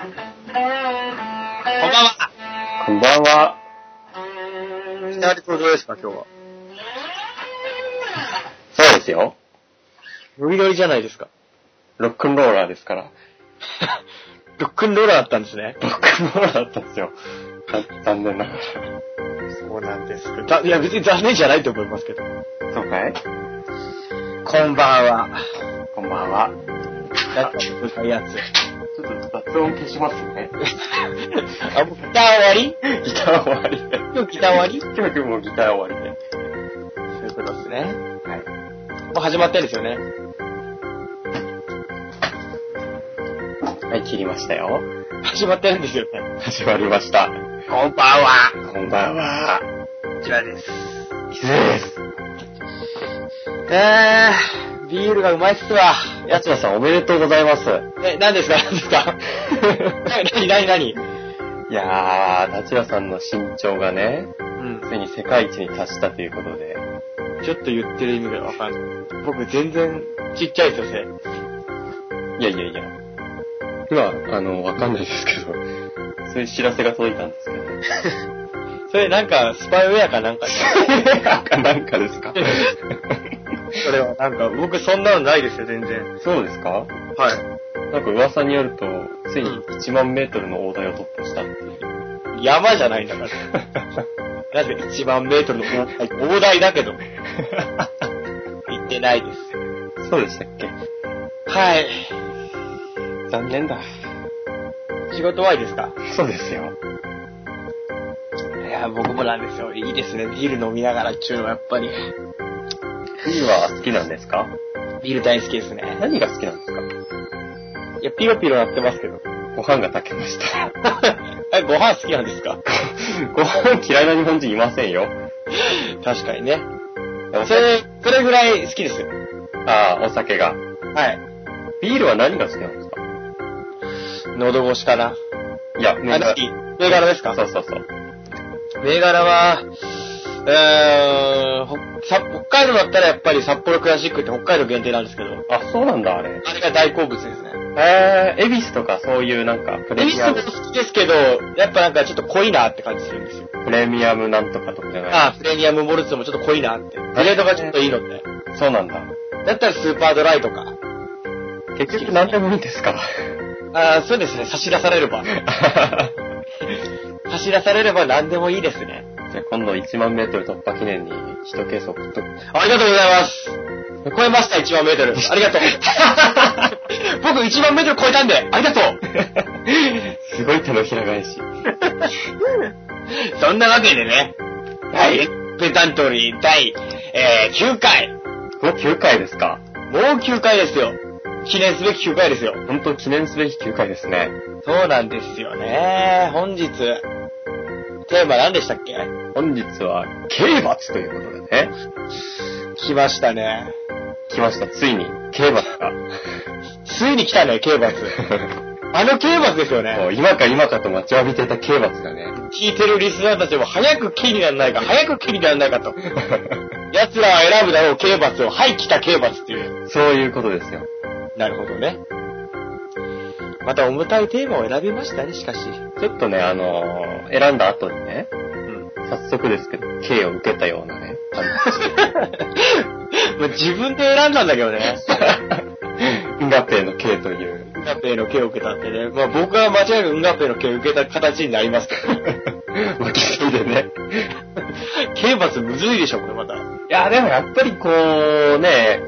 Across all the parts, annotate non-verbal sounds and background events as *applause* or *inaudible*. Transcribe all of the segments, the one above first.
こんばんは。こんばんは。いきなり登場ですか、今日は。そうですよ。ノリノリじゃないですか。ロックンローラーですから。 *laughs* ロックンローラーだったんですね。ロックンローラーだったんですよ。ざ残念ながら。そうなんです。だいや、別に残念じゃないと思いますけど。そうかいこんばんは。こんばんは。だったら、歌いやつ。ちょっと雑音消しますね。 *laughs* あ、もうギター終わりギター終わりで。今日ギター終わり今日もうギター終わりで。そういうことですね。はい。もう始まってんですよね。はい、切りましたよ。始まってるんですよね。始まりました。こんばんは。こんばんは。こちらです。いずれです。えー、ビールがうまいっすわ。やちなさんおめでとうございます。え、何ですか何ですか *laughs* 何何何いやー、立花さんの身長がね、うん。ついに世界一に達したということで、ちょっと言ってる意味がわかんない。僕全然ちっちゃいですよ、背。いやいやいや、今、あの、わかんないですけど、そういう知らせが届いたんですけど、それなんか、スパイウェアかなんかで *laughs* なんかですかそれはなんか、僕そんなのないですよ、全然。そうですかはなんか噂によると、ついに1万メートルの大台を突破したっていう。い。山じゃないんだから。なぜ1万メートルの大台、大台だけど。行ってないです。そうでしたっけはい。残念だ。仕事はいいですかそうですよ。いや、僕もなんですよ。いいですね。ビール飲みながらっちゅうのはやっぱり。ビーは好きなんですかビール大好きですね。何が好きなんですかいや、ピロピロなってますけど。ご飯が炊けました。 *laughs* え、ご飯好きなんですか *laughs* ご飯嫌いな日本人いませんよ。確かにね。おそ酒れ、それぐらい好きですよ。ああ、お酒が。はい。ビールは何が好きなんですか喉越しかな。いや、あ、なに銘柄ですかそうそうそう。銘柄は、うーんほさ、北海道だったらやっぱり札幌クラシックって北海道限定なんですけど、あ、そうなんだ、あれ。あれが大好物ですね。えー、エビスとかそういうなんか、プエレビスミアもム、好きですけど、やっぱなんかちょっと濃いなって感じするんですよ。プレミアムなんとかとかじゃない。ああ、プレミアムモルツもちょっと濃いなって。グレードがちょっといいのって。そうなんだ。だったらスーパードライとか。結局何でもいいんですか *laughs* ああ、そうですね。差し出されれば。差し出されれば何でもいいですね。じゃあ今度1万メートル突破記念に一ケース送っとく。 *laughs* ありがとうございます。超えました、1万メートル。ありがとう。 *laughs* 僕1万メートル超えたんで、ありがとう。すごい手のひら返し。 *laughs* そんなわけでね、はい、ペタントリー第、えー、9回。もう9回ですかもう9回ですよ。記念すべき9回ですよ。本当記念すべき9回ですね。そうなんですよね。本日、テーマ何でしたっけ本日は、刑罰ということでね。来ましたね。来ました、つい *laughs* に、刑罰が。 *laughs* ついに来たね、刑罰。あの刑罰ですよもね。う今か今かと待ちわびていた刑罰がね。 *laughs* 聞いてるリスナーたちも早く刑にならないか、早く刑にならないかと。奴らは選ぶだろう刑罰を、はい、来た刑罰っていう。そういうことですよ。なるほどね。また重たいテーマを選びましたね、しかし。ちょっとね、あのー選んだ後にね、うん。早速ですけど、刑を受けたようなね、まあ、自分で選んだんだけどね。ウンガペイの *laughs* 刑という。ウンガペイの刑を受けたってね。まあ僕は間違いなくウンガペイの刑を受けた形になりますけど。 *laughs* 巻きすぎでね。刑罰むずいでしょ、これまた。いや、でもやっぱりこう、ね、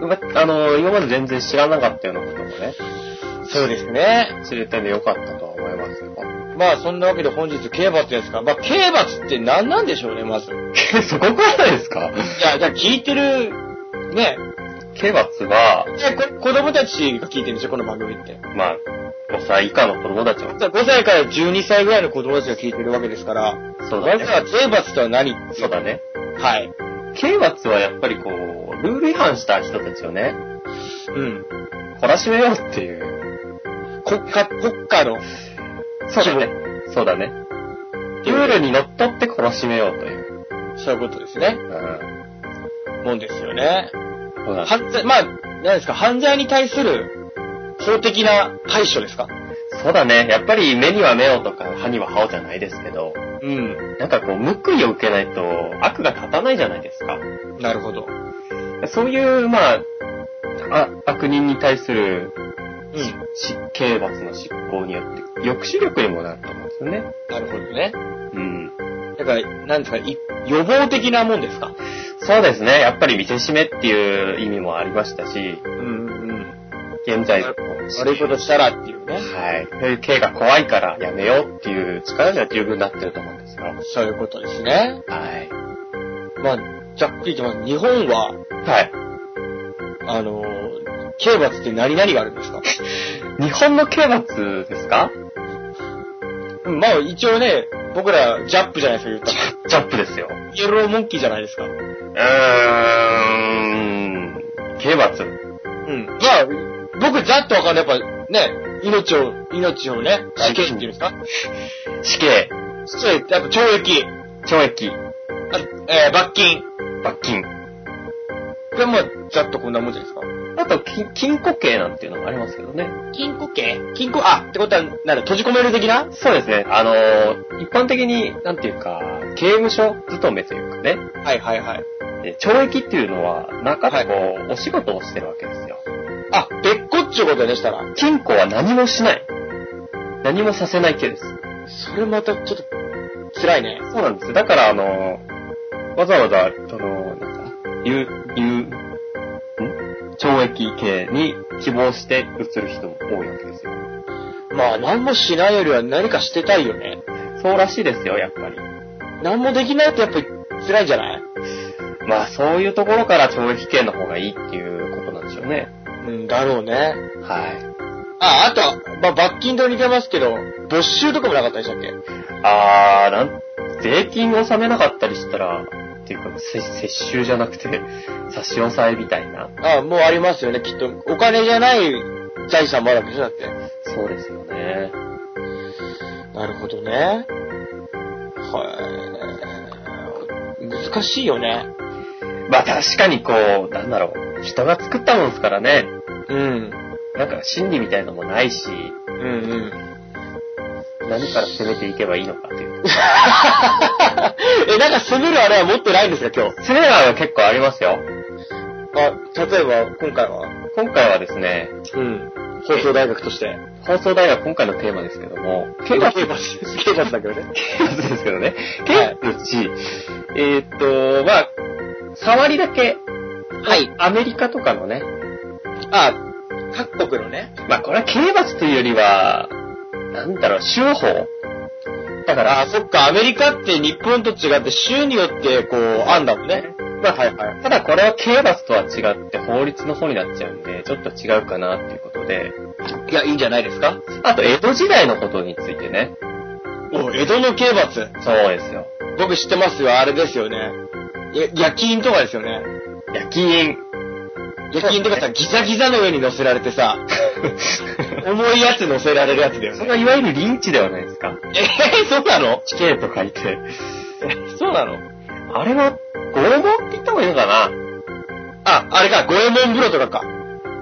うまあのー今まで全然知らなかったようなこともね、そうですね。知れたんでよかったとは思いますよ。まあそんなわけで本日刑罰ですか。まあ刑罰って何なんでしょうね、まず。いそこからですかや、じゃあ聞いてる、ね。刑罰は、いやこ子供たちが聞いてるんでしょ、この番組って。まあ、5歳以下の子供たちも、 5歳から12歳ぐらいの子供たちが聞いてるわけですから、そうだまずね。は刑罰とは何っていそうだね。はい。刑罰はやっぱりこう、ルール違反した人たちをね、うん。懲らしめようっていう。国家、国家のそうだね。そうだね。ルールにのっとって懲らしめようという。そういうことですね。うん。もんですよね。そうだね。犯罪、まあ、何ですか、犯罪に対する法的な対処ですかそうだね。やっぱり目には目をとか歯には歯をじゃないですけど、うん。なんかこう、報いを受けないと悪が立たないじゃないですか。なるほど。そういう、まあ、あ悪人に対するうん。し刑罰の執行によって、抑止力にもなると思うんですよね。なるほどね。うん。だから、なんですか、い予防的なもんですかそうですね。やっぱり見せしめっていう意味もありましたし、うんうん。現在、悪いことしたらっていうね。はい。そういう刑が怖いからやめようっていう力じゃ十分になってると思うんですよ。そういうことですね。はい。まあ、ざっくりいきます。日本は、はい。あのー、刑罰って何々があるんですか日本の刑罰ですかうんまあ、一応ね、僕ら、ジャップじゃないですか、言っジャップですよ。たら。イエローモンキーじゃないですか。ううーん。刑罰。ん。まあ、僕、ざっとわかんない。やっぱ、ね、命を、命をね、死刑っていうんですか死刑、死刑って、あと懲役、懲役、あと、えー、罰金。罰金。これも、ざっとこんなもんじゃないですか。あと、き禁錮刑なんていうのもありますけどね。金庫刑金庫、あ、ってことは、なんだ、閉じ込める的なそうですね。あのー一般的に、なんていうか、刑務所勤めというかね、はいはいはい。え懲役っていうのは、中でこう、お仕事をしてるわけですよ。あ、別個っちゅうことでしたら。禁錮は何もしない。何もさせない刑です。それまた、ちょっと、辛いね。そうなんですよ。だから、あのーわざわざ、あのーなんか、有、有、ん懲役刑に希望して移る人も多いわけですよ。まあ、何もしないよりは何かしてたいよね。そうらしいですよ、やっぱり。何もできないとやっぱり辛いんじゃないまあ、そういうところから懲役刑の方がいいっていうことなんでしょうね。うん、だろうね。はい。あ、あとは、まあ、罰金と似てますけど、没収とかもなかったでしたっけあー、なん、税金を納めなかったりしたら、っていうか、せ接収じゃなくて、 *laughs* 差し押さえみたいな。あもうありますよね、きっと。お金じゃない財産もあるわけでしょ、だって。そうですよね。なるほどね。はい。難しいよね。まあ、確かにこう、なんだろう、人が作ったもんですからね。うん。なんか、心理みたいのもないし、うんうん。何から攻めていけばいいのかという。え、なんか攻めるあれは持ってないんですか、今日。攻めは結構ありますあ、よ。例えば、今回は。今回はですね、うん。放送大学として。放送大学今回のテーマですけども、刑罰刑罰刑罰だけどね。ケースですけどね。ケースうち、えーっと、まあ、触りだけ、はい。アメリカとかのね、あ、各国のね。まあ、これは刑罰というよりは、なんだろう、州法。だから、あ、そっか、アメリカって日本と違って州によってこう、あんだもんね。まあ、はいはい。ただこれは刑罰とは違って法律の方になっちゃうんで、ちょっと違うかなっていうことで、いや、いいんじゃないですかあと、江戸時代のことについてね。お、江戸の刑罰。そうですよ。僕知ってますよ、あれですよね。や、焼き印とかですよね。焼き印。焼き印とかさ、ギザギザの上に乗せられて *laughs* さ、重いやつ乗せられるやつだよそね。れはいわゆるリンチではないですか。えー、そうなの死刑と書い *laughs* て。そうなのあれは、拷問って言った方がいいのかなあ、あれか、五右衛門風呂とかか。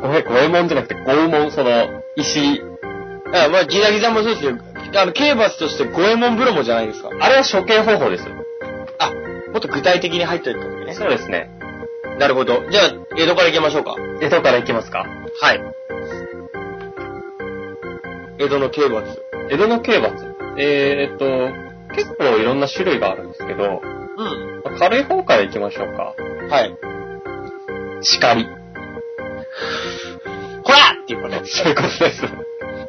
ごめん、五右衛門じゃなくて、拷問、その、石。あまあ、ギザギザもそうですけど、あの、刑罰として五右衛門風呂もじゃないですか。あれは処刑方法ですよ。あ、もっと具体的に入ってるってことね。そうですね。なるほど。じゃあ、江戸から行きましょうか。江戸から行きますか。はい。江戸の刑罰。江戸の刑罰。えー、っと、結構いろんな種類があるんですけど、うまあ軽い方から行きましょうか。ん。はい。叱り。こらっていうこと。そういうことです。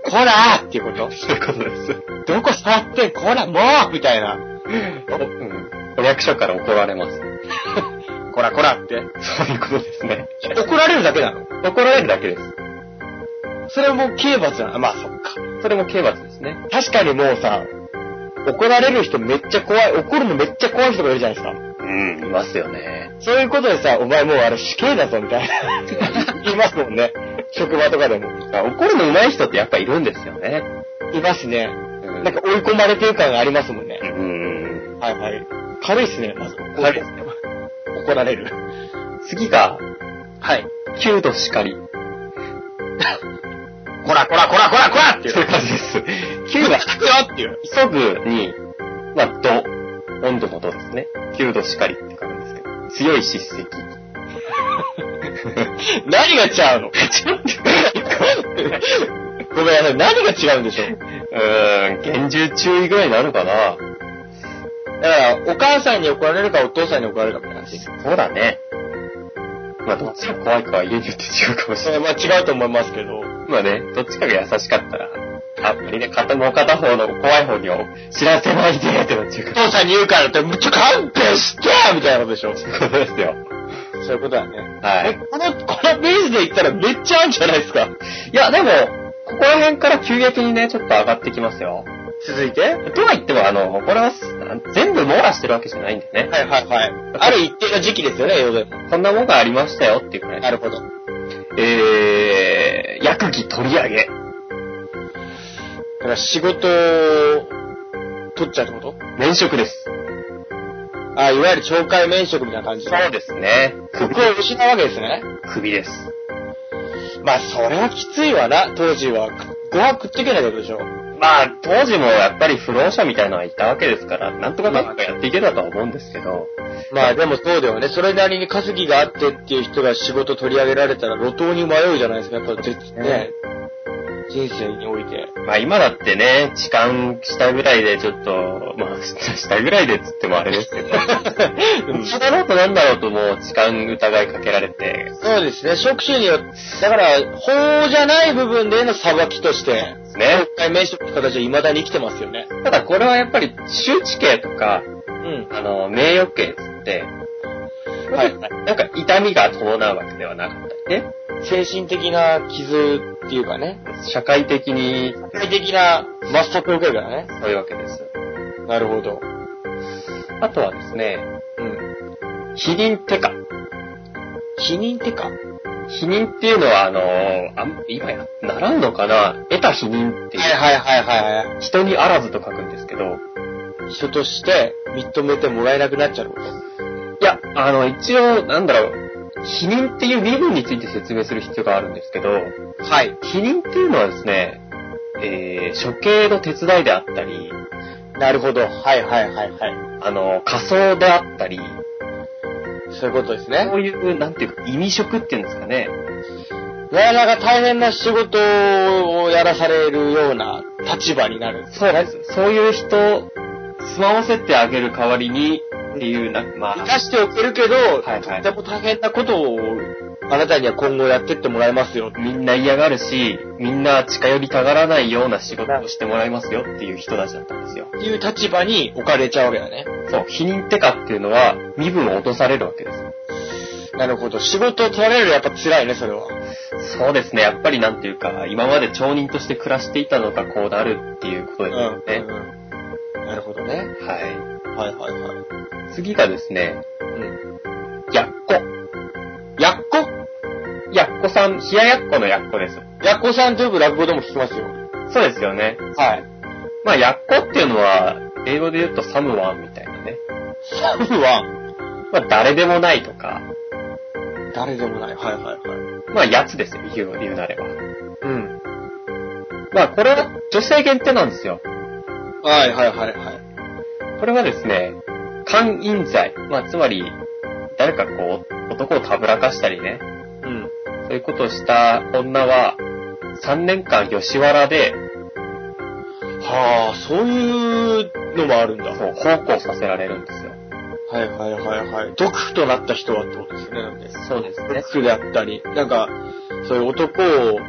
こらっていうこと。そういうことです。 *laughs* どこ触ってんこらもうみたいな。お、うん、お役所から怒られます。こらこらって。そういうことですね。怒られるだけなの怒られるだけです。それも刑罰なの。まあそっか。それも刑罰ですね。確かにもうさ、怒られる人めっちゃ怖い、怒るのめっちゃ怖い人がいるじゃないですか。うん、いますよね。そういうことでさ、お前もうあれ死刑だぞみたい *laughs* な。言いますもんね。職場とかでも。怒るの上手い人ってやっぱいるんですよね。いますね。うんなんか追い込まれてる感がありますもんね。うん。はいはい。軽いっすね、まず。軽いっす怒られる。次が、はい。 9度叱り。こらこらこらこらこらっていそういうう。感じです。9今が叩くよっていう。急ぐに、まあ、度、温度の度ですね。9度しかりって書くんですけど、強い叱責。何が違うのちょっと、ごめんなさい、 *laughs* 何が違うんでしょううーん、厳重注意ぐらいになるかな。だから、お母さんに怒られるかお父さんに怒られるかみたいな話。そうだね。まあ、どっちが怖いかは家によって違うかもしそれれない。は違うと思いますけど。 *laughs* まあね、どっちかが優しかったら、あ、これで片もう片方の怖い方には知らせないでってなっちゃうおか父さんに言うからって、むっちゃ勘弁してみたいなことでしょそら。そうですよ。ういうことだね。はい。この、このペースで言ったらめっちゃあるんじゃないですか。いや、でも、ここら辺から急激にね、ちょっと上がってきますよ。続いてはとは言っても、あの、これはす全部網羅してるわけじゃないんでね。いはいはい。ある一定の時期ですよね、要で。こんなもんがありましたよっていうくらい。なるほど。えー、薬儀取り上げ。だから仕事を取っちゃうってこと免職です。あ、いわゆる懲戒免職みたいな感じ。そうですね。職を失うわけですね。首です。まあ、それはきついわな、当時は。ご飯食っていけないことでしょ。まあ、当時もやっぱり不老者みたいなのはいたわけですから、なんとかなんとかやっていけたとは思うんですけど、まあ、でもそうだよね。それなりに稼ぎがあってっていう人が仕事取り上げられたら路頭に迷うじゃないですか、やっぱりね。人生において。まあ今だってね、痴漢したぐらいでちょっと、まあ、 *laughs* したぐらいでっつってもあれですけど、そだろうとなんだろうともう痴漢疑いかけられて、そうですね、職種によって、だから、法じゃない部分での裁きとして、ね。解明職の形は未だに生きてますよね。ただこれはやっぱり、周知刑とか、うん。あの、名誉刑っつって、はい。なんか痛みが伴うわけではなかったりね。精神的な傷っていうかね、社会的に、社会的な抹殺を受けるからね。そういうわけです。なるほど。あとはですね、うん。否認テカ。否認ってか。否認っていうのは、あのーあん、今や、ならんのかな得た否認っていう、はいはいはいは人にあらずと書くんですけど、い。人として認めてもらえなくなっちゃうこと。いや、あの、一応、なんだろう、否認っていう身分について説明する必要があるんですけど、はい。否認っていうのはですね、えー、処刑の手伝いであったり、なるほど。はいはいはいはい。あの、仮装であったり、そういうことですこね。ういう、なんていうか、意味職っていうんですかね。なかなか大変な仕事をやらされるような立場になる。そうです。そういう人を、住まわせてあげる代わりに、っていう、な、ま生あ、かしておけるけど、はいはいとても大変なことを、あなたには今後やってってもらいますよ。みんな嫌がるし、みんな近寄りたがらないような仕事をしてもらいますよっていう人たちだったんですよ。っていう立場に置かれちゃうわけだね。そう、否認テカっていうのは、身分を落とされるわけです。なるほど。仕事を取られるやっぱ辛いね、それは。そうですね、やっぱりなんていうか、今まで町人として暮らしていたのがこうなるっていうことうですよん。ね。なるほどね。ははいはいはい。い。次がですね、うん。やっこ。やっこやっこさん、冷ややっこのやっこです。やっこさんとよく落語でも聞きますよ。そうですよね。はい。まあ、やっこっていうのは、英語で言うとサムワンみたいなね。サムは、まあ、誰でもないとか、誰でもない。はいはいはい。まあ、やつですよ、言う言うなれば。うん。まあ、これは女性限定なんですよ。はいはいはいはい。これはですね、姦淫罪。まあ、つまり、誰かこう、男をたぶらかしたりね、うん。そういうことをした女は、3年間吉原で、はあ、そういうのもあるんだ。そう、奉公させられるんですよ。はいはいはいはい。毒婦となった人はってことですね、なんで。そうですね。服であったり、なんか、そういう男を、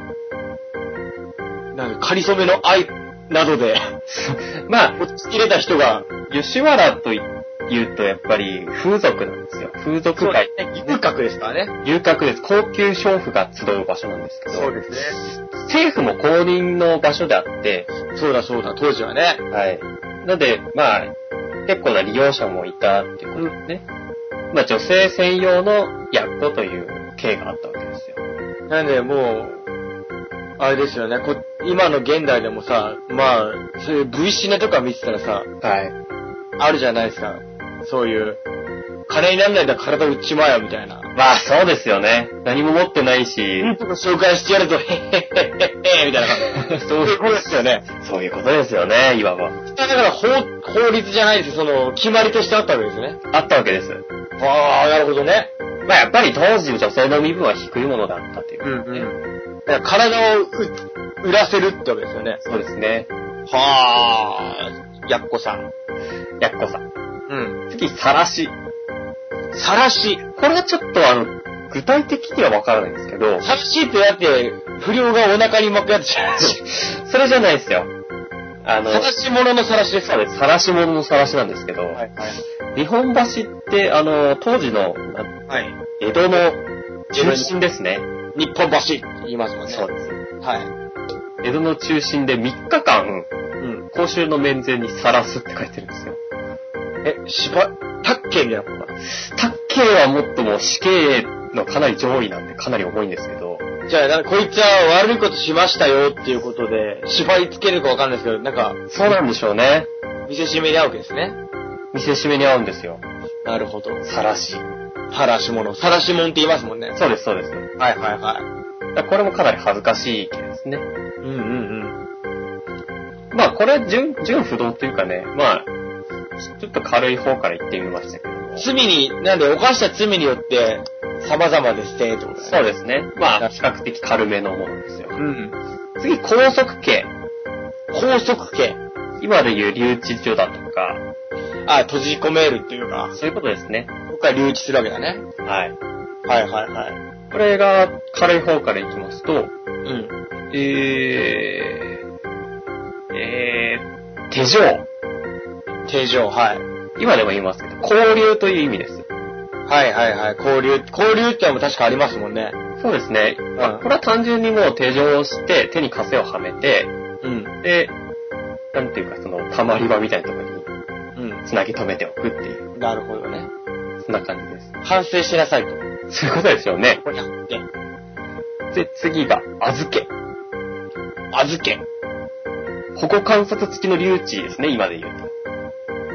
なんか、仮初めの愛などで、まあ、 *laughs* 落ち入れた人が、吉原とい言うと、やっぱり、風俗なんですよ。風俗界。遊郭ですからね。遊郭です。高級娼婦が集う場所なんですけど、ですね。政府も公認の場所であって、そうだそうだ、当時はね。はい。なので、まあ、結構な利用者もいたっていうことですね。まあ、女性専用のやっこという刑があったわけですよ。なんで、もう、あれですよね、こ今の現代でもさ、まあ、そういう V シネとか見てたらさ、はい。あるじゃないですか。そういう、金になんないんだ体打っちまえよ、みたいな。まあ、そうですよね。何も持ってないし、とか紹介してやるぞ、へっへっへっみたいな感じ。 *laughs* そういうことですよね。そういうことですよね、いわば。だから法、法律じゃないです。その、決まりとしてあったわけですね。あったわけです。ああ、なるほどね。まあやっぱり当時女性の身分は低いものだったっていうう。ん。だから体をう売らせるってわけですよね。そうですね。はあ、やっこさん。やっこさん。うん。次、さらし。さらし。これはちょっとあの、具体的にはわからないんですけど、さらしってだって、不良がお腹に巻くやつじゃないし。 *laughs* それじゃないですよ。あの、さらし者のさらしですそうです。さらし物のさらしなんですけど、い、はい。日本橋って、あの、当時の、なはい。江戸の中心ですね。日本橋って言いますもんね。そうです。はい。江戸の中心で3日間、うん。公衆の面前にさらすって書いてるんですよ。え、しば、タッケンじゃなかっタッケーはもっともう死刑のかなり上位なんでかなり重いんですけど、たじゃあ、なんかこいつは悪いことしましたよっていうことで、縛り付けるかわかんないですけど、なんか、そうなんでしょうね。見せしめに合うわけですね。見せしめに合うんですよ。なるほど。さらし。さらし者。さらし者って言いますもんね。そうです、そうです。はいはいはい。だからこれもかなり恥ずかしい系ですね。うんうんまあこれ純、純不動というかね、まあ、ちょっと軽い方から言ってみましたけどうもん。。罪に、なんで犯した罪によって、様々ですね、ってことですね。そうですね。まあ、比較的軽めのものですよ。うん。次、高速刑。拘束刑。今でいう留置所だとか、あ、閉じ込めるっていうか、そういうことですね。ここから留置するわけだね。はい。はいはいはい。これが軽い方からいきますと、うん。えー、えー、手錠。定常、はい。今でも言いますけど、交流という意味です。はいはいはい。交流、交流ってのも確かありますもんね。そうですね。まあこれは単純にもう手錠をして、手に枷をはめて、うん。で、なんていうかその、溜まり場みたいなところにう繋ぎ止めておくっていう、ん。なるほどね。そんな感じです。反省しなさいと。そういうことですよね。これやって。で、次が、預け。預け。保護観察付きの留置ですね、今で言うと。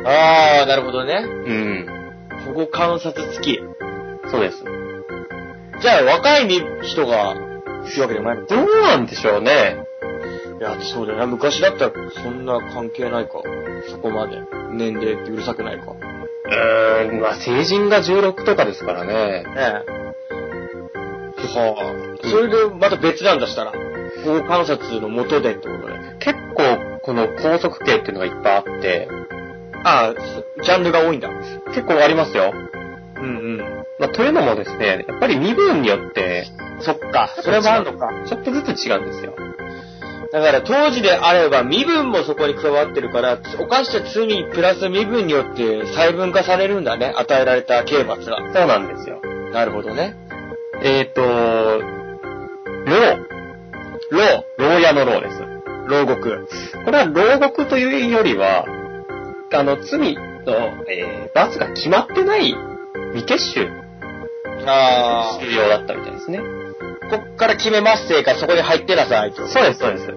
あー、なるほどね。うん。保護観察付き。そうです。じゃあ、若い人が、いうわけでもないのどうなんでしょうね。いや、そうだよな。昔だったら、そんな関係ないか。そこまで。年齢ってうるさくないか。うーん、まあ成人が16とかですからね。ええ。はあ。それで、また別なんだしたら。保護観察の元でってことで。結構、この高速系っていうのがいっぱいあって、ああ、ジャンルが多いんだ。う結構ありますよ。んうん。まあ、というのもですね、やっぱり身分によって、そっか。それもあるのか。ちょっとずつ違うんですよ。だから当時であれば身分もそこに加わってるから、犯した罪プラス身分によって細分化されるんだね。与えられた刑罰が。そうなんですよ。なるほどね。えっ、ー、と、牢。牢。牢屋の牢です。牢獄。これは牢獄というよりは、あの、罪の、えー、罰が決まってない未結集あ終了だったみたいですね。あ。こっから決めますせいか、そこに入ってなさいと。そうです、そうです。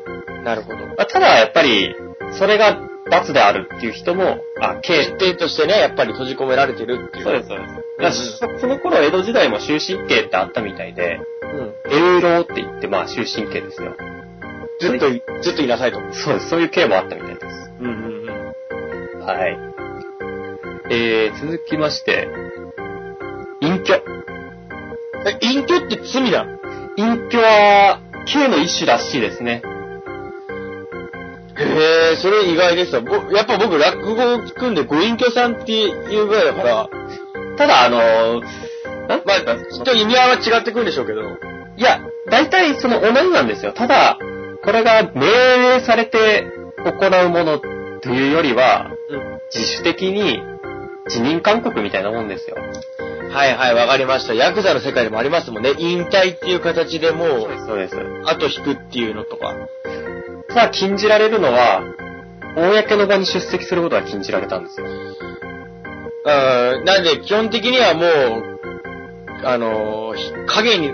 なるほど。まあただ、やっぱり、それが罰であるっていう人も、あ、刑決定としてね、やっぱり閉じ込められてるっていう。そうです、そうです。だからそその頃、江戸時代も終身刑ってあったみたいで、うん。永牢って言って、まあ、終身刑ですよ。ずっとい、ずっといなさいと。うんそうです、そういう刑もあったみたいです。うんうん。はい。えー、続きまして、隠居。え、隠居って罪だ。隠居は、刑の一種らしいですね。へえ、それ意外でした。ぼやっぱ僕落語を聞くんで、ご隠居さんっていうぐらいだから、ただ、あのー、なんままあ、きっと意味合いは違ってくるんでしょうけど。いや、大体その同じなんですよ。ただ、これが命令されて行うものというよりは、自主的に辞任勧告みたいなもんですよ。はいはい、わかりました。ヤクザの世界でもありますもんね。引退っていう形でもう、す、そうです。後引くっていうのとか。ただ禁じられるのは、公の場に出席することが禁じられたんですよ。うん、なんで基本的にはもう、あのー、ひ影に、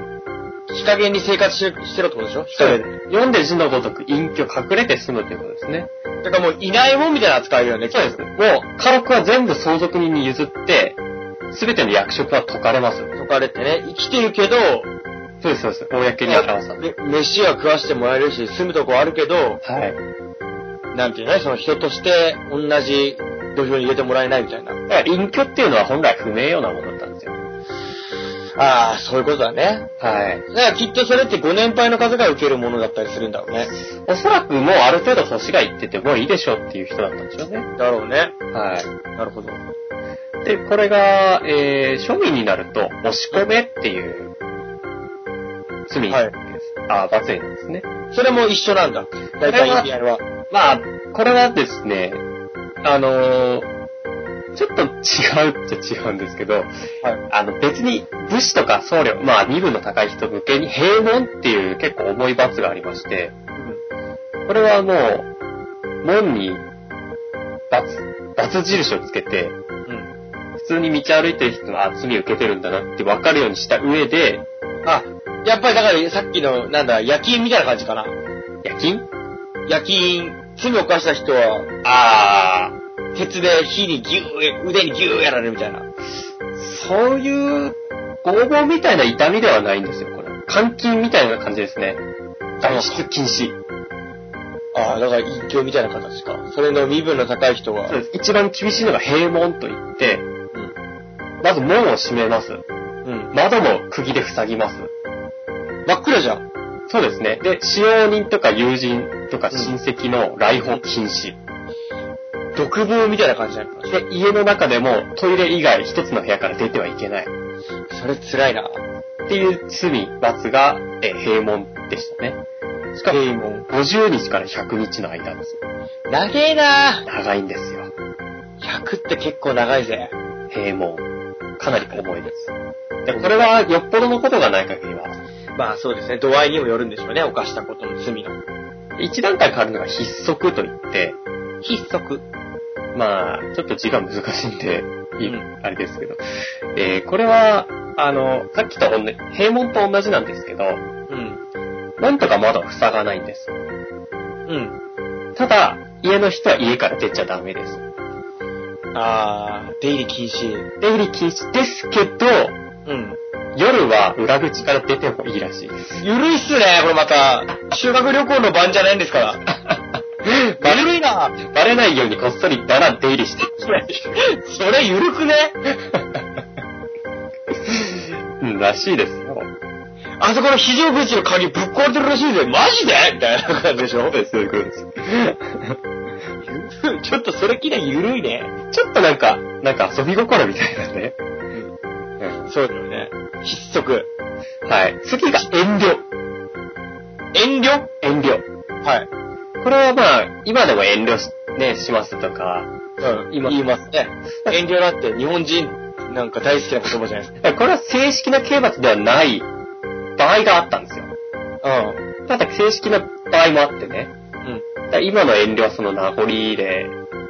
日陰に生活ししてろってことでしょ日陰で。読んで字のごとく隠居隠れて済むということですね。だからもういないもんみたいな扱いだよね、そうです。もう、家禄は全部相続人に譲って、すべての役職は解かれます。解かれてね、生きてるけど、そうです、そうです。公に表さめ飯は食わしてもらえるし、住むとこあるけど、はい。なんていうのね、その人として同じ土俵に入れてもらえないみたいな。だから隠居っていうのは本来不明ようなものだったんですよ。ああ、そういうことだね。はい。だからきっとそれってご年配の方が受けるものだったりするんだろうね。おそらくもうある程度年がいっててもういいでしょうっていう人だったんでしょうね。だろうね。はい。なるほど。で、これが、えー、庶民になると、押し込めっていう、罪、はいあ、罰罪なんですね。それも一緒なんだ。大これは体 EPR は。まあ、これはですね、あのーちょっと違うっちゃ違うんですけど、あの別に武士とか僧侶、まあ身分の高い人向けに平門っていう結構重い罰がありまして、これはもう、門に罰、罰印をつけて、うん。普通に道歩いてる人のあ罪を受けてるんだなって分かるようにした上で、あ、やっぱりだからさっきの、なんだ、夜勤みたいな感じかな。夜勤夜勤、罪を犯した人は、あ鉄で火にギュー、腕にギューやられるみたいな。ー、そういう、拷問みたいな痛みではないんですよ、これ。監禁みたいな感じですね。外出禁止。ああ、だから一挙みたいな形か。それの身分の高い人は。そうです一番厳しいのが閉門といって、まず門を閉めます。うん。窓も釘で塞ぎます。真っ暗じゃん。そうですね。で、使用人とか友人とか親戚の来訪禁止。独房みたいな感じじゃん。で、家の中でもトイレ以外一つの部屋から出てはいけない。それ辛いな。っていう罪、罰が、えー、閉門でしたね。しかも、平門。 50日から100日の間です。長えな長いんですよ。 100って結構長いぜ。閉門。かなり重いです。で、これは、よっぽどのことがない限りは、まあそうですね。度合いにもよるんでしょうね。犯したことの罪の。一段階変わるのが必則といって、必則。まあ、ちょっと字が難しいんで、いいうんあれですけど。えーこれは、あの、さっきと同じ、閉門と同じなんですけど、うん。なんとか窓は塞がないんです。うん。ただ、家の人は家から出ちゃダメです。ああ、出入り禁止。出入り禁止ですけど、うん。夜は裏口から出てもいいらし *laughs* いです。ゆるいっすね、これまた。修学旅行の番じゃないんですから。 *laughs* バゆレるいな。バレないようにこっそりだら出入りして *laughs* それゆるくねうん、らしいですよ。あそこの非常口の鍵ぶっ壊れてるらしいぜ。マジでみたいな感じでしょです、そう *laughs* いうことです。ちょっとそれきりゆるいね。ちょっとなんか、なんか遊び心みたいなね。そうだよね。必則。はい。次が遠慮。遠慮遠慮。はい。これはまあ、今でも遠慮し、ね、しますとか。うん。今言いますね。遠慮だって日本人なんか大好きな言葉じゃないですか。これは正式な刑罰ではない場合があったんですよ。うん。ただ正式な場合もあってね。うん。だから今の遠慮はその名残で、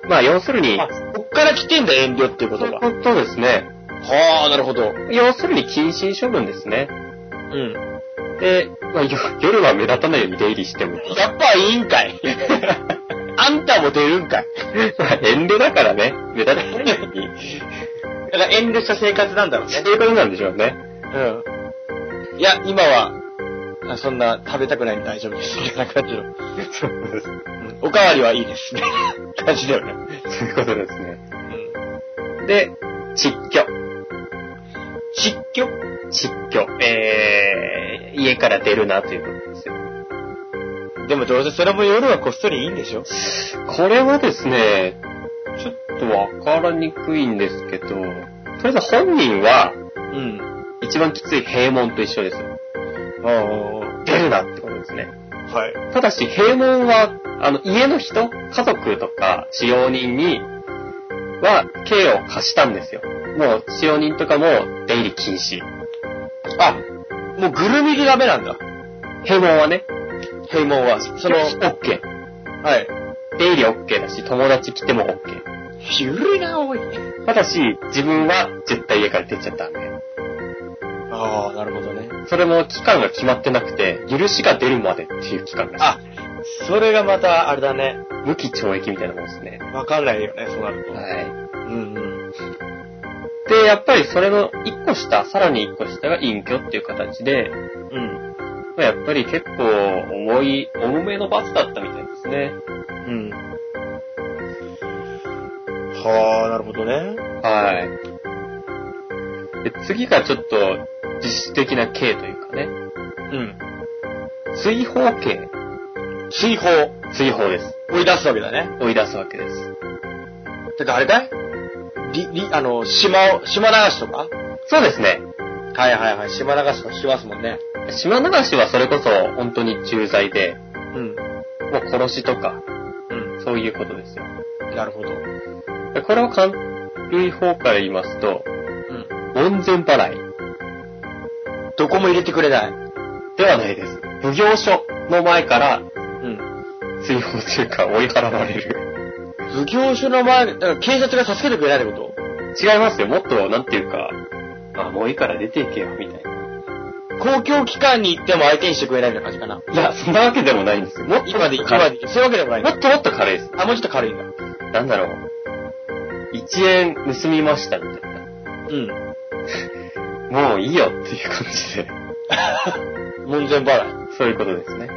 まあ要するに、あ、こっから来てんだ遠慮っていう言そういう葉。ことですね。はあ、なるほど。要するに謹慎処分ですね。うん。で、まあ、よ夜は目立たないように出入りしても。やっぱいいんかい。あんたも出るんかい。 *laughs* まあ遠慮だからね、目立たないよ *laughs* うに。だから遠慮した生活なんだろうそうね。いうことなんでしょうね。うん。いや、今は、あそんな食べたくないんで大丈夫です。みたいな感じの。そうですうんおかわりはいいです。みたいな感じだよね。そういうことですね。うん。で、窒居。失居窒居。えー、家から出るなということですよ。でもどうせそれも夜はこっそりいいんでしょこれはですね、ちょっとわからにくいんですけど、とりあえず本人は、うん。一番きつい閉門と一緒です。ああ、出るなってことですね。はい。ただし、閉門は、あの、家の人、家族とか、使用人に、は、刑を課したんですよ。もう、使用人とかも、出入り禁止。あ、もうぐるみでダメなんだ。閉門はね、平門は。そその、の、 OK。はい。出入り OK だし、友達来ても OK。ゆるいな、おい。ただし、自分は絶対家から出ちゃダメ。ああ、なるほどね。それも期間が決まってなくて、許しが出るまでっていう期間です。あ、それがまた、あれだね。無期懲役みたいなもんですね。わかんないよね、そうなると。はうんうん。い。で、やっぱりそれの一個下、さらに一個下が隠居っていう形で、うん。まあやっぱり結構重い、重めの罰だったみたいですね。うん。はあ、なるほどね。はい。で、次がちょっと、実質的な刑というかね。うん。追放刑。追放。追放です。追い出すわけだね。追い出すわけです。てか、あれかいり、り、あの、島を、島流しとかそうですね。はいはいはい。島流しとかしますもんね。島流しはそれこそ本当に重罪で、うん。もう殺しとか、うそういうことですよ。ん。なるほど。うでこれを軽い方から言いますと、ん。門前払いどこも入れてくれない。ではないです。奉行所の前からうん。追放というか追い払われる。奉行所の前、だから警察が助けてくれないってこ違いますよ。もっと、なんていうか、あ、もういいから出ていけよ、みたいな。と公共機関に行っても相手にしてくれないみたいな感じかな。いや、そんなわけでもないんですよ。もっと今で、もっと今軽いで、そういうわけでもないもっともっと軽いです。あ、もうちょっと軽いんだ。なんだろう。1円盗みました、みたいうん。な。もういいよっていう感じで。門前払い。そういうことですね。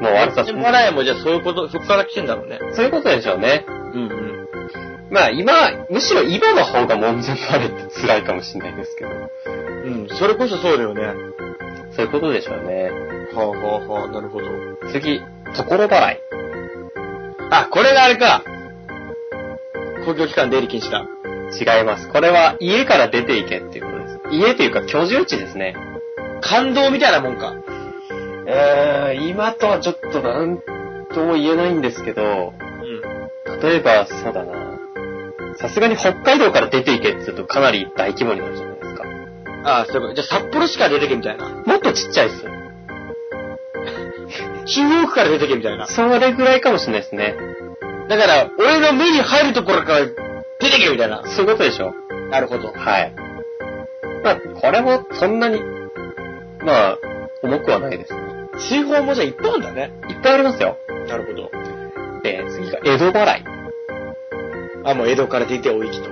もう悪さ、門そ前払いもじゃあそういうこと、そこから来てんだろうね。ういうことでしょうね。うんうん。まあ今、むしろ今の方が門前払いって辛いかもしれないですけど。うん、それこそそうだよね。そういうことでしょうね。はあはあはあ、なるほど。次、ところ払い。あ、これがあれか。公共機関出入り禁止だ。違います。これは家から出ていけっていうことです。家というか居住地ですね。感動みたいなもんか。えー、今とはちょっとなんとも言えないんですけど、うん。例えば、そうだな。さすがに北海道から出ていけって言うとかなり大規模になるじゃないですか。あそういうこと。じゃあ札幌市から出てけみたいな。もっとちっちゃいです。中央区から出てけみたいな。それぐらいかもしれないですね。だから、俺の目に入るところから出てけみたいな。そういうことでしょなるほど。はい。まあ、これもそんなに、まあ、重くはないです。追放もじゃあ一本だね。いっぱいありますよ。なるほど。えー、次が江戸払い。あ、もう江戸から出ておいきと。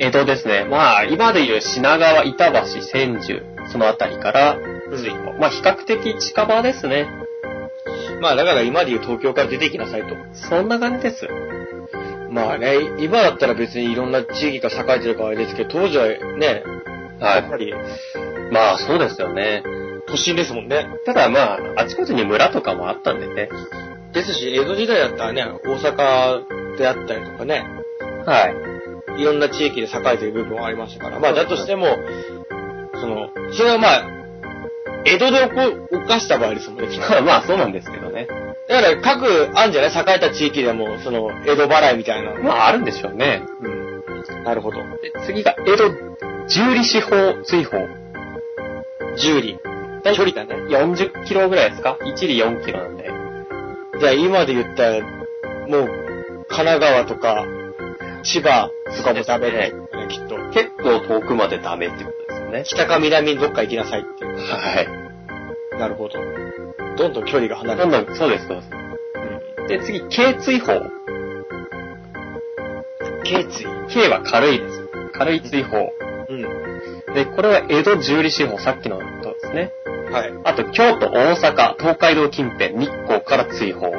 江戸ですね。まあ、今でいう品川、板橋、千住、そのあたりから、水う戸。まあ、比較的近場ですね。ん。まあ、だから今で言う東京から出ていきなさいと。そんな感じです。まあね、今だったら別にいろんな地域が栄えてるからあれですけど、当時はね、はやっぱりい。まあ、そうですよね。都心ですもんね。ただまあ、あちこちに村とかもあったんでね。ですし、江戸時代だったらね、大阪であったりとかね、はい。いろんな地域で栄えてる部分はありましたから、まあだとしても、その、それはまあ、江戸で起こ、犯した場合ですもんね、きっとまあまあ、そうなんですけどね。だから各、あんじゃない栄えた地域でも、その、江戸払いみたいな。まあ、あるんでしょうね。うん。なるほど。で次が、江戸、十里四方追放。十里。距離だね。 40キロぐらいですか ?1 里4キロなんで。じゃあ今で言ったら、もう、神奈川とか、千葉とかもダメだよね、きっと。結構遠くまでダメってことですよね。北か南にどっか行きなさいっていう。はい。なるほど。どんどん距離が離れどてんる。どん、そうです、そうです。で、次、軽追放。頸椎。軽は軽いです。軽い追放。うん。で、これは江戸十里四方、さっきのことですね。はい。あと、京都、大阪、東海道近辺、日光から追放。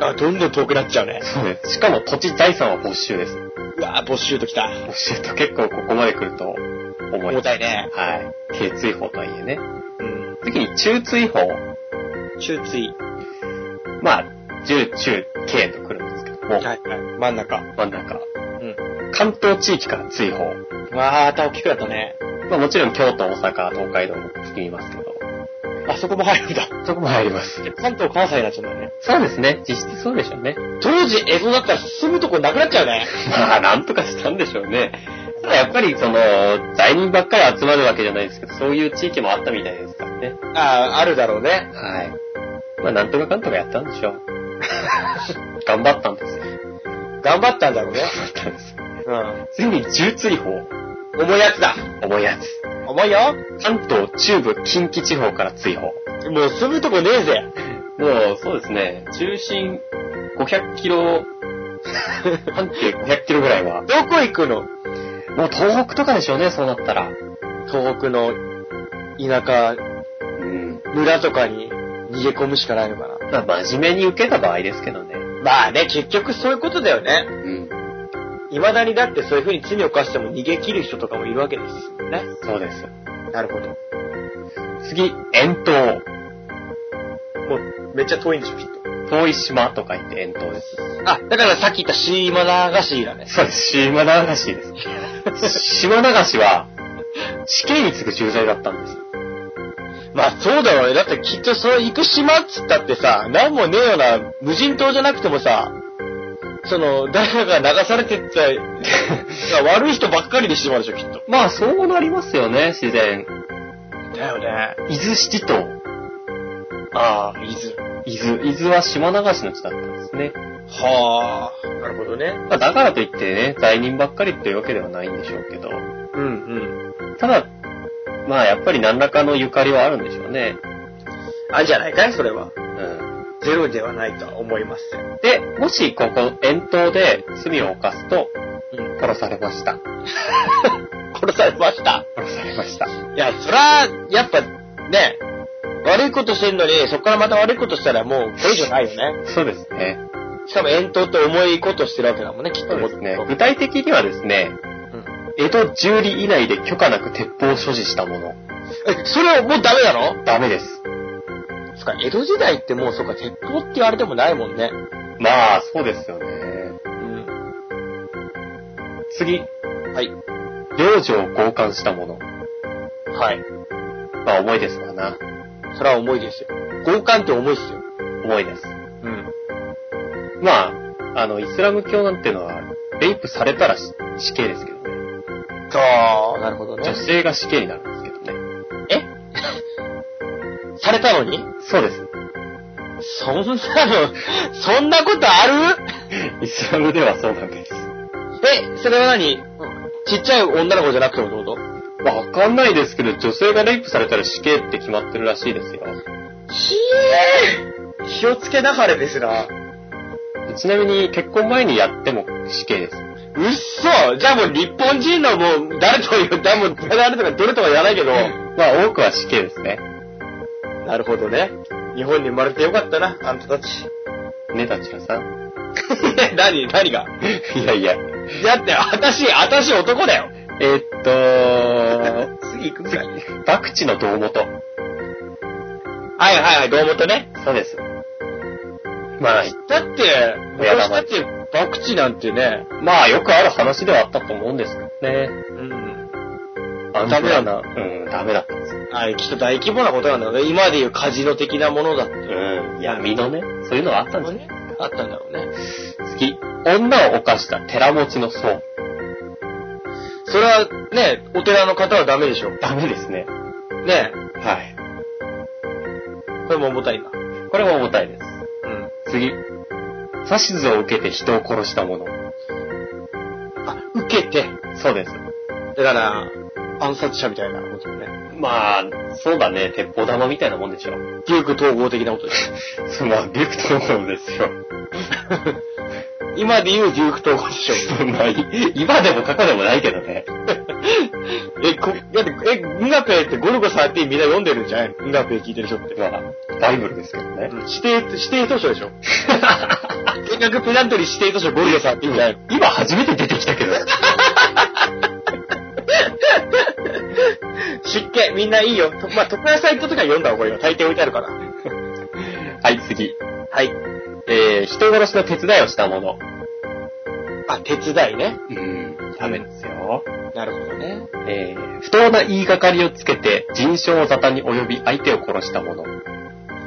あ、どんどん遠くなっちゃうね。そうです。しかも、土地財産は没収です。うわぁ、没収ときた。没収と結構ここまで来ると、重い。重たいね。はい。軽追放とはいえね。うん。次に、中追放。中椎。まあ、十、中、軽と来るんですけども、はい。はい。真ん中。真ん中。うん。関東地域から追放。わあ、頭大きくなったね。まあ、もちろん京都、大阪、東海道も含みますけど。あそこも入るんだ。そこも入ります。関東関西になっちゃうんだね。そうですね。実質そうでしょうね。 *laughs* 当時、江戸だったら住むとこなくなっちゃうね。まあ、なんとかしたんでしょうね。ただやっぱり、その、罪人ばっかり集まるわけじゃないですけど、そういう地域もあったみたいですからね。ああ、あるだろうね。はい。まあ、なんとかかんとかやったんでしょ *laughs* う。頑張ったんですよ。頑張ったんだろうね。頑張ったんです。う次に、重追放。ん。重いやつだ。重いやつ。重いよ。関東、中部、近畿地方から追放。もう住むとこねえぜ。もう、そうですね。中心500キロ、 *laughs* 半径500キロぐらいは。どこ行くのもう東北とかでしょうね、そうなったら。東北の田舎村とかに逃げ込むしかないのかな。まあ、真面目に受けた場合ですけどね。まあね、結局そういうことだよね。うん。未だにだってそういう風に罪を犯しても逃げ切る人とかもいるわけですよね。そうです。なるほど。次、遠島。もう、めっちゃ遠いんでしょ、きっと。遠い島とか言って遠島です。あ、だからさっき言ったシーマ流しだね。そうです。島流し *laughs* です。島流しは、死刑に次ぐ重罪だったんです。まあそうだろうね。だってきっとその行く島っつったってさ、なんもねえような、無人島じゃなくてもさ、その、誰かが流されてった *laughs* いや、悪い人ばっかりでしまうでしょ、きっと。まあ、そうなりますよね、自然。だよね。伊豆七島。ああ、伊豆。伊豆。伊豆は島流しの地だったんですね。はあ、なるほどね。まあ、だからといってね、罪人ばっかりっていうわけではないんでしょうけど。うんうん。ただ、まあ、やっぱり何らかのゆかりはあるんでしょうね。あんじゃないかい、それは。うん。ゼロではないとは思います。で、もし、ここ、遠島で罪を犯すと、うん。殺されました。殺されました。殺されました。いや、そら、やっぱ、ね、悪いことしてんのに、そこからまた悪いことしたらもう、これ以上ないよね。そうですね。しかも遠投って重いことしてるわけだもんね、きっと。そうですねも。っと具体的にはですね、江戸10里以内で許可なく鉄砲を所持したもの。え、それはもうダメなのダメです。そっか、江戸時代ってもう、そっか、鉄砲って言われてもないもんね。まあ、そうですよね。うん。次、はい。領事を交換したもの。はい。まあ、重いですからな。それは重いですよ。強姦って重いっすよ。重いです。うん。まあ、あの、イスラム教なんてのは、レイプされたらし死刑ですけどね。ああ、なるほどね女。性が死刑になるんですけどね。されたのにそうです。そんなの、 *laughs* そんなことあるイスラムではそうなんです。え、それは何ちっちゃい女の子じゃなくてもってことわかんないですけど、女性がレイプされたら死刑って決まってるらしいですよ。ひえ気をつけなはれですな。ちなみに、結婚前にやっても死刑です。うっそじゃあもう日本人のもう、誰という、誰も、誰とかどれとかやらないけど。まあ、多くは死刑ですね。なるほどね。日本に生まれてよかったな、あんたたち。 *laughs* ね、たちらさん。 *laughs* 何何がいやいや。だって、私、私男だよ。えーっと、次行く次、バクチの胴元。はいはいはい、堂本ね。そうです。まあ、だって、親私玉だって、バクチなんてね、まあよくある話ではあったと思うんですけどね。うん。あのダメだな。うん、ダメだったんですよ。あれ、きっと大規模なことなんだろうね。今でいうカジノ的なものだっうん。闇のね、そういうのはあったたんのですよ。ね。あったんだろうね。次、女を犯した寺持ちの僧。それは、ね、お寺の方はダメでしょ。ダメですね。ねはい。これも重たいな。これも重たいです。うん。次、指図を受けて人を殺したもの。あ、受けて。そうです。だから、暗殺者みたいなことね。まあ、そうだね、鉄砲玉みたいなもんでしょ。デューク統合的なことです。そうまあ、ビクトンですよ。今で言うデューク統合でしょ。 *laughs* まあ、い今でも過去でもないけどね。え、こ、だって、え、ムナペってゴルゴ13みんな読んでるんじゃないのムナペ聞いてる人って。まあ、バイブルですけどね。指定、指定図書でしょせっかくペナントリー指定図書ゴルゴ13じゃないの。今初めて出てきたけど。 *laughs* 湿気、みんないいよ。とまあ、床屋さん行った時は読んだ方がいいわ。大抵置いてあるから。はい、次。はい。えー、人殺しの手伝いをしたもの。あ、手伝いね。うん、ダメですよ。なるほどね。えー、不当な言いがかりをつけて、人傷を沙汰に及び相手を殺したもの。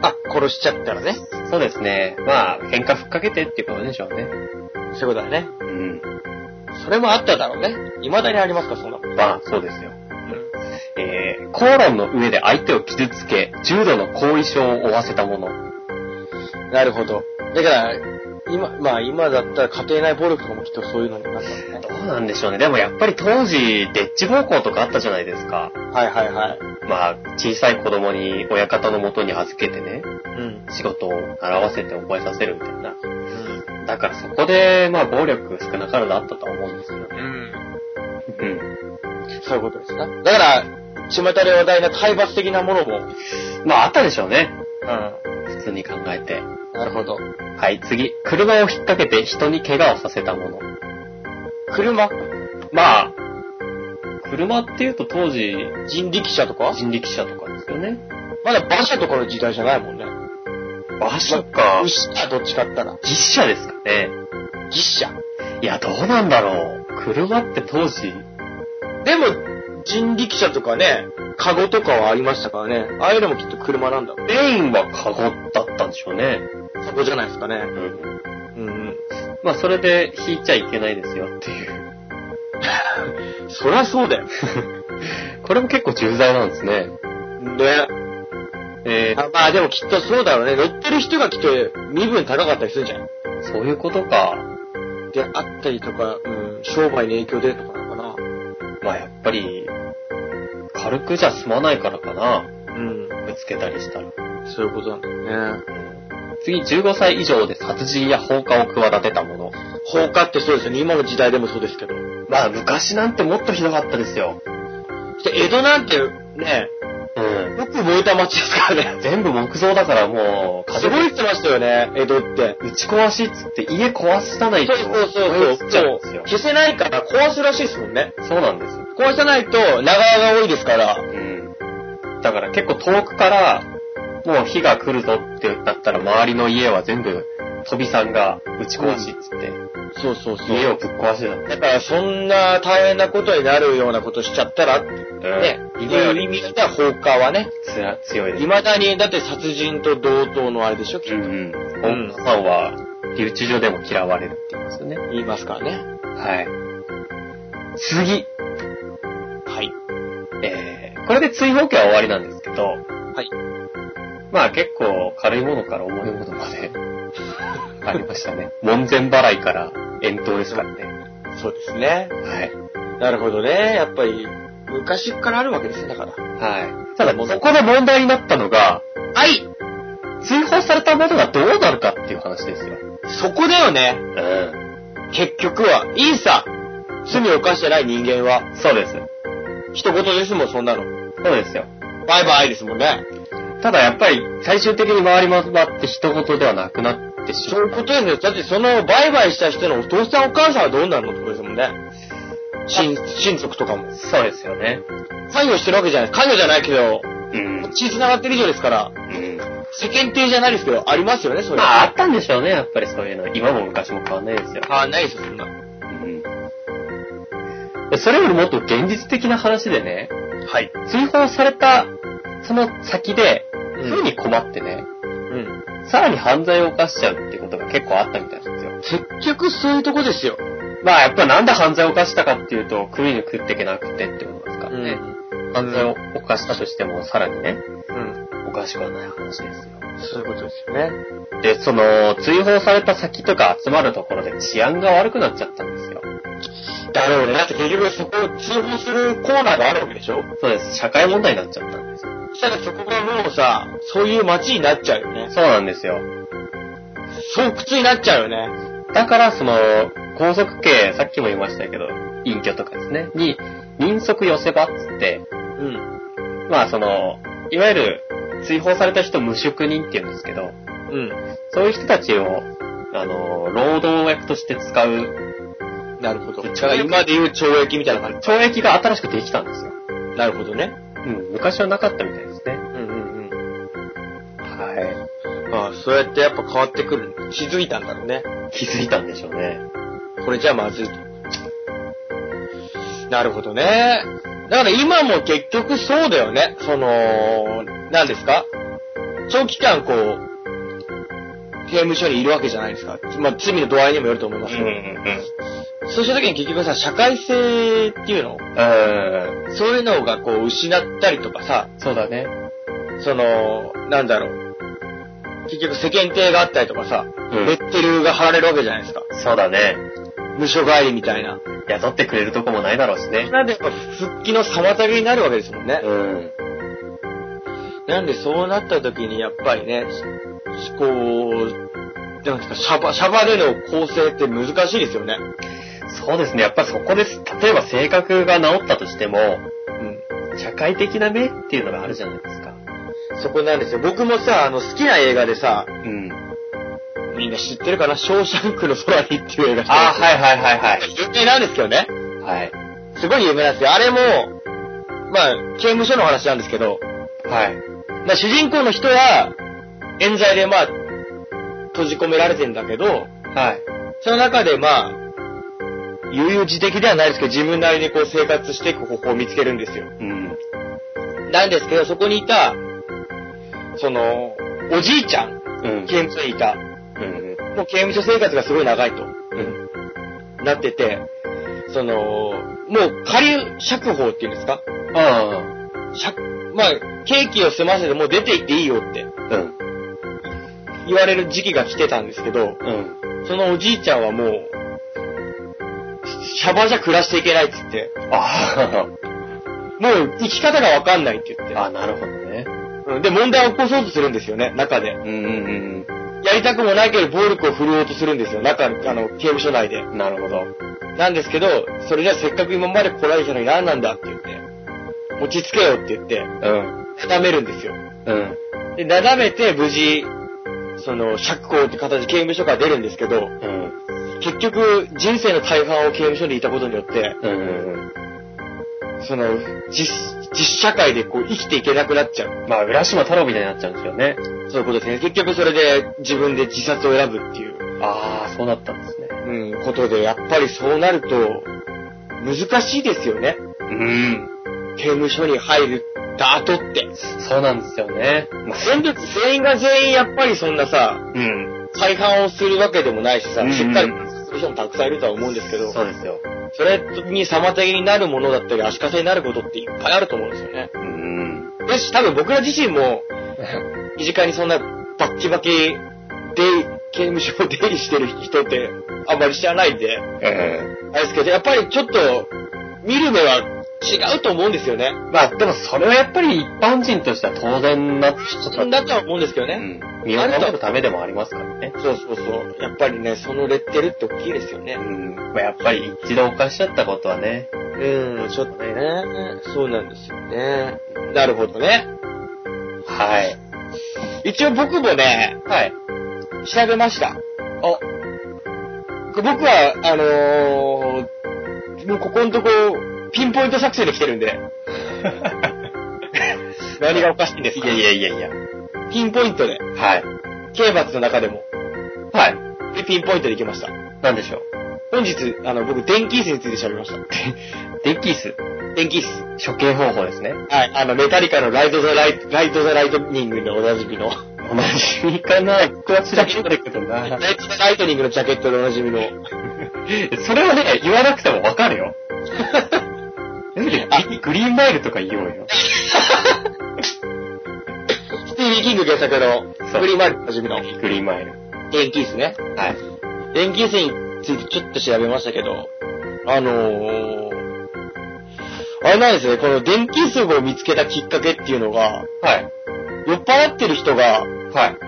あ、殺しちゃったらね。そうですね。まあ、喧嘩ふっかけてっていうことでしょうね。そういうことだね。うん。それもあっただろうね。未だにありますか、そんなもん。まあ、そうですよ。えー、口論の上で相手を傷つけ、重度の後遺症を負わせたもの。なるほど。だから、今、まあ今だったら家庭内暴力とかもきっとそういうのになったんだね。どうなんでしょうね。でもやっぱり当時、デッチ暴行とかあったじゃないですか。はいはいはい。まあ、小さい子供に親方の元に預けてね、うん。仕事を習わせて覚えさせるみたいな。うん。だからそこで、まあ、暴力少なからずあったとは思うんですよね。うん。うん。そういうことですか。だから、巷で話題な体罰的なものも。まああったでしょうね。う普通に考えて。ん。なるほど。はい、次。車を引っ掛けて人に怪我をさせたもの。車まあ、車っていうと当時、人力車とか人力車とかですよね。まだ馬車とかの時代じゃないもんね。馬車か。牛か、どっちかったら。実車ですかね。牛車。いや、どうなんだろう。車って当時、でも、人力車とかね、カゴとかはありましたからね。ああいうのもきっと車なんだ。メインはカゴだったんでしょうね。そこじゃないですかねう。ん。うんうん。まあ、それで引いちゃいけないですよっていう。そりゃそうだよ。これも結構重罪なんですね。ね。えあまあでもきっとそうだろうね。乗ってる人がきっと身分高かったりするじゃん。ー、そういうことか。で、あったりとか、うん、商売に影響出るとかなのかまあ、やっぱり、軽くじゃ済まないからかな。な。うん。ぶつけたりしたら。そういうことなんだよね。次、15歳以上で殺人や放火を企てたもの。放火ってそうですよね。今の時代でもそうですけど。まあ、昔なんてもっとひどかったですよ。で、江戸なんてね、うん。よく燃えた街ですからね。全部木造だからもう、すごいってましたよね、江戸って。打ち壊しっつって家壊さないそとうそうそう燃え移っちゃそううんですよ。消せないから壊すらしいですもんね。そうなんですよ。壊さないと長屋が多いですから。うん。だから結構遠くから、もう火が来るぞってなったら周りの家は全部、飛びさんが打ち壊しっつって、そうそうそ家をぶっ壊してたの。だからそんな大変なことになるようなことしちゃったらってね、今いようり意味では放火はね、つら強いです。未だにだって殺人と同等のあれでしょ、きっうとんうん。本さんは、留置所でも嫌われるって言いますよね。言いますからね。はい。次。はい。。えー、これで追放期は終わりなんですけど、はいまあ結構軽いものから重いもの *laughs* までありましたね。門前払いから遠投ですからね。そうですね。はい。なるほどね。やっぱり、昔からあるわけですよ、だから。はい。ただ、そこで問題になったのが、はい追放されたものがどうなるかっていう話ですよ。そこだよねう。ん。結局は。いいさ。罪を犯してない人間は。そうです。一言ですもん、そんなの。そうですよ。バイバイですもんね。ただやっぱり、最終的に回り回って一言ではなくなってしまそういうことですよ。だってそのバイバイした人のお父さんお母さんはどうなるのってことですもんね。親、親族とかもう。。そうですよね。関与してるわけじゃない。関与じゃないけど、うん。血繋がってる以上ですから、うん。世間体じゃないですけど、ありますよね、それ。まあ、あったんでしょうね、やっぱりそういうの。今も昔も変わんないですよ。あ、ないですよ、そんな。でそれよりもっと現実的な話でね、はい。追放されたその先で、うふうに困ってね、うん。さらに犯罪を犯しちゃうってことが結構あったみたいなんですよ。結局そういうとこですよ。まあやっぱなんで犯罪を犯したかっていうと、国に食っていけなくてってことですかうらん。ね。犯罪を犯したとしても、さらにね、うん。おかしくはない話ですよ。そういうことですよね。で、その、追放された先とか集まるところで治安が悪くなっちゃったんですよ。だろうね。だって結局そこを通報するコーナーがあるわけでしょそうです。社会問題になっちゃったんですよ。そしたらそこがもうさ、そういう街になっちゃうよね。そうなんですよ。そう苦痛になっちゃうよね。だから、その、高速系、さっきも言いましたけど、隠居とかですね、に、民足寄せ場っつって、うん。まあその、いわゆる、追放された人無職人って言うんですけど、うそういう人たちを、あの、労働役として使う、ん。なるほど。だだかからら今今で言う懲役みたいな感懲役が新しくできたんですよ。じ。なるほどね。うん、昔はなかったみたいですね。うんうんうん。はああ、そうやってやっぱ変わってくる。気づいたんだろうね。い。気づいたんでしょうね。これじゃまずいと。なるほどね。だから今も結局そうだよね。その、何ですか長期間こう、刑務所にいるわけじゃないですか。まあ、罪の度合いにもよると思いますけど。そうした時に結局さ、社会性っていうのうん。うん。そういうのがこう失ったりとかさ、そうだね。その、なんだろう。結局世間体があったりとかさ、うレん。ッテルが貼られるわけじゃないですか。そうだね。無所帰りみたいな。雇ってくれるとこもないだろうしね。なんでやっぱ復帰の妨げになるわけですもんね。うん。なんでそうなった時にやっぱりね、こう、なんですか、シャバ、シャバでの構成って難しいですよね。そうですね。やっぱりそこです。例えば性格が治ったとしても、うん。社会的な目っていうのがあるじゃないですか。そこなんですよ。僕もさ、あの、好きな映画でさ、うん。みんな知ってるかな、ショーシャンクの空にっていう映画。あー、はいいはいはいはい。有名なんですけどね。はい。すごい有名なんですよ。あれも、まあ、刑務所の話なんですけど、はい。まあ、主人公の人は、冤罪でまあ、閉じ込められてんだけど、はい。その中でまあ、悠々自適ではないですけど、自分なりにこう生活していく方法を見つけるんですよ。うん。なんですけど、そこにいた、その、おじいちゃん、うん。刑務所にいた、うん。もう刑務所生活がすごい長いとうん。なってて、その、もう仮釈放っていうんですかあ釈まあ、刑期を済ませてもう出て行っていいよってあ。うん。言われる時期が来てたんですけど、うん。そのおじいちゃんはもう、シャバじゃ暮らしていけないっつって、あもう生き方がわかんないって言ってあ。あ、なるほどね。うんで、問題を起こそうとするんですよね、中で。うんうんやりたくもないけど暴力を振るおうとするんですよ、中、あの、刑務所内で。うん。なるほど。なんですけど、それじゃせっかく今まで来られたのに何なんだって言って、落ち着けよって言って、うん。固めるんですよ。うん。で、なだめて無事、その、釈放って形で刑務所から出るんですけど、うん。結局、人生の大半を刑務所にいたことによって、うん。その、実、実社会でこう生きていけなくなっちゃう。まあ、浦島太郎みたいになっちゃうんですよね。そういうことですね。結局それで自分で自殺を選ぶっていう、ああ、そうだったんですね。うん、ことで、やっぱりそうなると、難しいですよね。うん。刑務所に入った後って。そうなんですよね。まあ、全部、全員が全員やっぱりそんなさ、うん。再犯をするわけでもないしさ、うんうんしっかりする人もたくさんいるとは思うんですけど、そうですよ。それに妨げになるものだったり、足かせになることっていっぱいあると思うんですよね。うん。だし、多分僕ら自身も、 *laughs* 身近にそんなバッキバキで、刑務所を出入りしてる人ってあんまり知らないんで、うあれですけど、やっぱりちょっと、見る目は違うと思うんですよね。ん。まあ、でもそれはやっぱり一般人としては当然なことだだとは思うんですけどうね。ん。身を守るためでもありますからね。そうそうそう。やっぱりね、そのレッテルって大きいですよね。うん。まあ、やっぱり一度犯しちゃったことはね。うん、ちょっとね。そうなんですよね。なるほどね。はい。一応僕もね、はい。調べました。お、僕は、あのー、もうここのとこ、ピンポイント作戦で来てるん *laughs* で。何がおかしいんですいかやいやいやいや。ピンポイントで。はい。刑罰の中でも。はい。で、ピンポイントで行きました。なんでしょう。本日、あの、僕、電気椅子について調べました。デッキス。 *laughs* 電気椅子。処刑方法ですね。はい、あの、メタリカのライト・ザ・ライト、ライト・ザ・ライトニングでおなじみの。おなじみかな僕は知らないけどな。ライト・ザ・ライトニングのジャケットでおなじみの。 *laughs* それはね、言わなくてもわかる *laughs* よ。あ、グリーンマイルとか言おうよ。スティービー・キング原作の、そうフリーマイルでおなじみの。グリーンマイル。電気椅子ね。はい。電気椅子についてちょっと調べましたけど、あのー、あれなんですね、この電気椅子を見つけたきっかけっていうのが、はい。酔っ払ってる人がはい。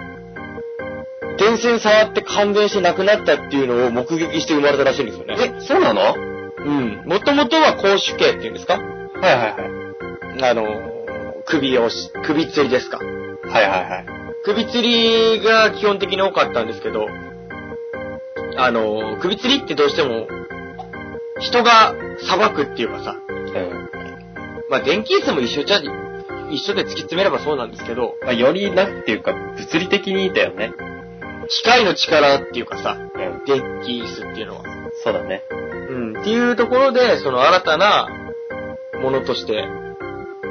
電線触って感電して亡くなったっていうのを目撃して生まれたらしいんですよね。え、そうなのはいうん。もともとは公主刑っていうんですかはいはい。あのー、首をし、首吊りですか。はいはいはい。首吊りが基本的に多かったんですけど、あのー、首吊りってどうしても、人が裁くっていうかさ、うん。まあ、電気椅子も一緒じゃ、一緒で突き詰めればそうなんですけど、まあ、より、なんていうか、物理的にだよね。機械の力っていうかさ、うん。電気椅子っていうのは。そうだね。うん。っていうところで、その新たなものとして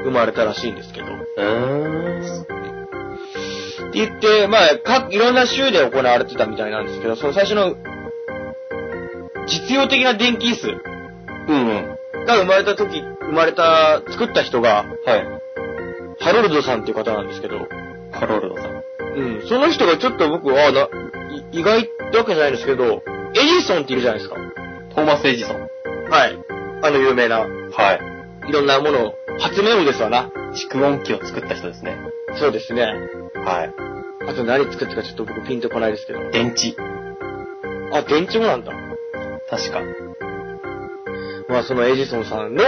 生まれたらしいんですけど。っうーん。て言って、まあ、か、いろんな州で行われてたみたいなんですけど、その最初の、実用的な電気椅子うんうん。が生まれた時、生まれた、作った人が、はい。ハロルドさんっていう方なんですけど、ハロルドさん。うん、その人がちょっと僕は、な、い意外ってわけじゃないですけど、エジソンっているじゃないですか。トーマス・エジソン。はい。あの有名な、はいろんなものを、発明王ですわな。い。蓄音機を作った人ですね。そうですね。はい。あと何作ったかちょっと僕ピンとこないですけど。電池。あ、電池もなんだ。確か。まあそのエジソンさんの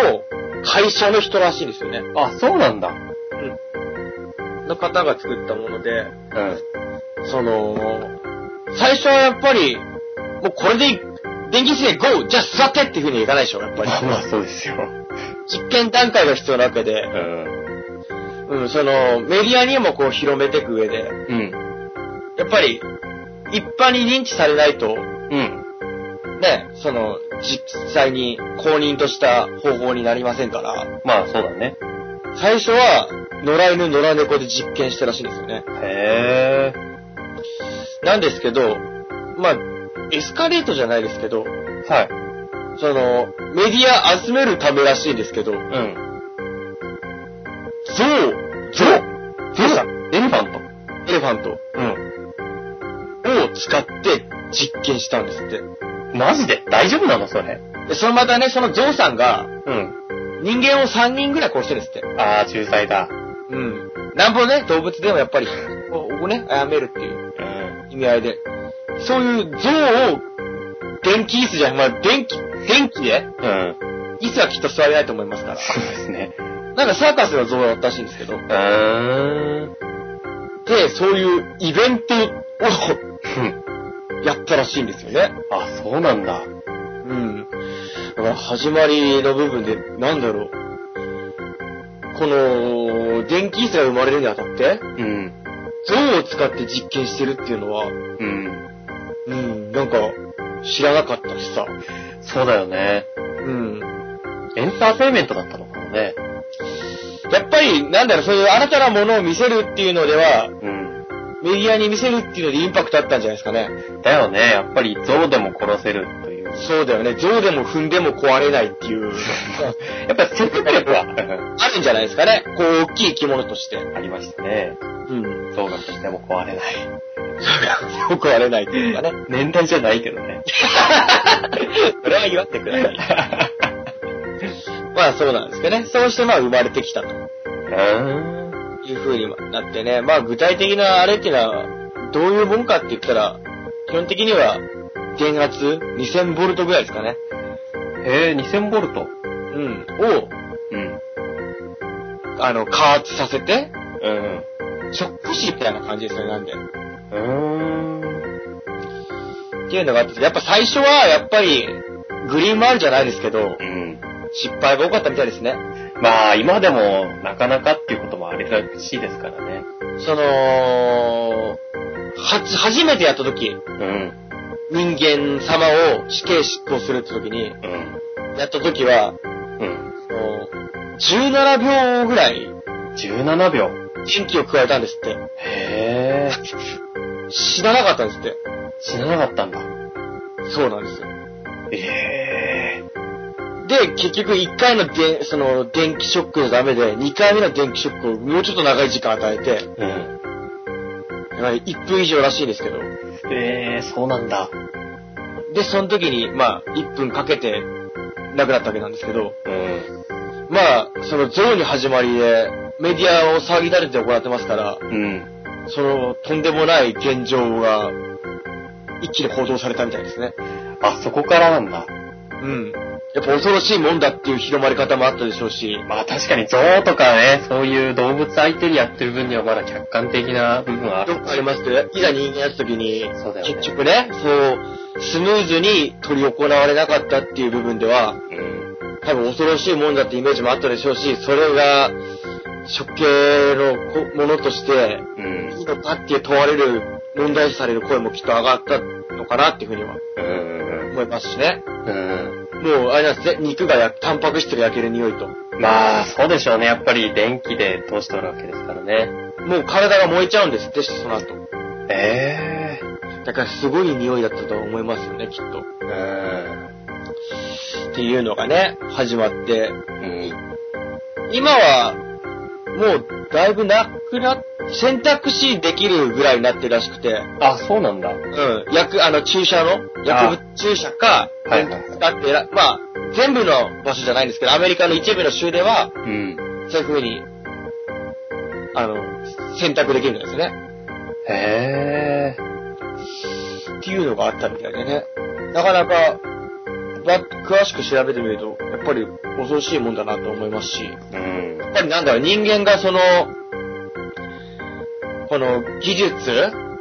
会社の人らしいんですよね。あ、そうなんだ。の方が作ったもので、うん。その、最初はやっぱり、もうこれで、電気室で GO! じゃあ座ってっていう風にはいかないでしょ、やっぱり。まあまあ、そうですよ。実験段階が必要なわけでう、ん。うん、その、メディアにもこう広めていく上で、うん。やっぱり、一般に認知されないと、うん。ね、その、実際に公認とした方法になりませんから、まあ、そうだね。最初は、野良犬、野良猫で実験したらしいんですよね。へえ。なんですけど、まあ、エスカレートじゃないですけど、はい。その、メディア集めるためらしいんですけど、ゾウうん。ゾウどうしたエレファント。エレファントうを使って実験したんですって。ん。マジで大丈夫なのそれ。で、そのまたね、そのゾウさんが、うん。人間を3人ぐらい殺してるんですって。ああ、仲裁だ。うん。なんぼね、動物でもやっぱり、こうね、あやめるっていう。うん。意味合いで。そういう像を、電気椅子じゃ、まあ、電気、電気で、うん。椅子はきっと座れないと思いますから。そうですね。なんかサーカスの像だったらしいんですけどう。ーん。で、そういうイベントをうん。やったらしいんですよね。あ、そうなんだ。うん。だから始まりの部分で、なんだろう。この、電気椅子が生まれるにあたって、うん。像を使って実験してるっていうのは、うん。うん、なんか、知らなかったしさ。そうだよね。うん。エンターテインメントだったのかもね。やっぱり、なんだろう、そういう新たなものを見せるっていうのでは、うん。メディアに見せるっていうのでインパクトあったんじゃないですかね。だよね。やっぱり象でも殺せるという。そうだよね。象でも踏んでも壊れないっていう、やっぱ説得力は *laughs* あるんじゃないですかね。こう、大きい生き物として。ありましたね。うん。 *laughs* 象がとしても壊れない。壊れないっていうかね。年代じゃないけどね。それは祝ってください。まあそうなんですけどね。そうしてまあ生まれてきたとうん。いう風になってね。まあ具体的なあれっていうのは、どういうもんかって言ったら、基本的には、電圧2000ボルトぐらいですかね。へえ、2000ボルト。うん。を、うん。あの、加圧させて、うん。ショック死みたいな感じですよね、なんで。うん。っていうのがあって、やっぱ最初は、やっぱり、グリーンもあるじゃないですけど、うん。失敗が多かったみたいですね。まあ、今でも、なかなかっていうこともありらしいですからね。その、は、初めてやった時、うん。人間様を死刑執行するって時に、うん。やった時は、うん。その17秒ぐらい、 17秒。電気を加えたんですって。へえ。死ななかったんですって。死ななかったんだ。そうなんですよ。ええ。で、結局1回ので、その、電気ショックじゃダメで、2回目の電気ショックをもうちょっと長い時間与えて、うん。はい、1分以上らしいんですけど。ええ、そうなんだ。で、その時に、まあ、1分かけて、亡くなったわけなんですけど、うん。まあ、その象に始まりで、メディアを騒ぎ立てて行ってますから、うん。その、とんでもない現状が、一気に報道されたみたいですね。あ、そこからなんだ。うん。やっぱ恐ろしいもんだっていう広まり方もあったでしょうし、まあ確かに象とかね、そういう動物相手にやってる分にはまだ客観的な部分はあどるっ。かありますけど、いざ人間やった時に、そうだよね結局ね、そう、スムーズに取り行われなかったっていう部分では、うん。多分恐ろしいもんだってイメージもあったでしょうし、それが、処刑のこものとして、ういん。いのかって問われる、問題視される声もきっと上がったのかなっていうふうにはうん。思いますしね。うん。もう、あれなんですね、肉がや、タンパク質が焼ける匂いと。まあ、そうでしょうね。やっぱり電気で通しておるわけですからね。もう体が燃えちゃうんですって、その後。ええだからすごい匂いだったと思いますよね、きっと。うん。っていうのがね、始まって。うん。今は、もう、だいぶなくな、選択肢できるぐらいになってるらしくて。あ、そうなんだ。うん。薬、あの、注射の、薬物注射か、はいはいはい使ってら、まあ、全部の場所じゃないんですけど、アメリカの一部の州では、うん。そういう風に、あの、選択できるんですね。へえ。っていうのがあったみたいでね。なかなか、ば、詳しく調べてみると、やっっぱり恐ろしいもんだなと思いますし、やっうん。ぱりなんだろう、人間がその、この技術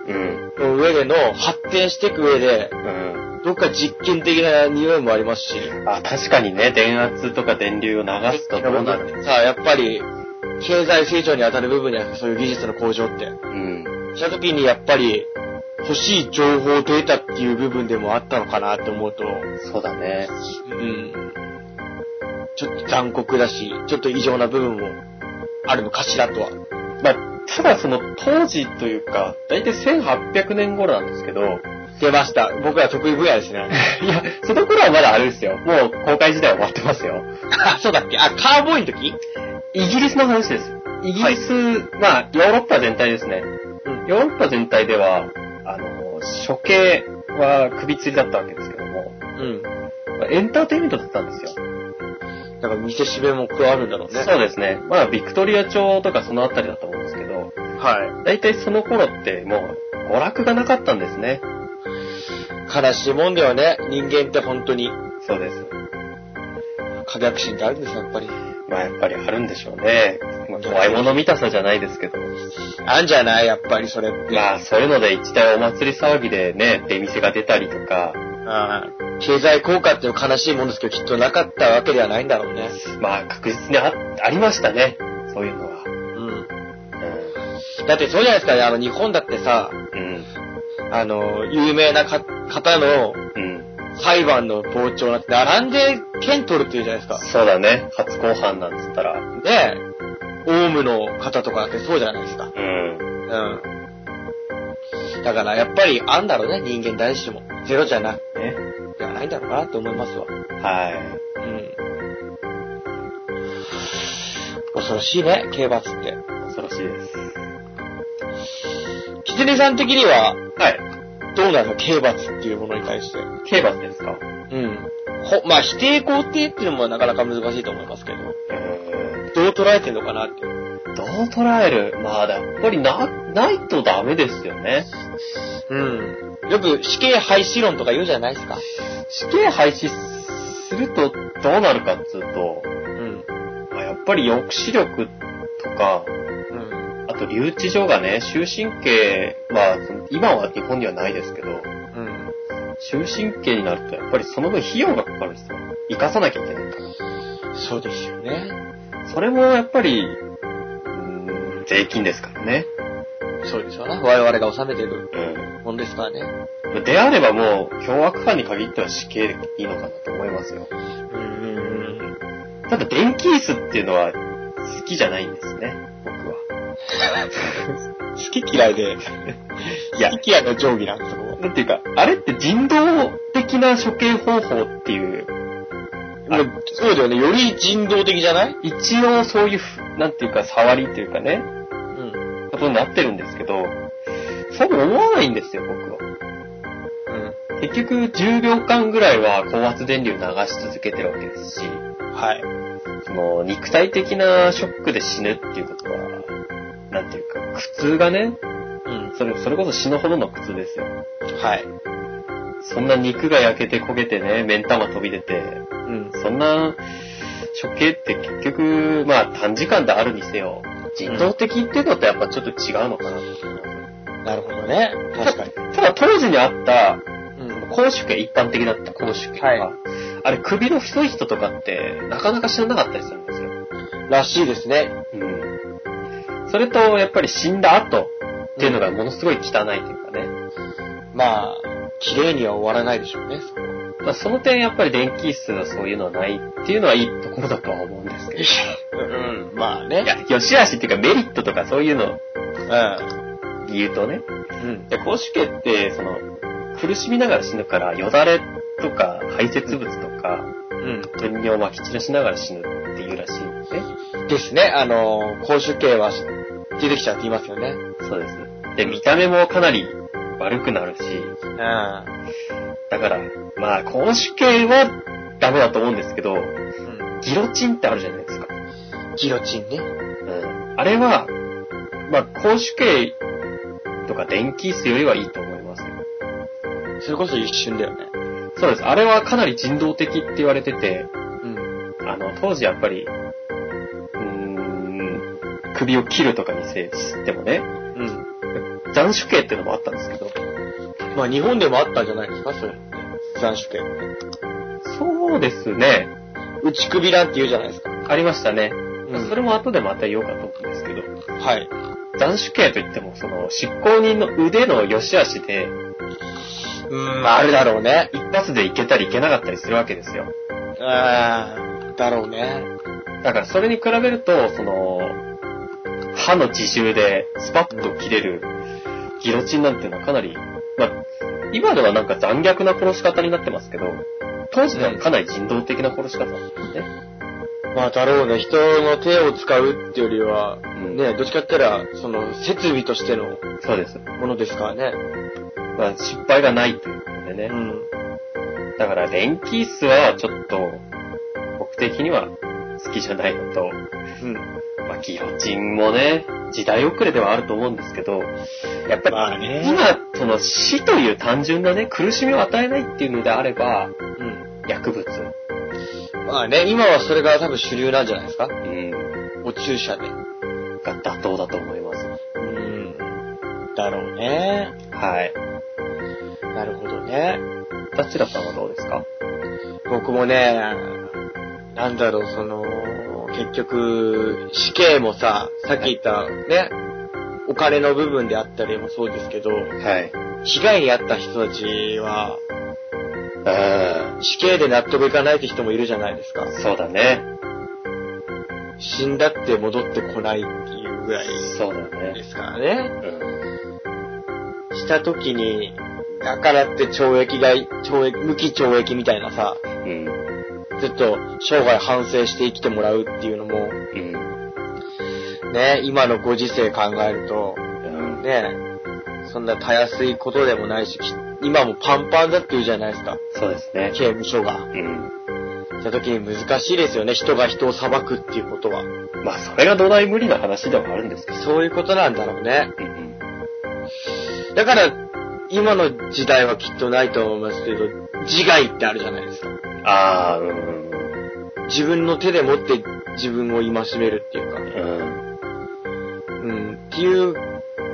うん。の上での発展していく上で、うどっか実験的な匂いもありますし、ん。あ、確かにね、電圧とか電流を流すとどうなるさあ、やっぱり、経済成長に当たる部分にはそういう技術の向上って。うん。した時にやっぱり、欲しい情報データっていう部分でもあったのかなって思うと、そうだね。うん。ちょっと残酷だし、ちょっと異常な部分もあるのかしらとは。まあ、ただその当時というか、だいたい1800年頃なんですけど、出ました。僕ら得意分野です *laughs* ね。いや、その頃はまだあれですよ。もう公開時代は終わってますよ。あ、そうだっけあ、カーボーイの時イギリスの話です。イギリス、まあ、ヨーロッパ全体ですね。うんヨーロッパ全体では、あの、処刑は首吊りだったわけですけども、うん。まあエンターテインメントだったんですよ。なんか見せしめも加わるんだろうね。そうですね。まあ、ビクトリア朝とかそのあたりだと思うんですけど、はだいたいその頃ってもう、娯楽がなかったんですね。い。悲しいもんだよね。人間って本当に。そうです。可逆心ってあるんですよ、やっぱり。まあ、やっぱりあるんでしょうね。まあ怖いもの見たさじゃないですけど。あんじゃないやっぱりそれって。まあ、そういうので一体お祭り騒ぎでね、出店が出たりとか、ああ経済効果っていう悲しいもんですけど、きっとなかったわけではないんだろうね。まあ、確実にあありましたね。そういうのは。うん。うだってそうじゃないですか、あの、日本だってさ、ん。あの、有名なか方のうん。裁判の傍聴なんて、並んで剣取るっていうじゃないですか。そうだね。初公判なんつったら。ねえ、オウムの方とかだってそうじゃないですか。うん。うん。だから、やっぱりあんだろうね、人間誰しも。ゼロじゃな、ね。ではないんだろうなと思いますわ。はうん。恐ろしいね、刑罰って。い。恐ろしいです。キツネさん的には、はい。どうなの刑罰っていうものに対して。刑罰ですかうん。ほ、まあ、否定肯定っていうのもなかなか難しいと思いますけど、うん。どう捉えてるのかなっていう。どう捉えるまあ、やっぱりな、ないとダメですよね。うん。よく死刑廃止論とか言うじゃないですか。死刑廃止するとどうなるかっつうと、うん。まあ、やっぱり抑止力とか、うん。あと留置所がね、終身刑、まあ、その今は日本にはないですけど、うん。終身刑になると、やっぱりその分費用がかかるんですよ。生かさなきゃいけないから。そうですよね。それもやっぱり、うーん税金ですからね。そうですよね。我々が納めてるうもんですからね。ん。であればもう、凶悪犯に限っては死刑でいいのかなと思いますよ。うんうんうん。ただ、電気椅子っていうのは、好きじゃないんですね。僕は。好き嫌いで、いや好き嫌いの定規なんですよ。なんていうか、あれって人道的な処刑方法っていう、まあそうだよね。より人道的じゃない一応そういうふ、なんていうか、触りというかね、うん。ことになってるんですけど、そう思わないんですよ、僕は。う結局10秒間ぐらいは高圧電流流し続けてるわけですし、ん。はい。その肉体的なショックで死ぬっていうことは、なんていうか、苦痛がね、うん。それ、それこそ死ぬほどの苦痛ですよ。はい。そんな肉が焼けて焦げてね、目ん玉飛び出て、うん。そんな処刑って結局、まあ短時間であるにせよ、人道的っていうのとやっぱちょっと違うのかなと思いまなるほどね。確かに。す。ただ当時にあった、うん。公主刑、一般的だった公主刑は、はいあれ首の太い人とかって、なかなか知らなかったりするんですよ。らしいですね。うん。それと、やっぱり死んだ後っていうのがものすごい汚いというかね。まあ、綺麗には終わらないでしょうね。まあ、その点やっぱり電気室がそういうのはないっていうのはいいところだとは思うんですけど。うん。まあねい。や、よし悪しっていうかメリットとかそういうのう言うとね。ん。うん。で公主刑って、その、苦しみながら死ぬから、よだれとか排泄物とか、う分尿をまき散らしながら死ぬっていうらしいんですね。ん。ですね。あのー、公衆刑は出てきちゃって言いますよね。そうです。で、見た目もかなり悪くなるし、うん。だから、まあ、公主刑はダメだと思うんですけど、ギロチンってあるじゃないですか。ギロチンね。うん。あれは、まあ、公主刑とか電気椅子よりはいいと思いますよ。それこそ一瞬だよね。そうです。あれはかなり人道的って言われてて、うん。あの、当時やっぱり、うーん、首を切るとかにせしてもね、うん。斬首刑っていうのもあったんですけど、まあ日本でもあったんじゃないですか、それ。斬首刑。そうですね、打ち首なんて言うじゃないですか。ありましたね。うんそれも後でまた言おうかと思うんですけど、はい。斬首刑といっても、その、執行人の腕の良し悪しで、うん、あるだろうね。一発でいけたりいけなかったりするわけですよ。ああ、だろうね。だからそれに比べると、その、歯の自重でスパッと切れるギロチンなんていうのはかなり、まあ、今ではなんか残虐な殺し方になってますけど、当時ではかなり人道的な殺し方だったんですね。まあだろうね。人の手を使うってよりは、うんね、どっちかって言ったら、その、設備としてのそうです。ものですからね。まあ、失敗がないということでね。ん。だから、電気椅子はちょっと、僕的には好きじゃないのと、うん。まあ、ギロチンもね、時代遅れではあると思うんですけど、やっぱり、まあね今、その死という単純なね、苦しみを与えないっていうのであれば、うん。薬物。まあね、今はそれが多分主流なんじゃないですか。うん。お注射で。が妥当だと思います。うん。だろうね。はい。なるほどね。ダチラさんはどうですか僕もね、なんだろう、その、結局、死刑もさ、さっき言ったね、お金の部分であったりもそうですけど、はい。被害に遭った人たちは、う死刑で納得いかないって人もいるじゃないですか。ん。そうだね。死んだって戻ってこないっていうぐらいそうだねで。すからね。うん。した時に、だからって懲役が、懲役、無期懲役みたいなさ、うん。ずっと生涯反省して生きてもらうっていうのも、うん。ね、今のご時世考えると、うん。ねえ、そんなたやすいことでもないし、き今もパンパンだって言うじゃないですか、そうですね。刑務所が。うん。った時に難しいですよね、人が人を裁くっていうことは。まあ、それが土台無理な話ではあるんですけど。そういうことなんだろうね。うん。だから、今の時代はきっとないと思いますけど、自害ってあるじゃないですか。ああ、うん。自分の手で持って自分を戒めるっていうか、うん。うん、っていう、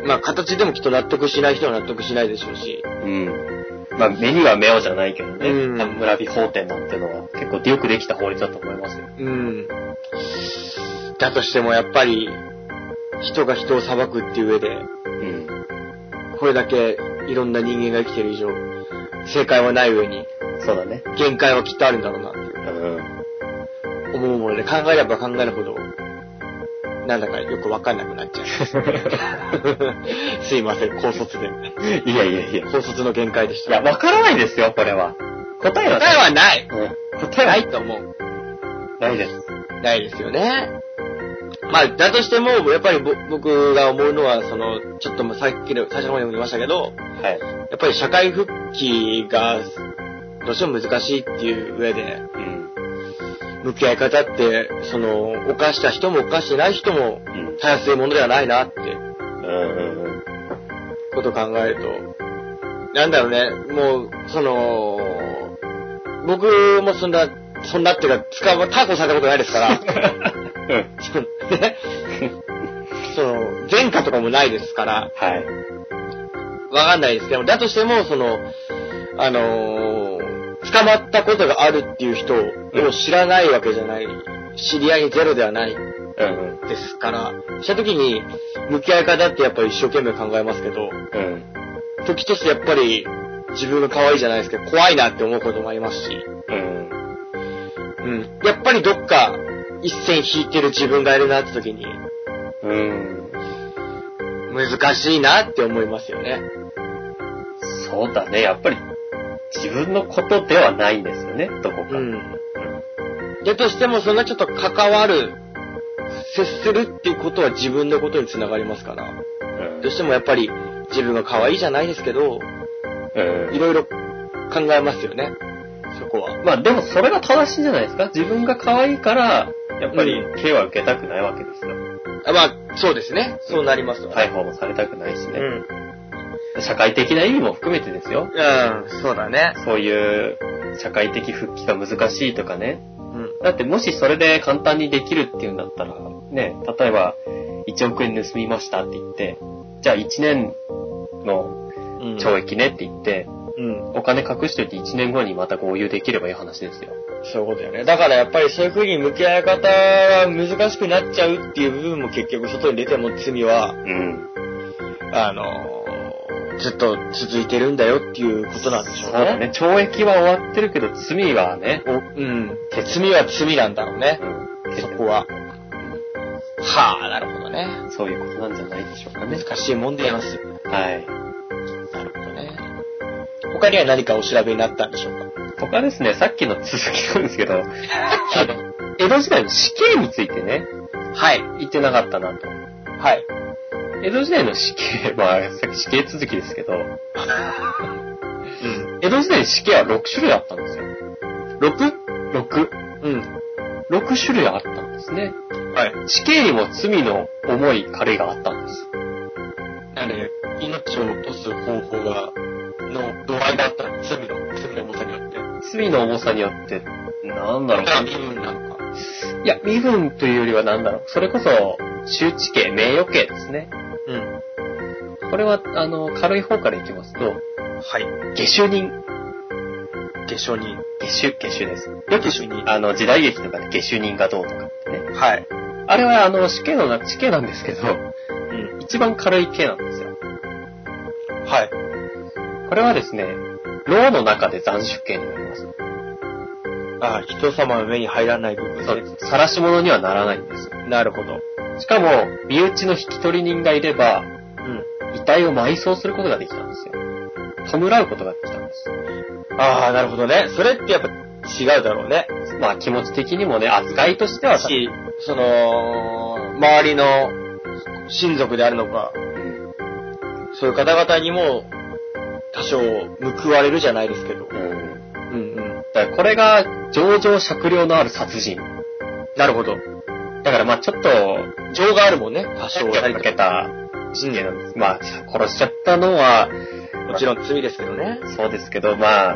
まあ形でもきっと納得しない人は納得しないでしょうし、うん。まあ、目には目をじゃないけどね。うん村美法典なんてのは結構よくできた法律だと思いますよ。うん。だとしてもやっぱり、人が人を裁くっていう上で、うん。これだけいろんな人間が生きてる以上、正解はない上に、そうだね。限界はきっとあるんだろうなってうん。思うもので、考えれば考えるほど、なんだかよくわかんなくな *laughs* っちゃう。すいません、高卒で。いやいやいや。高卒の限界でしいた。や、わからないですよ、これは。答えは答えはないうん答答えなえはないいと思う。ないです。ないですよね。まあ、だとしても、やっぱりぼ僕が思うのは、その、ちょっともうさっきの最初の方にも言いましたけど、はい。やっぱり社会復帰が、どうしても難しいっていう上で、うん。向き合い方って、その、犯した人も犯してない人も、うん。たやすいものではないなって、うん。うん。ことを考えると、なんだろうね、もう、その、僕もそんな、そんなっていうか、使う、逮捕されたことないですから、 *laughs* そのねその、前科とかもないですから、はい。わかんないですけど、だとしても、その、あのー捕まったことがあるっていう人を知らないわけじゃない、知り合いにゼロではないうん。ですから、した時に、向き合い方ってやっぱり一生懸命考えますけど、うん。時としてやっぱり、自分が可愛いじゃないですけど、怖いなって思うこともありますし、うん。うん。やっぱりどっか、一線引いてる自分がいるなって時に、うん。難しいなって思いますよね。そうだね。やっぱり、自分のことではないんですよね、どこか。うん。だとしても、そんなちょっと関わる、接するっていうことは自分のことにつながりますから、うんどうしてもやっぱり自分が可愛いじゃないですけど、うんいろいろ考えますよね、そこは。まあでもそれが正しいんじゃないですか自分が可愛いから、やっぱりう刑は受けたくないわけですよ。あまあ、そうですね。そうなりますわ、逮捕もされたくないしうね。ん。社会的な意味も含めてですよ。うん、そうだね。そういう社会的復帰が難しいとかね。うん。だってもしそれで簡単にできるっていうんだったら、ね、例えば、1億円盗みましたって言って、じゃあ1年のうん懲役ねって言って、うん。お金隠しといて1年後にまた合流できればいい話ですよ。そういうことよね。だからやっぱりそういう風に向き合い方は難しくなっちゃうっていう部分も結局外に出ても罪は、うん。あのー、ずっと続いてるんだよっていうことなんでしょそううだ。ね。懲役は終わってるけど、罪はね、おうん。罪は罪なんだろうね。そこは。はあ、なるほどね。そういうことなんじゃないでしょうかね。難しいもんでいますよ。はい。なるほどね。他には何かお調べになったんでしょうか他ですね、さっきの続きなんですけど、江戸時代の死刑についてね、はい。言ってなかったなと。はい。江戸時代の死刑、まあ、さっき死刑続きですけど、うん。江戸時代の死刑は6種類あったんですよ。6?6。うん。 6種類あったんですね。はい。死刑にも罪の重い軽いがあったんです。なんで、命を落とす方法が、の度合いだったら罪の、罪の重さによって。罪の重さによって、なんだろう。身分なのか。いや、身分というよりはなんだろう。それこそ、周知刑、名誉刑ですね。うん。これは、あの、軽い方からいきますはと、い。下手人。化粧人。下手、下手です。よき主人。あの、時代劇とかで下手人がどうとかってね。はい。あれは、あの、死刑のな、死刑なんですけど、うん。一番軽い刑なんですよ。はい。これはですね、牢の中で斬首刑になります。ああ、人様の目に入らない部分そうです。晒し者にはならないんです。なるほど。しかも、身内の引き取り人がいれうば、ん。遺体を埋葬することができたんですよ。弔うことができたんです。ああ、なるほどね。それってやっぱ違うだろうね。まあ気持ち的にもね、扱いとしてはださ、し、その、周りの親族であるのか、うんそういう方々にも、多少報われるじゃないですけど。うんうんうん。だからこれが、情状酌量のある殺人。なるほど。だからまあちょっと、情があるもんね、多少。かけた人間なんです。まあ殺しちゃったのは、もちろん罪ですけどね。そうですけど、まあ、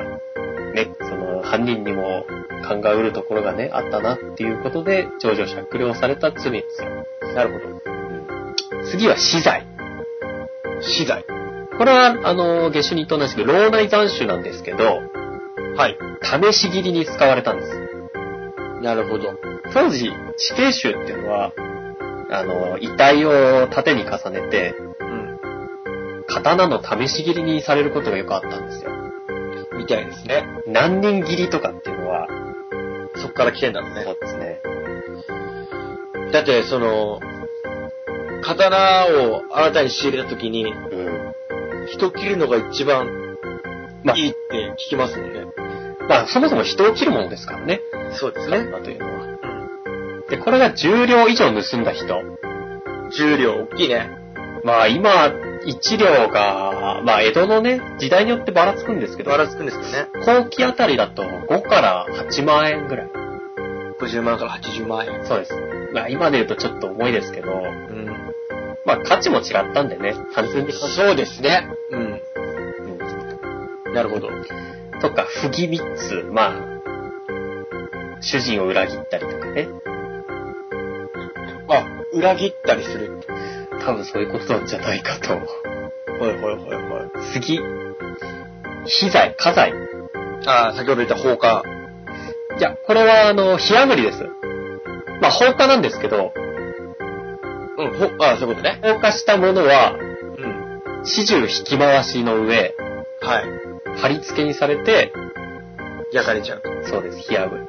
ね、その、犯人にも考えうるところがね、あったなっていうことで、情状酌量された罪ですよ。なるほ次は死罪。ど。死罪。これは、あの、下手人と同じく、牢内斬首なんですけど、はい。試し切りに使われたんです。なるほど。当時、死刑囚っていうのは、あの、遺体を盾に重ねて、うん。刀の試し切りにされることがよくあったんですよ。みたいですね。何人切りとかっていうのは、そっから来てんだろうね。そうですね。だって、その、刀を新たに仕入れた時に、うん。人を切るのが一番まあいいって聞きますもんね。まあ、そもそも人を切るものですからね。そうでね。。というのは。で、これが10両以上盗んだ人。重量大きいね。まあ今、1両が、まあ江戸のね、時代によってばらつくんですけど、ばらつくんですけどね。後期あたりだと5から8万円ぐらい。 50万から80万円。そうです。まあ今で言うとちょっと重いですけど、うん。まあ価値も違ったんでね、単純に。そうですね。うん。なるほど。とか、不義密通、まあ、主人を裏切ったりとかね。あ、裏切ったりする。多分そういうことなんじゃないかと。ほいほいほいほい。次。非罪、家財。ああ、先ほど言った放火。いや、これは、あの、火炙りです。まあ、放火なんですけど、うん、ほ、ああ、そういうことね。放火したものは、うん。始終引き回しの上、はい。貼り付けにされて、焼かれちゃう。そうです、火炙りで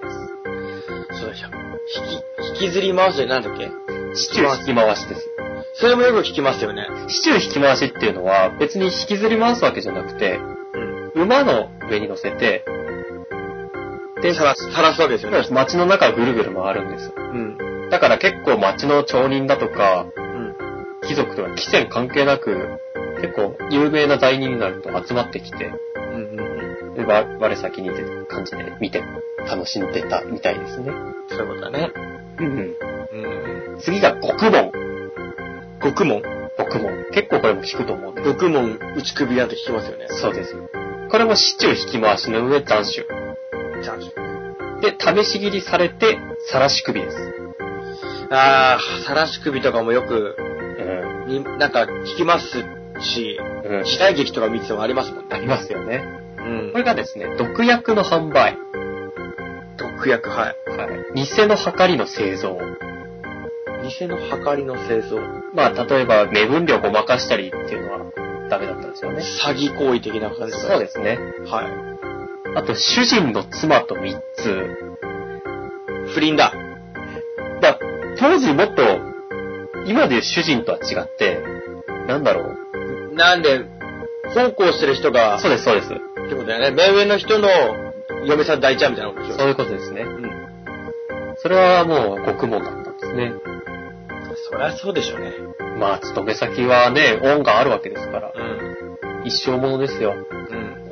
そうだじゃん。引き、引きずり回すでなんだっけす。始終引き回しです。それもよく聞きますよね。始終引き回しっていうのは、別に引きずり回すわけじゃなくて、うん。馬の上に乗せて、で、さらす、さらすわけですよね。街の中をぐるぐる回るんです。うん。だから結構街の町人だとか、うん。貴族とか、貴船関係なく、結構有名な罪人になると集まってきて、うんうんうん。でわ我先にという感じで見て、楽しんでたみたいですね。そういうことだね。うん。次が獄門。獄門。獄門。結構これも聞くと思うんです。獄門打ち首だと聞きますよね。そうです。これも市中引き回しの上斬首。チャンス。で、試し切りされて、晒し首です。ああ、晒し首とかもよく、うん。になんか聞きますし、うん。時代劇とか見ててもありますもんあね。りますよね。うんこ。れがですね、毒薬の販売。毒薬、はい。はい。偽の量りの製造。偽の量りの製造。まあ、例えば、目分量ごまかしたりっていうのはダメだったんですよね。詐欺行為的な感じそうでですね。す。はあと、主人の妻と密通。い。不倫だ。だ当時もっと、今でいう主人とは違って、なんだろう。なんで、奉公してる人が、そうです、そうです。ってことだよね。目上の人の嫁さん抱いちゃうみたいなことでしそょ。ういうことですね。うん。それはもう、獄門だったんですね。そりゃそうでしょうね。まあ、勤め先はね、恩があるわけですから、うん。一生ものですよ。うん。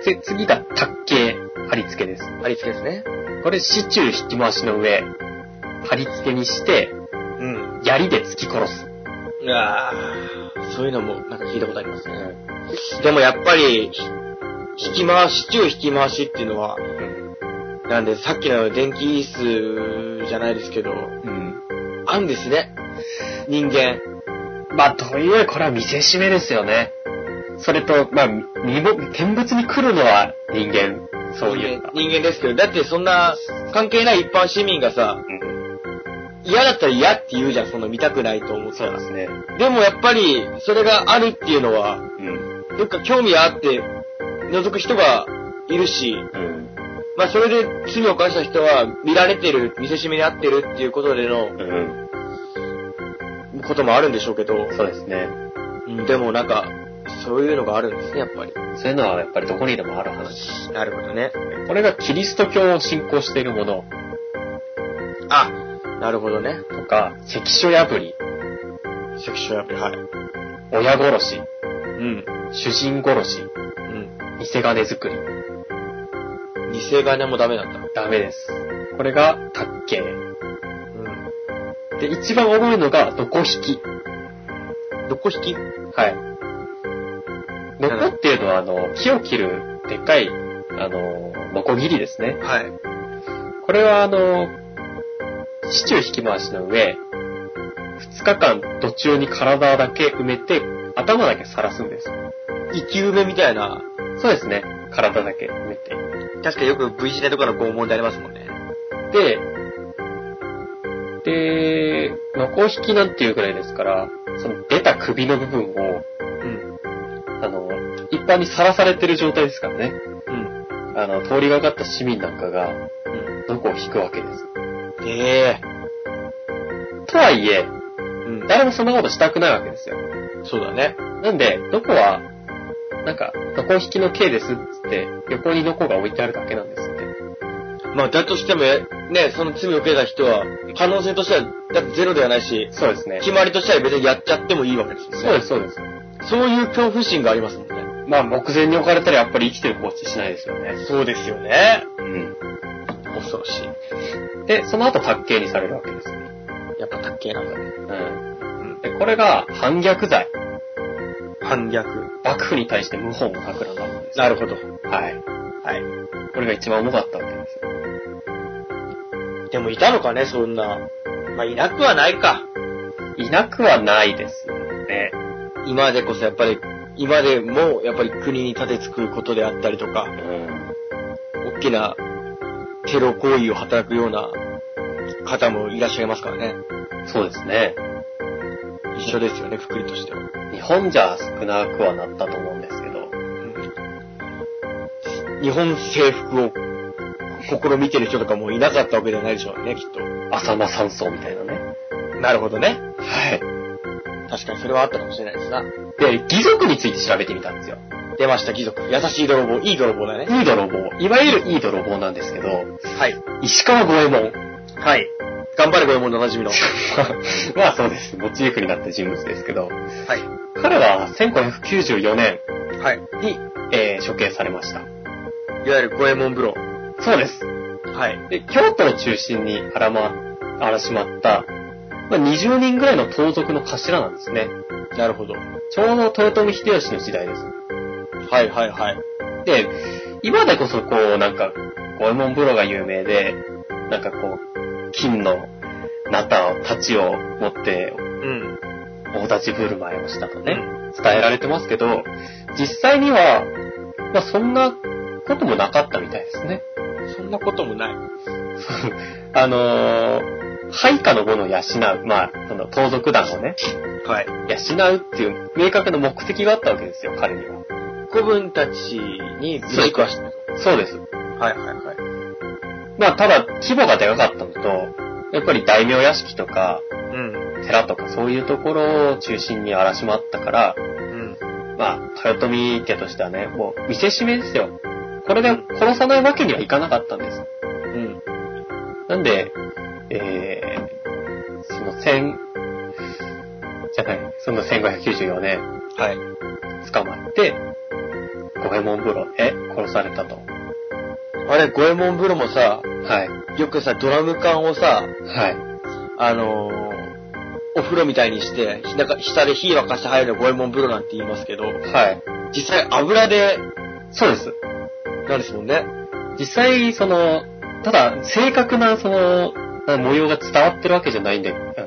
で、次が、卓形、貼り付けです。貼り付けですね。これ、市中引き回しの上、貼り付けにして、うん。槍で突き殺す。ああ、そういうのもなんか聞いたことありますね。でもやっぱり、ひ引き回し、中引き回しっていうのは、うん。なんでさっきの電気椅子じゃないですけど、うん。あんですね。人間。まあ、というこれは見せしめですよね。それと、まあ、見も、見物に来るのは人間、そういうのが。人間人間ですけど、だってそんな関係ない一般市民がさ、うん嫌だったら嫌って言うじゃん、その見たくないと思ったそうでら。すね。でもやっぱり、それがあるっていうのは、うん。どっか興味があって、覗く人がいるし、うん。まあそれで罪を犯した人は見られてる、見せしめにあってるっていうことでのうん。こともあるんでしょうけど、そうですね。うんでもなんか、そういうのがあるんですね、やっぱり。そういうのはやっぱりどこにでもある話。なるほどね。これがキリスト教を信仰しているものあ、なるほどね。とか、関所破り、セクシュアル、はい。親殺し、うん。主人殺し、う偽金作り。ん。偽金もダメなんだ。ダメです。これが、卓形。うで、一番重いのが、どこ引き。ん。どこ引きはい。ノコっていうのは、あの、木を切る、でっかい、あの、ノコギリですね。はい。これは、あの、市中引き回しの上、2日間途中に体だけ埋めて、頭だけ晒すんです。生き埋めみたいな、そうですね。体だけ埋めて。確かよく V 字台とかの拷問でありますもんね。で、で、ノコ引きなんていうくらいですから、その出た首の部分を、うん。あの、一般に晒されてる状態ですからね。うん。あの、通りがかった市民なんかが、どこを引くわけです。うん。ええとはいうえ、ん。誰もそんなことしたくないわけですよ。そうだね。なんで、どこは、なんか、どこ引きの刑ですっつって、横にどこが置いてあるだけなんですって。まあ、だとしても、ね、その罪を受けた人は、可能性としては、だってゼロではないし、そうですね決まりとしては別にやっちゃってもいいわけですもんね。そうです、そうです。そういう恐怖心がありますもんね。まあ、目前に置かれたらやっぱり生きてる放置しないですよね。そうですよね。う恐ろしい。ん。で、その後、卓刑にされるわけです。やっぱ卓球なんだね。うん。で、これが、反逆罪。反逆。幕府に対して謀反を企んだものです。なるほど。はい。はい。これが一番重かったわけですよ。でもいたのかね、そんな。まあ、いなくはないか。いなくはないですよね。今でこそやっぱり、今でもやっぱり国に立てつくことであったりとか、うん。大きなテロ行為を働くような方もいらっしゃいますからね。そうですね。一緒ですよね、くくりとしては。日本じゃ少なくはなったと思うんですけど。日本征服を試みてる人とかもいなかったわけじゃないでしょうね、きっと。浅間山荘みたいなね。なるほどね。はい。確かにそれはあったかもしれないですな。で、義族について調べてみたんですよ。出ました、貴族。優しい泥棒。いい泥棒だね。いい泥棒。いわゆるいい泥棒なんですけ *laughs* ど、はい。石川五右衛門。はい。頑張れ、ごえもんのおなじみの。はまあそうです。モチーフになった人物ですけど、い。彼は1594年はい。に、えー処刑されました。いわゆる五右衛門風呂。そうです。はい。で、京都を中心に荒ま、荒らしまった、まあ、20人ぐらいの盗賊の頭なんですね。なるほど。ちょうど豊臣秀吉の時代です。はいはいはい。で、今でこそこう、なんか、五右衛門風呂が有名で、なんかこう、金のナタを、太刀を持ってうん。大立ち振る舞いをしたとね、伝えられてますけど、実際には、まあそんなこともなかったみたいですね。そんなこともない。あのー、配下のものを養う、まあ、その盗賊団をね、はい。養うっていう明確な目的があったわけですよ、彼には。子分たちにブレイクはした。そうです。はいはいはい。まあ、ただ、規模がでかかったのと、やっぱり大名屋敷とか、うん。寺とかそういうところを中心に荒らしまったから、うん。まあ、豊臣家としてはね、もう見せしめですよ。これで殺さないわけにはいかなかったんです。うん。なんで、えー、その千、じゃない、その1594年、はい。捕まって、五右衛門風呂で殺されたと。あれ、五右衛門風呂もさ、はい。よくさ、ドラム缶をさ、はい。あのー、お風呂みたいにして、ひなか下で火沸かして入るの五右衛門風呂なんて言いますけど、はい。実際油で、そうです。なんですもんね。実際、その、ただ、正確な、その、模様が伝わってるわけじゃないんで、なんか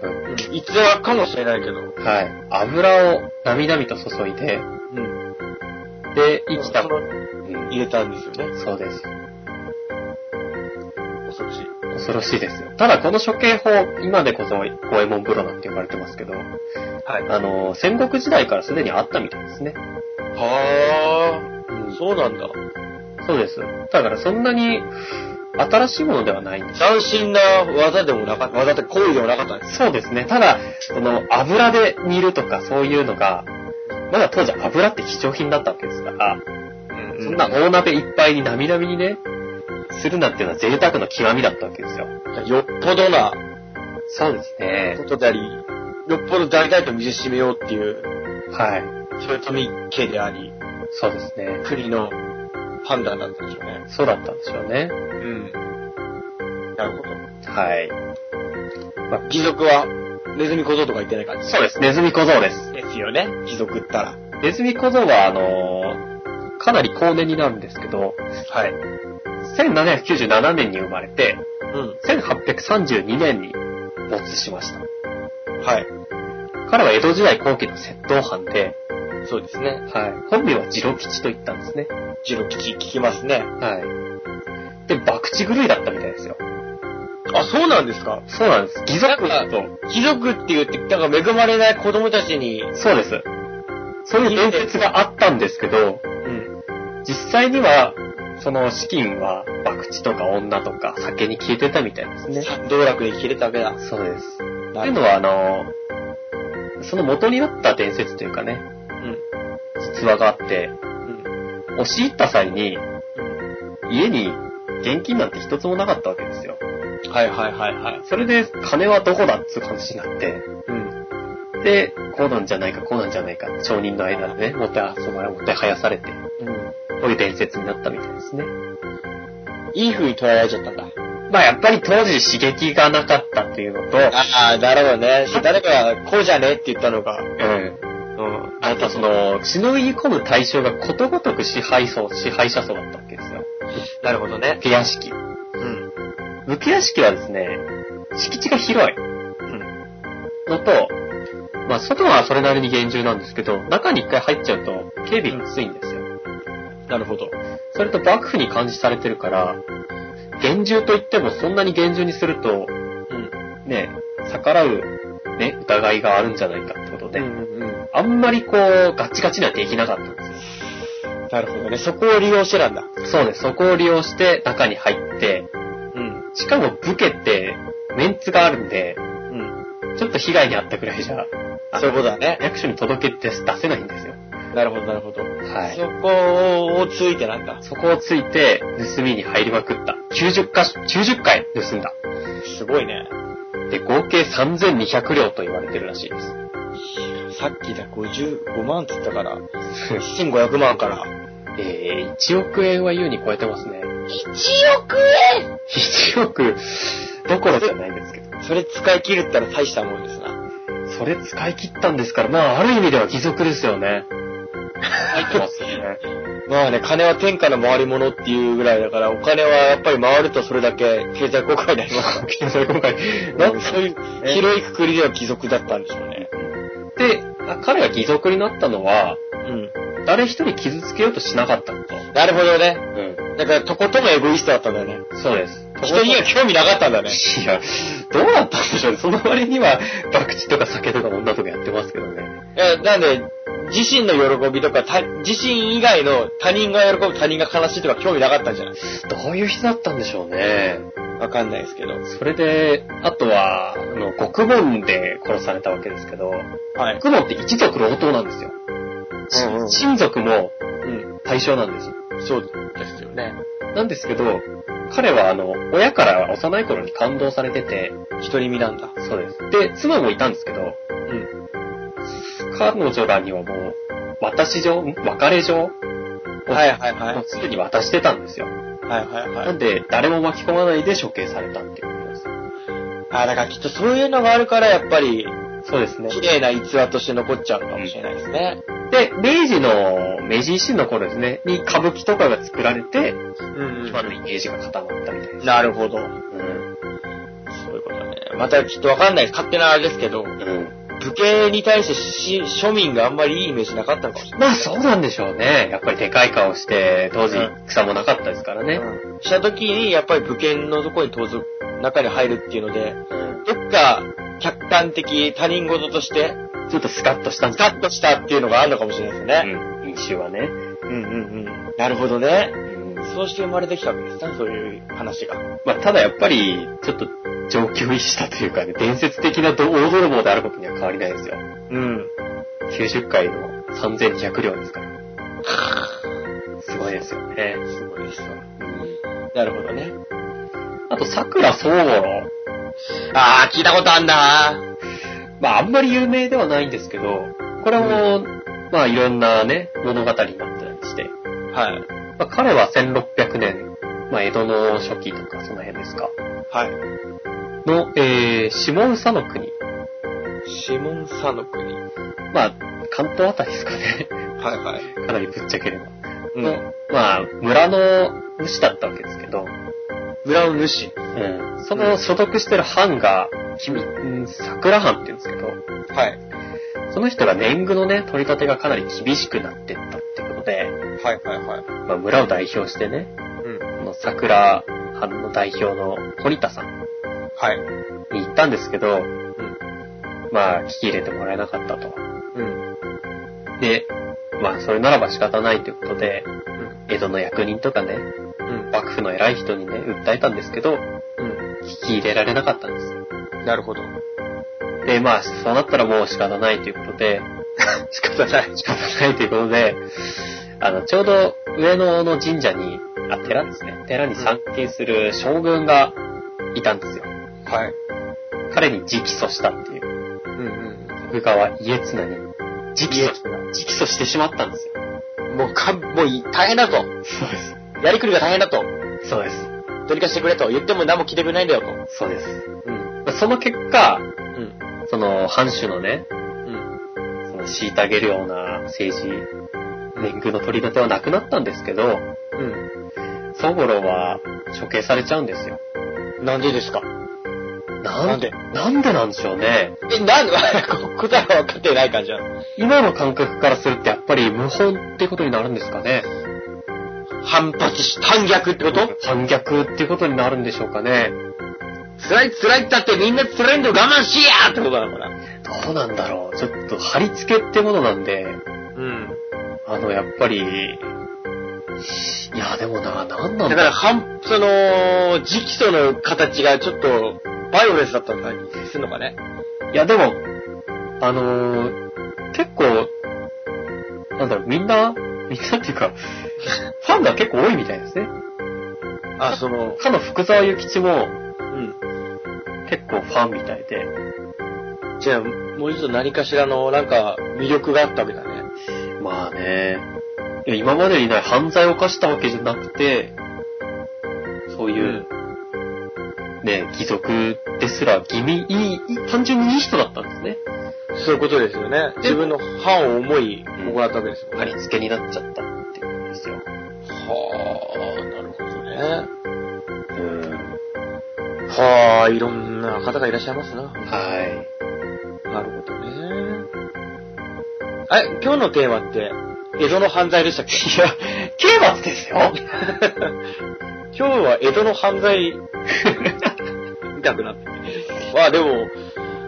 逸話かもしれないけど。はい。油を、なみなみと注いで、うん。で、生きた、そのうん入れたんですよね。そうです。恐ろしい。恐ろしいですよ。ただこの処刑法、今でこそ、五右衛門風呂なんて呼ばれてますけど、はい。あの、戦国時代からすでにあったみたいですね。はうあ、ん、そうなんだ。そうです。だからそんなに、新しいものではないんです。斬新な技でもなかった、技って行為でもなかったんです。そうですね。ただ、この油で煮るとかそういうのが、まだ当時油って貴重品だったわけですから、うんそんな大鍋いっぱいになみなみにね、するなんていうのは贅沢の極みだったわけですよ。よっぽどなそうですねこ。とであり、よっぽど大々と見せしめようっていう、はい。豊臣家であり、そうですね。国の判断だったんでしょうね。そうだったんでしょうね。うん。なるほど。はい。義足は、ネズミ小僧とか言ってない感じそうです。ネズミ小僧です。ですよね。義足ったら。ネズミ小僧は、あのーかなり高年になるんですけど、はい。う1797年に生まれて、ん。 1832年に没しました。はい。彼は江戸時代後期の窃盗犯で、そうですね。はい、本名は次郎吉と言ったんですね。ジロ吉聞きますね。はい。で、博打狂いだったみたいですよ。あ、そうなんですかそうなんです。義賊と、貴族って言って、なんか恵まれない子供たちに、そうです。そういう伝説があったんですけど、うん。実際には、その資金は、博打とか女とか酒に消えてたみたいですね。道楽で切れたわけだ。そうです。っなていうのは、あの、その元になった伝説というかね、うん。実話があって、うん。押し入った際に、う家に現金なんて一つもなかったわけですよ。んはいはいはいはい。それで、金はどこだっつう話になって、うん。で、こうなんじゃないか、こうなんじゃないか、町人の間でね、もって、あ、そのもって生やされて、こうん。ういう伝説になったみたいですね。いい風に捉えられちゃったんだ。まあ、やっぱり当時刺激がなかったっていうのと、ああ、なるほどね。誰かがこうじゃねって言ったのが。うん。うんあとそ、の、忍び込む対象がことごとく支配層、支配者層だったわけですよ。なるほどね。武屋敷。うん。武家屋敷はですね、敷地が広いうん。のと、まあ、外はそれなりに厳重なんですけど、中に一回入っちゃうと、警備が薄いんですよ。なるほど。それと幕府に監視されてるから、厳重といってもそんなに厳重にするうと、ん。ね、逆らう、ね、疑いがあるんじゃないかってことで、うんうん。あんまりこう、ガッチガチにはできなかったんですよ。なるほどね。そこを利用してなんだ。そうです。そこを利用して中に入って、うん。しかも武家って、メンツがあるんで、うん。ちょっと被害に遭ったくらいじゃ、あそういうことだね。役所に届けて出せないんですよ。なるほどなるほど。はそい。こをついてなんだ。そこをついて、盗みに入りまくった。90か所、90回盗んだ。すごいね。で、合計3200両と言われてるらしいです。さっきだ、55万って言った *laughs* から、1500万から。えー、1億円は優に超えてますね。 1億円1億、どころじゃないですけど。それ使い切るったら大したもんですな。それ *laughs* 使い切ったんですから、まあ、ある意味では義足ですよね。入ってますよね。まあね、金は天下の回り物っていうぐらいだから、お金はやっぱり回るとそれだけ経済効果になります。経済効果にななっそういう広いくくりでは貴族だったんでしょうね。て、あ彼が義賊になったのは、うん。誰一人傷つけようとしなかったこと。なるほどね。うだから、とことんエゴイストだったんだよね。ん。そうです。人には興味なかったんだね。いや、どうだったんでしょうね。その割には、博打とか酒とか女とかやってますけどね。え、なんで、自身の喜びとか、た自身以外の他人が喜ぶ、他人が悲しいとか興味なかったんじゃないどういう人だったんでしょうね。わかんないですけど。それで、あとは、あの、獄門で殺されたわけですけど、はい。獄門って一族老党なんですうよ。んうん親族もうん。対象なんですよ。そうですよね。なんですけど、彼はあの、親から幼い頃に感動されてて、独り身なんだ。そうです。で、妻もいたんですけど、うん。彼女らにはもう、私状ん別れ状はいはいはいもう。すでに渡してたんですよ。はいはいは。ないんで、誰も巻き込まないで処刑されたっていうことです。あ、だからきっとそういうのがあるから、やっぱり、そうですね綺麗な逸話として残っちゃうのかもしれないですね。で、明治の、明治維新の頃ですね、に歌舞伎とかが作られて、うん今のイメージが固まったみたいです。なるほど。うん。そういうことね。またきっとわかんない。勝手なあれですけど、うん。武家に対してし庶民があんまりいいイメージなかったのかもしれない。まあそうなんでしょうね。やっぱりでかい顔して、当時うん草もなかったですからね。うんした時に、やっぱり武家のとこに盗賊、中に入るっていうので、うん。どっか客観的他人事として、ちょっとスカッとしたんスでカッとしたっていうのがあるのかもしれないですすね。うん。印象はね。うんうんうん。なるほどね。うん。そうして生まれてきたわけですね、そういう話が。まあただやっぱり、ちょっと上級医師だというかね、伝説的など大泥棒であることには変わりないですよ。うん。 90回の3200両ですから。すごいですよね。すごいですわ。なるほどね。あと、桜宗五郎。あー、聞いたことあんなまあ、あんまり有名ではないんですけど、これも、まあ、いろんなね、物語になってたりして。はい。まあ、彼は1600年、まあ、江戸の初期とか、その辺ですか。はの、えー、下総の国。い。シモンサの国。はいまあ、関東あたりですかね。 *laughs* はい。かなりぶっちゃければ。うの。まあ、村の主だったわけですけど、村の主。うん、その所属してる藩が、君、うん桜藩って言うんですけど、はい。その人が年貢のね、取り立てがかなり厳しくなってったってことで、はいはいはい。まあ、村を代表してね、うん。この桜藩の代表の堀田さんはい。に行ったんですけど、んまあ、聞き入れてもらえなかったと。うん。で、まあ、それならば仕方ないということで、うん。江戸の役人とかね、うん。幕府の偉い人にね、訴えたんですけど、聞き入れられなかったんです。うん。なるほど。で、まあ、そうなったらもう仕方ないということで、 *laughs* 仕方ない。仕方ないということで、あの、ちょうど上野の神社に、あ、寺ですね。寺に参詣する将軍がいたんですよ。はい。彼に直訴したっていう、うんうん。徳川家綱に直訴、直訴してしまったんですよ。もうか、もうい大変だと。そうでやりくりが大変だと。す。そうです。どうにかしてくれと。言っても何も聞いてくれないんだよと。そうです。うん。まあその結う果、ん。その、藩主のね、うん。その、虐げるような政治、年貢の取り立てはなくなったんですけど、う宗五郎は処刑されちゃうんですよ。ん。なんでですかななんんででなんでなんでしょうね。え、なんで、 *laughs* 答えは分かってない感じなの今の感覚からするとやっぱり無本ってことになるんですかね。反発し、反逆ってこと反逆ってことになるんでしょうかね。辛い辛いったってみんな辛いんで我慢しやってことなのかなどうなんだろう。ちょっと貼り付けってものなんで、うん。あの、やっぱり、いや、でもな、なんなんだかだら、ろ反、その、直訴の形がちょっと、バイオレンスだったりするのかね。う。いや、でも、あのー結構、なんだろう、みんな、みんなっていうか、ファンが結構多いみたいですね。あ、その、かの福沢諭吉もうん。結構ファンみたいで、じゃあ、もう一度何かしらの、なんか、魅力があったわけだね。まあね、いや今までにない犯罪を犯したわけじゃなくて、そういう、ね、貴族ですら、気味いい、いい単純にいい人だったんですね。そういうことですよね。自分の歯を思い、行ったわけですもん貼ねり付けになっちゃったっていう。ですよ。はあ、なるほどね。うん。はあ、いろんな方がいらっしゃいますな。はい。なるほどね。え、今日のテーマって、江戸の犯罪でしたっけいや、刑罰ですよ。今日は江戸の犯 *laughs* 罪、見たくなって。まあでも、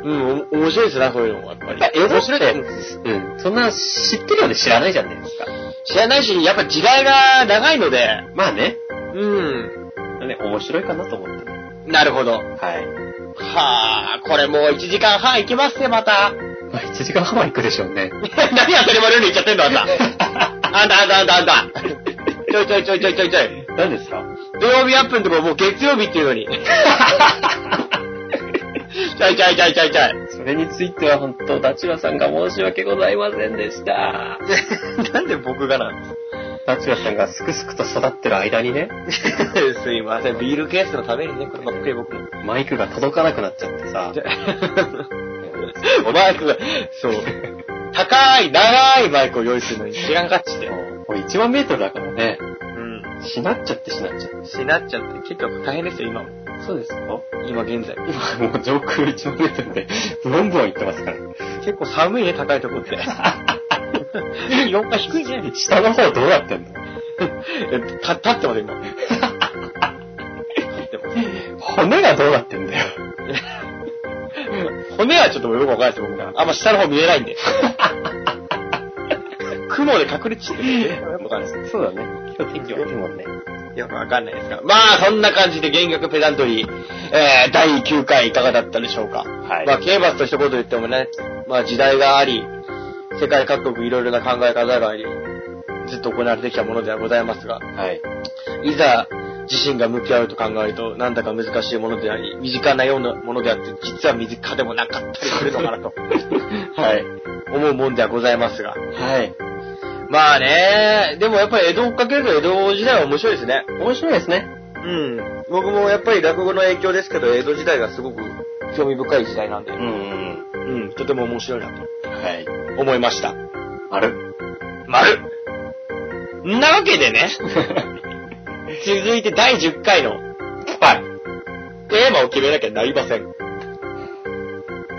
うん、お面白いですな、こういうのも、やっぱり。江戸面っ白いてです、うん。そんな知ってるようで知らないじゃないですか。知らないし、やっぱ時代が長いので、まあね。うね、面白いかなと思って。ん、なるほど。はい。はあ、これもう1時間半いきますね、また。 *laughs* まあ、1時間半は行くでしょうね。何当たり前のように言っちゃってんの、あん *laughs* た。あんた、あんた、あんた、あんた。ちょいちょいちょいちょいちょいちょい。何ですか土曜日アップのとこもう月曜日っていう *laughs* のに。ちょいちょいちょいちょいちょい。それについては本当、ダチュラさんが申し訳ございませんでした。なんで僕がなん *laughs* でダチュラさんがすくすくと育ってる間にね、すかすいません、ビールケースのためにね、こればっかり僕も。マイクが届かなくなっちゃってさ、おマイクが、そう。高い、長いマイクを用意するのに時間かかっちゃって。これ1万メートルだからね、うん。しなっちゃってしなっちゃって。しなっちゃって、結構大変ですよ、今も。そうですか今現在。今もう上空1万メートルで、ブンブン行ってますから。結構寒いね、高いとこ *laughs* って。気温が低いね。下の方どうなってんのえ、た、立ってます、今。立ってま骨がどうなってんだよ。す。骨はちょっとよくわかんないです、僕が。あんま下の方見えないんで。雲で隠れちゃってる。よくわかんないでそうだね。今日天気悪いもんね。す。よくわかんないですが。まあ、そんな感じで弦楽ペダントリー、えー、第9回いかがだったでしょうか。はい。まあ、刑罰と一言言ってもね、まあ、時代があり、世界各国いろいろな考え方があり、ずっと行われてきたものではございますが、はい。いざ自身が向き合うと考えると、なんだか難しいものであり、身近なようなものであって、実は身近でもなかったりするのか *laughs* なと、はい。思うもんではございますが。はい。まあね、でもやっぱり江戸を追っかけると江戸時代は面白いですね。面白いですね。うん。僕もやっぱり落語の影響ですけど、江戸時代がすごく興味深い時代なんでう、ん。うん、とても面白いなとはい。思いました。ある丸んなわけで *laughs* ね、続いて第10回の、はい。テーマを決めなきゃなりません。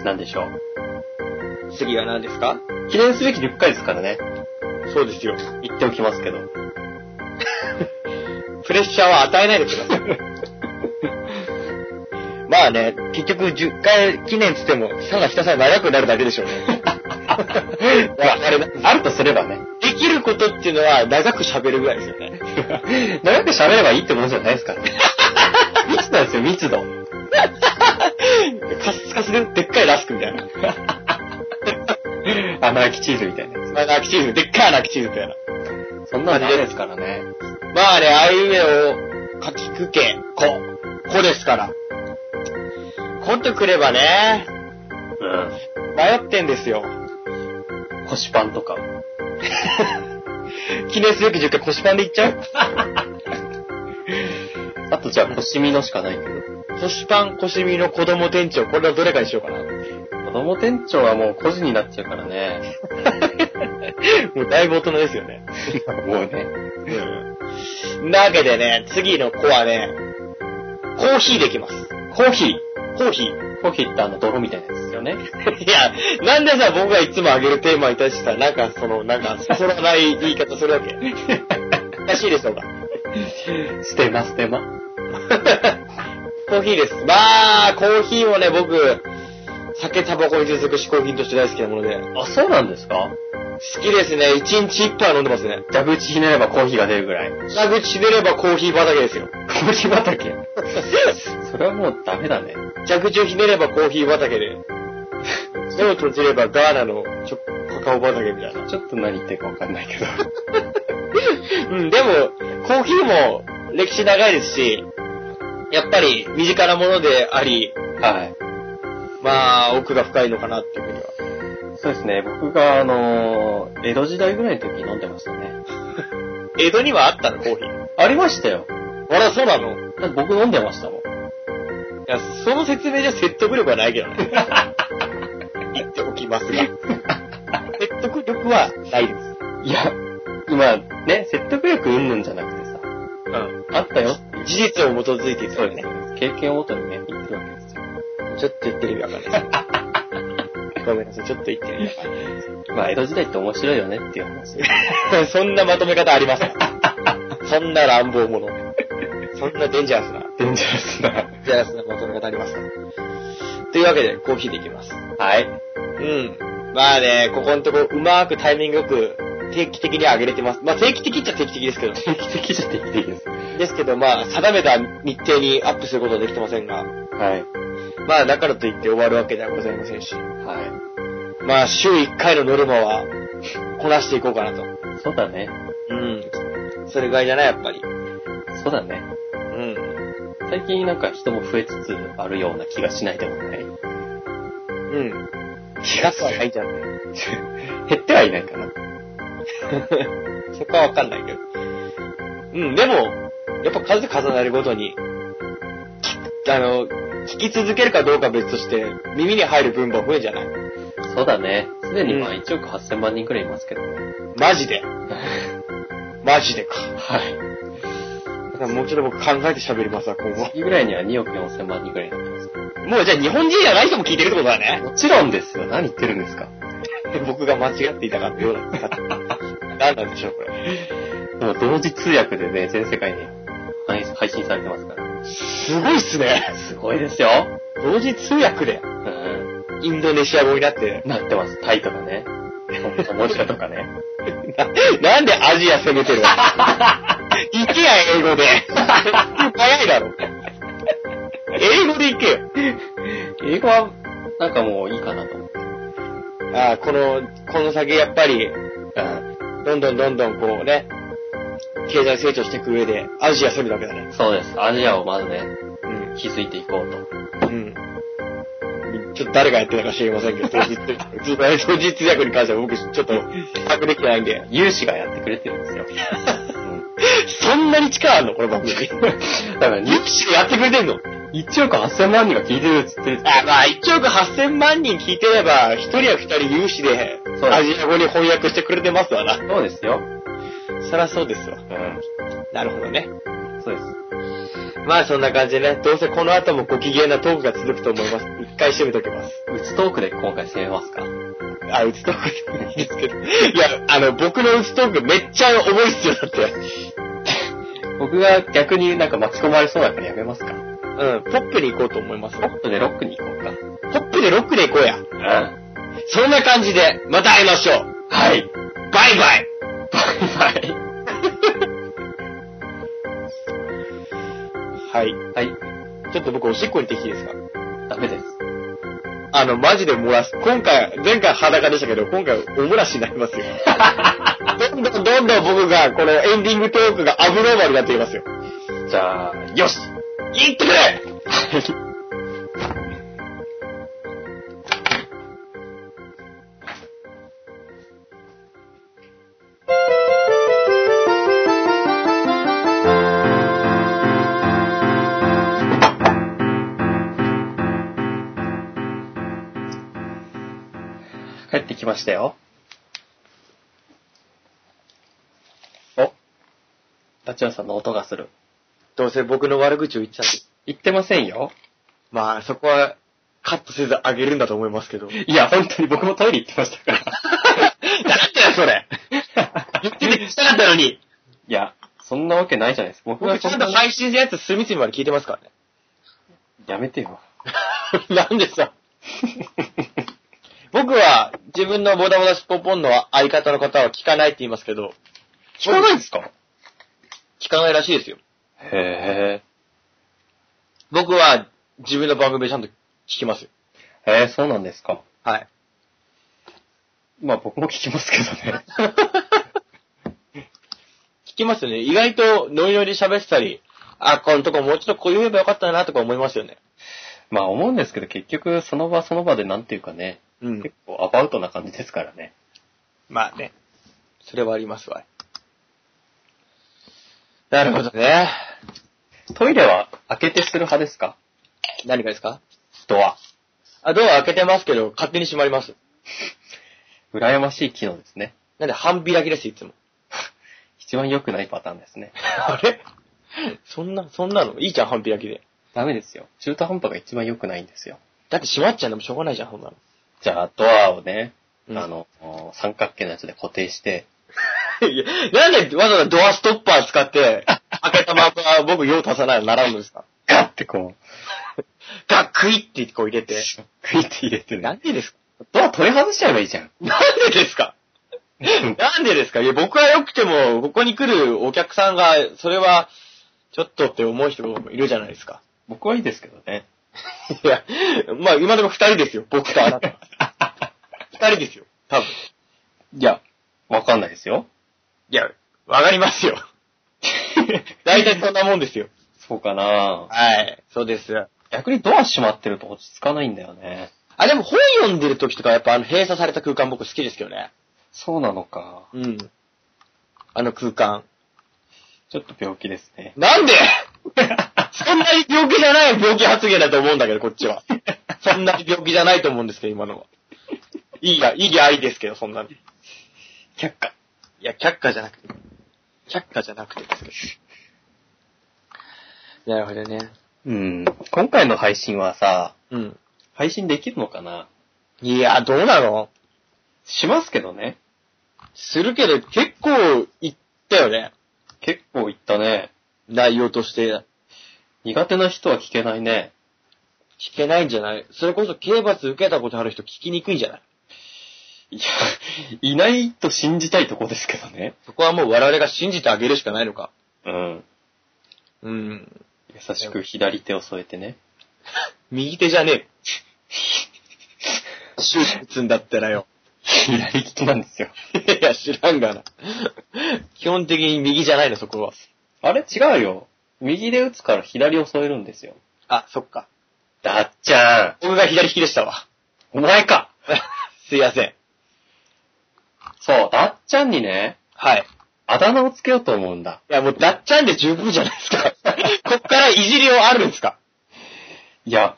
なんでしょう。次は何ですか記念すべき10回ですからね。そうですよ。言っておき *laughs* ますけど。プレッシャーは与えないでください。まあね、結局10回記念つっても、さがひたすら長くなるだけでしょうね。まあ、あれ、あるとすればね。できることっていうのは長く喋るぐらいですよね。長く喋ればいいってものじゃないですからね。密なんですよ、密度。カスカスででっかいラスクみたいな。穴あきチーズみたいなやアナキチーズ、でっかいアナキチーズみたいな。つ。そんなのないですからね。まあね、あいうえを、かきくけ、こ、こですから。こってくればね、う迷ってんですよ。ん。腰パンとか。記念すべき10回腰パンでいっちゃうあとじゃあ腰身のしかないけど。腰パン、腰身の子供店長、これはどれかにしようかな。子供店長はもう個人になっちゃうからね。もうだいぶ大人ですよね。 *laughs* もうね。うん。なわけでね、次の子はね、コーヒーできます。コーヒー。コーヒー。コーヒーってあの泥みたいなやつですよね。いや、なんでさ、僕がいつもあげるテーマに対してさ、なんかその、なんか、そそらない言い方するわけ。おかしいでしょうか。ステマステマ。コーヒーです。まあ、コーヒーもね、僕、酒、タバコに続く嗜好品として大好きなもので、あ、そうなんですか好きですね。一日一杯飲んでますね。蛇口ひねればコーヒーが出るぐらい。 *laughs* 下口出ればコーヒー畑ですよ。コーヒー畑。それはもうダメだね。蛇口をひねればコーヒー畑 *laughs* で、目を閉じればガーナのチョカカオ畑みたいな。ちょっと何言ってるかわかんないけど。うん、でも、コーヒーも歴史長いですし、やっぱり身近なものであり、はい。まあ、奥が深いのかなっていうふうには。そうですね。僕が、あのー江戸時代ぐらいの時に飲んでましたね。江戸にはあったの、コーヒー。ありましたよ。あら、そうなのいだって僕飲んでましたもん。や、その説明じゃ説得力はないけど *laughs* ね。言っておきますが。説得力はないです。いや、今、ね、説得力うんぬんじゃなくてさ、うん。あったよ。事実を基づいていそうです。経験をもとにね、言ってるわけですよ。ちょっと言ってる意味わかんないです。ごめんなさい、ちょっと言ってる意味わかんまあ、江戸時代って面白いよねっていう *laughs* 話。ない。 *laughs* そんなまとめ方ありません。 *laughs* そんな乱暴者。そんなデンジャラスな、デンジャラスな。デンジャラスなまとめ方ありますん。というわけで、コーヒーでいきます。はい。うん。まあね、ここのとこうまーくタイミングよく定期的に上げれてます。まあ定期的っちゃ定期的ですけど。定期的じゃ定期的です。ですけどまあ定めた日程にアップすることはできてませんが、はい。まあだからといって終わるわけではございませんし、はまあ週1回のノルマはこなしていこうかなと。い。そうだね。うん。それぐらいじゃないやっぱり。そうだね。うん。最近なんか人も増えつつあるような気がしないでもない。うん。気がつかないじゃんね。減ってはいないかな。そこはわかんないけど。うん、でも、やっぱ数重なるごとに、きあの、聞き続けるかどうかは別として、耳に入る分母は増えんじゃないそうだね。すでにうんまあ1億8000万人くらいいますけどね。マジ *laughs* で。マジでか。はい。もうちょっと僕考えて喋りますわ、今後。次ぐらいには2億4000万人くらいになってます。もうじゃあ日本人じゃない人も聞いてるってことだ *laughs* ね。もちろんですよ。何言ってるんですか僕が間違っていたかったような。 *laughs* 何なんでしょう、これ。もう同時通訳でね、全世界に配配信されてますから。すごいっすね。すごいですよ。同時通訳で、うインドネシア語になって、ん。なってます。タイとかね。もしかとかね。なんでアジア攻めてるの行けや、英語で。早いだろ。英語で行けよ。英語は、なんかもういいかなと思って。ああ、この、この先やっぱり、うん。どんどんどんどんこうね、経済成長していく上で、アジア攻めるわけだね。そうです。アジアをまずね、うん。築いていこうと。うん。ちょっと誰がやってたか知りませんけど、当日、当日通訳に関しては僕ちょっと、把握できてないんで。有志がやってくれてるんです *laughs* よ。うんそんなに力あんのこの番組。だから、ユキシがやってくれてんの1億8000万人が聞いてるっつって、あ、まあ、1億8000万人聞いてれば、1人や2人有志で、そうアジア語に翻訳してくれてますわな。そうですよ。そらそうですわ。うん。なるほどね。そうです。まあ、そんな感じでね、どうせこの後もご機嫌なトークが続くと思います。一回締めときます。うつトークで今回攻めますか。あ、うつトークでもいいですけど。いや、あの、僕のうつトークめっちゃ重いっすよ、だって。僕が逆になんか巻き込まれそうだからやめますうか。ん、ポップに行こうと思います。ポちょっとでロックに行こうか。うップでロックで行こうや。ん。はそんな感じで、また会いましょう。い。バイバイはバイい。バイ。はい。ちょっと僕おしっこに行ってきていいですかダメです。あの、マジで漏らす。今回、前回裸でしたけど、今回お漏らしになりますよ。どんどんどんどん僕が、このエンディングトークがアブノーマルになっていきますよ。じゃあ、よし行ってくれ帰ってきましたよ。お。ダチョウさんの音がする。どうせ僕の悪口を言っちゃって。言ってませんよ。まあ、そこは、カットせずあげるんだと思いますけど。いや、本当に僕もトイレ行ってましたから。なんだよ、それ言ってて聞きたかったのにいや、そんなわけないじゃないですか。僕僕がちそゃんんなと配信のやつ隅々まで聞いてますからね。やめてよ。 *laughs* なんでさ。僕は、自分のボダボダしっぽぽんの相方の方は聞かないって言いますけど、聞かないんですか聞かないらしいですよ。へ僕は自分の番組でちゃんと聞きますよ。え。へえ、そうなんですか。はい。まあ僕も聞きますけどね。 *laughs* 聞きますよね。意外とノリノリで喋ってたり、あ、このとこもうちょっとこう言えばよかったなとか思いますよね。まあ思うんですけど、結局その場その場でなんていうかね、うん結。構アバウトな感じですからね。 *laughs* まあね。それはありますわ。なるほどね。トイレは開けてする派ですか何がですかドア。あ、ドア開けてますけど、勝手に閉まります。羨ましい機能ですね。なんで半開きです、いつも。一番良くないパターンですね。 *laughs* あれそんな、そんなのいいじゃん、半ピ焼きで。ダメですよ。中途半端が一番良くないんですよ。だって閉まっちゃうんでもしょうがないじゃん、そんなの。じゃあ、ドアをね、うんあの、三角形のやつで固定して、いや、なんでわざわざドアストッパー使って、開けたまま僕用足さないのならんのですかガッてこう、ガックイってこう入れて。クイッて入れてね。なんでですかドア取り外しちゃえばいいじゃん。なんでですかなんでですかいや、僕は良くても、ここに来るお客さんが、それは、ちょっとって思う人もいるじゃないですか。僕はいいですけど *laughs* ね。いや、まあ今でも二人ですよ。僕とあなた。二人ですよ。多分。いや、わかんないです *laughs* よ。いや、わかりますよ。大体そんなもんですよ。そうかなはい。そうです。逆にドア閉まってると落ち着かないんだよね。あ、でも本読んでる時とかやっぱあの閉鎖された空間僕好きですけどね。そうなのか。うん。あの空間。ちょっと病気ですね。なんで *laughs* そんなに病気じゃない病気発言だと思うんだけど、こっち *laughs* は。そんなに病気じゃないと思うんですけど、今のは。いいや、いいや、いいですけど、そんなの。い *laughs* 却下。や、却下じゃなくて。却下じゃなくてですけど。なるほどね。うん。今回の配信はさ、うん。配信できるのかないや、どうなのしますけどね。するけど、結構いったよね。結構いったね。内容として。苦手な人は聞けないね。聞けないんじゃないそれこそ刑罰受けたことある人聞きにくいんじゃないいや、いないと信じたいとこですけどね。そこはもう我々が信じてあげるしかないのか。うん。うん。優しく左手を添えてね。右手じゃ *laughs* ねえ。手術んだったらよ。左利きなんですよ。いや、知らんがな。基本的に右じゃないの、そこは。あれ違うよ。右で打つから左を添えるんですよ。あ、そっか。だっちゃ僕が左利きでしたわ。 *laughs* ん。お前か。すいません。そう、だっちゃんにね、はい。あだ名をつけようと思うんだ。いや、もう、だっちゃんで十分じゃないです *laughs* か。こっからいじりはあるんですかいや、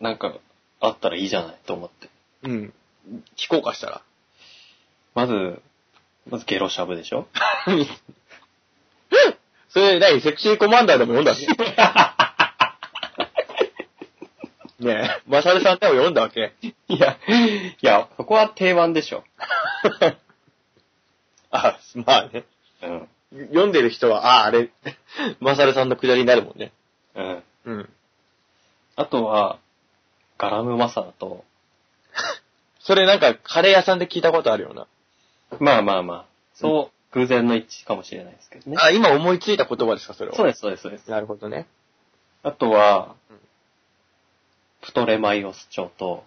なんか、あったらいいじゃないと思って。うん。聞こうかしたら。まず、まずゲロしゃぶでし *laughs* ょそれ、何セクシーコマンダーでも読ん *laughs* だねねえ、マサルさんでも読んだわけ *laughs* いや、いや、そこは定番でしょ。あ、まあね。うん。読んでる人は、あ、あれ、マサルさんのくだりになるもんね。うん。うん。あとは、ガラムマサラと、それなんか、カレー屋さんで聞いたことあるような。まあまあまあ、そう、偶然の一致かもしれないですけどね。あ、今思いついた言葉ですか、それは。そううです、そうです、そうです。なるほどね。あとはうん、プトレマイオス朝と、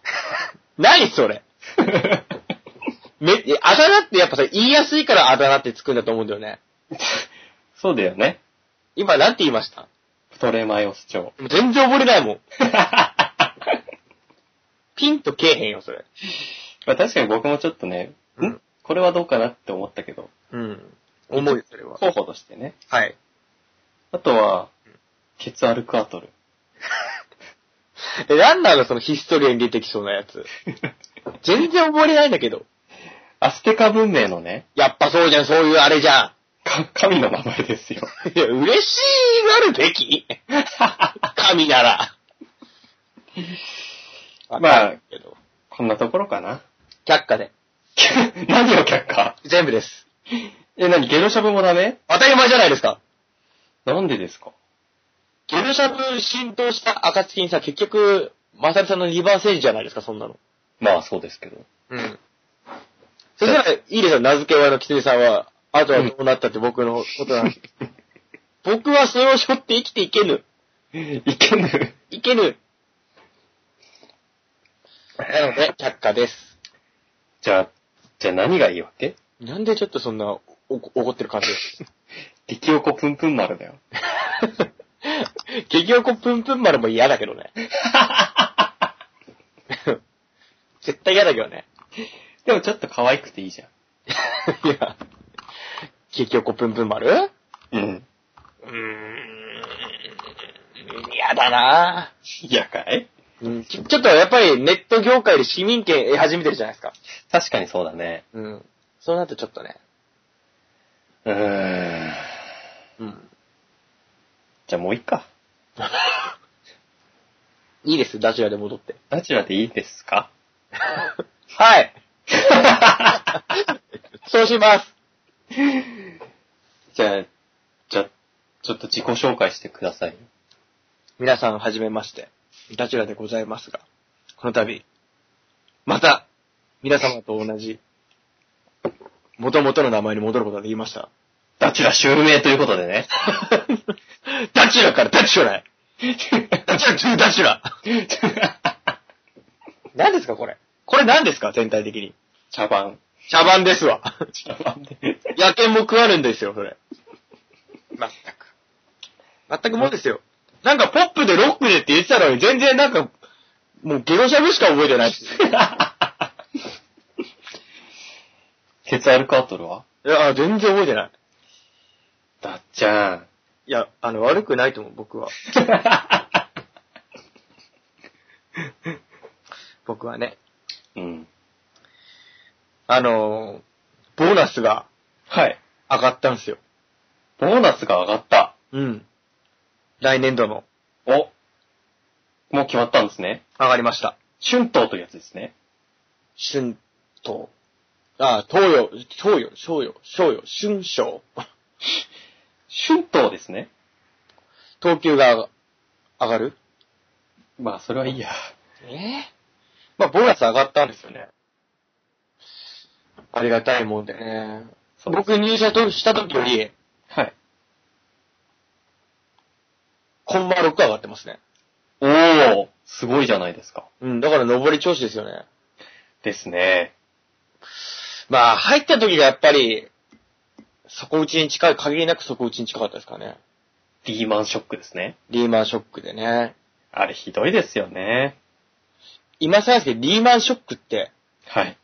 何それめ、えあだ名ってやっぱさ、言いやすいからあだ名ってつくんだと思うんだよね。そうだよね。今なんて言いましたプトレマイオス朝。全然覚えれない *laughs* もん。ピンとけえへんよ、それ。まあ確かに僕もちょっとね、うんんこれはどうかなって思ったけど、うん。思うよ、それは。候補としてね。はい。あとは、ケツアルクア *laughs* トル。え、なんなのそのヒストリアに出てきそうなやつ。全然覚えれないんだけど。アステカ文明のね、やっぱそうじゃん、そういうあれじゃん。か神の名前です *laughs* よ。いや、嬉しがるべき神なら。まあけど、こんなところかな。 *laughs* 却下で。何を却下全部です。え、何ゲロしゃぶもダメ当たり前じゃないですか。なんでですかゲルシャブ浸透した暁にさ、結局、マサルさんの2番政治じゃないですか、そんなの。まあそうですけど。うん。そしたら、いいですよ、名付け親のキツネさんは。あとはどうなったって僕のこと *laughs* なんで。僕はそれを背負って生きていけぬ。 *laughs* いけぬ。いけぬ。なので、却下です。じゃあ、じゃあ何がいいわけなんでちょっとそんな、お、怒ってる感じ激おこぷんぷん丸だよ。 *laughs* 激横ぷんぷん丸も嫌だけどね。絶対嫌だけどね。 *laughs* *laughs* でもちょっと可愛くていいじゃいや、激横ぷんぷん丸ううん。うん。ーん、嫌だなぁ。嫌かいうんちちょっとやっぱりネット業界で市民権得始めてるじゃないですか。確かにそうだね。うん。そうなるとちょっとね。うーん。うん。じゃあもういいか。いいです、ダチュラで戻って。ナチュラでいいです *laughs* か *laughs* はい。そうします。じゃあ、じゃあ、ちょっと自己紹介してください。皆さん、はじめまして。ダチュラでございますが、この度、また、皆様と同じ、元々の名前に戻ることができました。 *laughs* ダチュラ襲名ということでね。ダチュラからダチュラへダチュラ中ダチュラ何ですか、これ。これ何ですか、全体的に。 *laughs* 茶番。茶番です *laughs* わ。茶番で。 *laughs* 野犬も食わるんですよ、それ。まったく。全くもんですよ。なんかポップでロックでって言ってたのに、全然なんか、もうゲロしゃぶしか覚えて *laughs* ない。い鉄アルカートルはや、全然覚えてない。だっちゃん。いや、あの、悪くないと思う、 *laughs* 僕は。僕はね。うん。あのー、ボーナスがはい。上がったんですよ。ボーナスが上がった。うん。来年度のお。もう決まったんですね。上がりました。春闘というやつですね。春闘。あ、東洋、東洋、商洋、商洋、春章。春闘ですね。等級が上がるまあ、それはいいや。ええまあ、ボーナス上がったんですよね。ありがたいもんでね。そうです僕入社とした時より、はい。コンマ6上がってますね。おー、すごいじゃないですか。うん、だから上り調子ですよね。ですね。まあ、入った時がやっぱり、底打ちに近い、限りなく底打ちに近かったですかね。リーマンショックですね。リーマンショックでね。あれひどいですよね。今更ですけど、リーマンショックって、はい。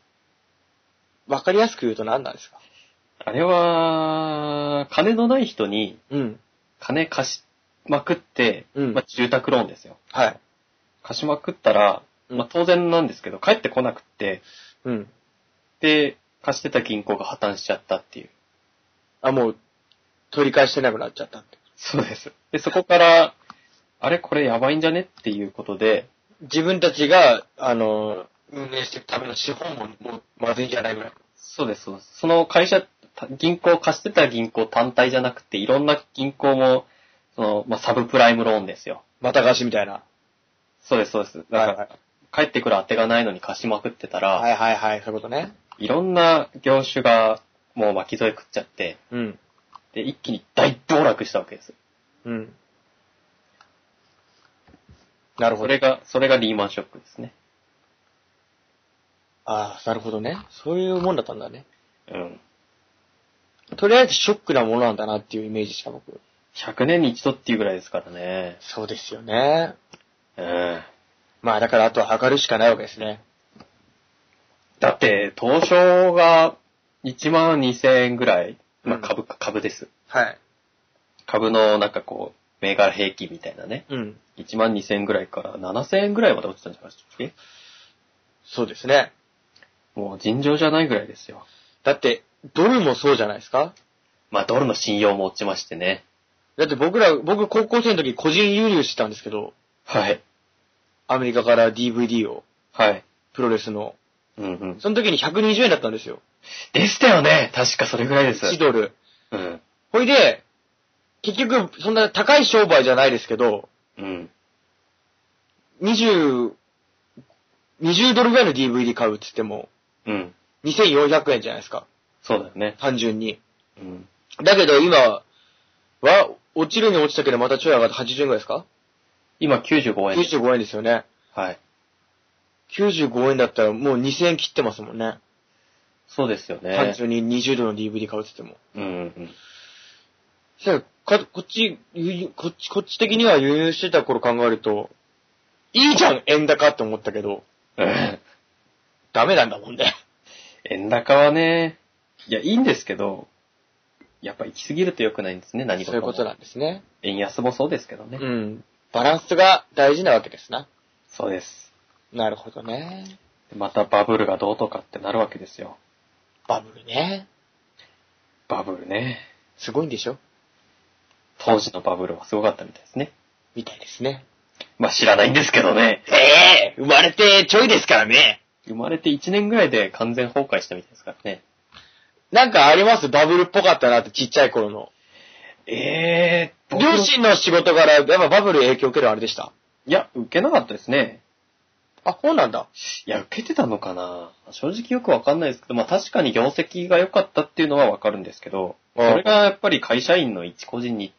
わかりやすく言うと何なんですかあれは、金のない人にうん。金貸しまくって、うんまあ、住宅ローンですよ。はい。貸しまくったら、うんまあ、当然なんですけど、帰ってこなくって、うん。で、貸してた銀行が破綻しちゃったっていう。あ、もう、取り返してなくなっちゃったって。そうです。で、そこから、あれこれやばいんじゃねっていうことで、自分たちが、あの、運営していくための資本も、もう、まずいんじゃないぐらい。そうです、そうです。その会社、た銀行、貸してた銀行単体じゃなくて、いろんな銀行も、その、まあ、サブプライムローンですよ。また貸しみたいな。そうです、そうです。だから、帰ってくる当てがないのに貸しまくってたら、はいはいはい、そういうことね。い、ろんな業種がもう巻き添え食っちゃって、うん。で、一気に大暴落したわけです。うん。なるほそどれ。が、それがリーマンショックですね。ああ、なるほどね。そういうもんだったんだね。うん。とりあえずショックなものなんだなっていうイメージした僕。 100年に一度っていうぐらいですからね。そうですよね。うん。まあだからあとは上がるしかないわけですね。だって、東証が1万2000円ぐらい、まあ、うん株、株です。はい。株のなんかこう、銘柄平均みたいなね。うん。 1万2000円ぐらいから7000円ぐらいまで落ちたんじゃないですかそうですね。もう尋常じゃないぐらいですよ。だって、ドルもそうじゃないですかまあ、ドルの信用も落ちましてね。だって僕ら、僕高校生の時個人輸入してたんですけど、はい。アメリカから DVD を、はい。プロレスの。うんうん。その時に120円だったんですよ。でしたよね。確かそれぐらいです。 1ドル。うん。ほいで、結局、そんな高い商売じゃないですけど、うん。 20、20ドルぐらいの DVD 買うって言っても、うん。 2400円じゃないですか。そうだよね。単純に。うん。だけど今は、落ちるに落ちたけどまたちょい上がって80円ぐらいですか今95円。 ?95 円ですよね。はい。 95円だったらもう2000円切ってますもんね。そうですよ単ね。純に20ドルの DVD 買うって言っても。うんうん。じゃあ、か、こっち、輸こっち、こっち的には輸入してた頃考えると、いいじゃん、円高って思ったけど、うん。 *laughs* ダメなんだもんね。円高はね、いや、いいんですけど、やっぱ行き過ぎると良くないんですね、何事そうも。いうことなんですね。円安もそうですけどね。うん。バランスが大事なわけですな。そうです。なるほどね。またバブルがどうとかってなるわけですよ。バブルね。バブルね。すごいんでしょ当時のバブルはすごかったみたいですね。みたいですね。まあ知らないんですけどね。ええ生まれてちょいですからね。生まれて1年ぐらいで完全崩壊したみたいですからね。なんかありますバブルっぽかったなってちっちゃい頃の。ええ両親の仕事から、やっぱバブル影響受けるあれでしたいや、受けなかったですね。あ、そうなんだ。いや、受けてたのかな正直よくわかんないですけど、まあ確かに業績が良かったっていうのはわかるんですけど、そうんれがやっぱり会社員の一個人に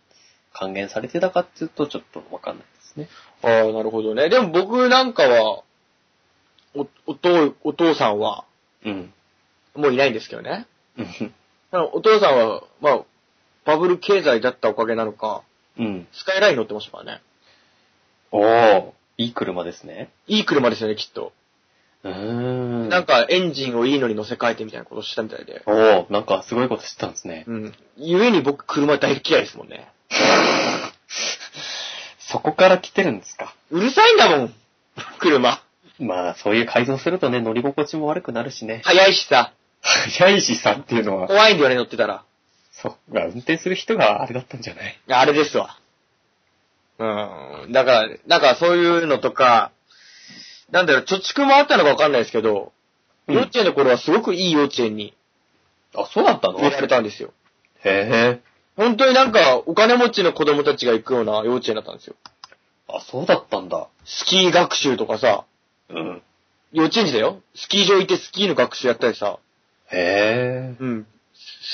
還元されてたかっていうとちょっとわかんないですね。ああ、なるほどね。でも僕なんかは、お、お父、お父さんは、うん。もういないんですけどね。うんだからお父さんは、まあ、バブル経済だったおかげなのか、うん。スカイライン乗ってましたからね。おー、いい車ですね。いい車ですよね、きっと。うーん。なんかエンジンをいいのに乗せ替えてみたいなことしたみたいで。おー、なんかすごいこと知ってたんですね。うん。ゆえに僕車大嫌いですもんね。そこから来てるんですか。うるさいんだもん。車。まあ、そういう改造するとね、乗り心地も悪くなるしね。速いしさ。早いしさっていうのは、怖いんだよね、乗ってたら。そっか、運転する人があれだったんじゃないあれですわ。うん。だから、なんかそういうのとか、なんだろう、貯蓄もあったのかわかんないですけど、うん幼稚園の頃はすごくいい幼稚園にあ、そうだったの入れられたんですよ。へえ。本当になんか、お金持ちの子供たちが行くような幼稚園だったんですよ。あ、そうだったんだ。スキー学習とかさ、うん。幼稚園児だよ。スキー場行ってスキーの学習やったりさ、へえ。うん。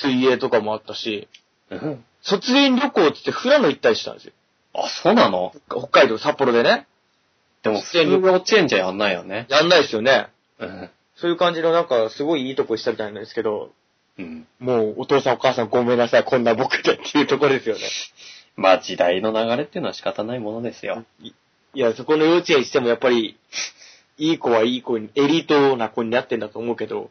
水泳とかもあったし、うん。卒園旅行っつって富良野行ったりしたんですよ。あ、そうなの北海道、札幌でね。でも、普通の幼稚園じゃやんないよね。やんないですよね。うん。そういう感じのなんか、すごいいいとこしたみたいなんですけど、うん。もうお父さんお母さんごめんなさい、こんな僕でっていうところですよね。まあ、時代の流れっていうのは仕方ないもので *laughs* すよ。いや、そこの幼稚園にしてもやっぱり、いい子はいい子に、エリートな子になってんだと思うけど、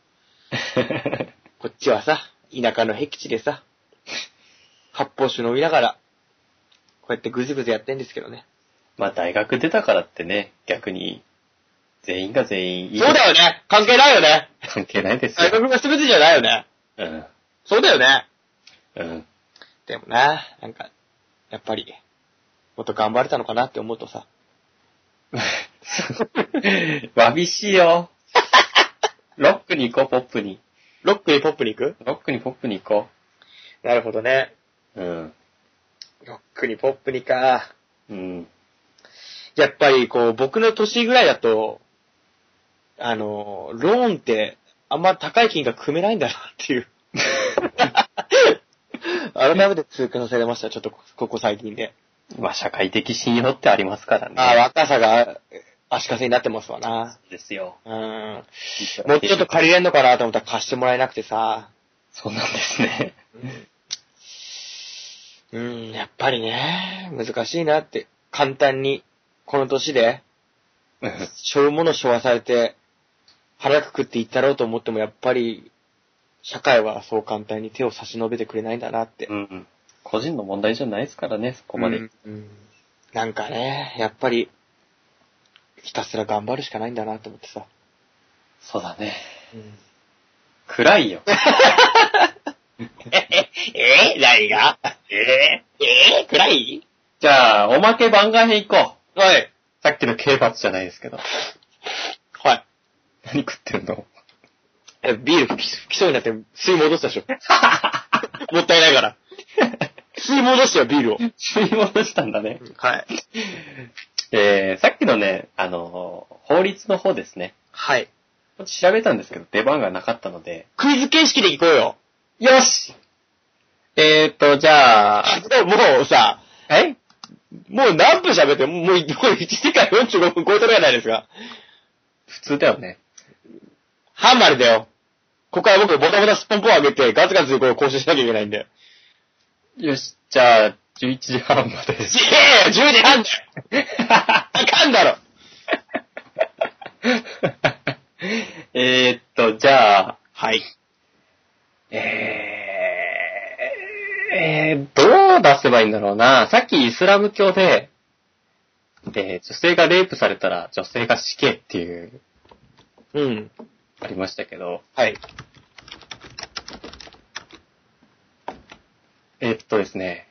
こっちはさ、田舎の僻地でさ、発泡酒飲みながら、こうやってぐずぐずやってんですけどね。まあ、大学出たからってね、逆に、全員が全員いいそうだよね関係ないよね関係ないです大よ。学が全てじゃないよねうん。そうだよねうん。 *laughs* でもな、なんか、やっぱり、もっと頑張れたのかなって思うとさ、わびしいよ。ロックに行こう、ポップに。ロックにポップに行くロックにポップに行こなるほどね。う。うん。ロックにポップにか。うん。やっぱりこう、僕の年ぐらいだと、あの、ローンって、あんま高い金額組めないんだなって *laughs* いう。改めて痛感されました、ちょっとこここ最近で。まあ、社会的信用ってありますからね。ああ、若さが足かせになってますわな。ですよ。うん。もうちょっと借りれんのかなと思ったら貸してもらえなくてさ。そうなんですね。うん、やっぱりね、難しいなって。簡単に、この年で、しょうものしょわされて、腹くくっていったろうと思っても、やっぱり、社会はそう簡単に手を差し伸べてくれないんだなって。 *laughs* うん。個人の問題じゃないですからね、そこまで。うんうんなんかね、やっぱり、ひたすら頑張るしかないんだなと思ってさ。そうだね。暗いよ。え何がええ暗いじゃあ、おまけ番外編行こう。はい。さっきの刑罰じゃないですけど。はい。何食ってん *laughs* のえビール吹き吹きそうになって、吸い戻したでしょ。もったいない *laughs* から。吸い戻したよ、ビールを。吸い戻したんだね。はい。えー、さっきのね、あのー、法律の方ですね。はい。調べたんですけど、出番がなかったので。クイズ形式でいこうよ。よしえーと、じゃあ、もうさ、はいもう何分喋ってもう、もう1時間45分超えてるじゃないですか。普通だよね。ハンマルだよ。ここから僕ボタボタスポンポン上げて、ガツガツこう更新しなきゃいけないんで。よし、じゃあ、11時半ま *laughs* で。いやいや、10時半だよあかんだろ *laughs* えーっと、じゃあ、はい。えー、えー、どう出せばいいんだろうな。さっきイスラム教で、えー女性がレイプされたら女性が死刑っていう、うん。ありましたけど、はい。ええっとですね、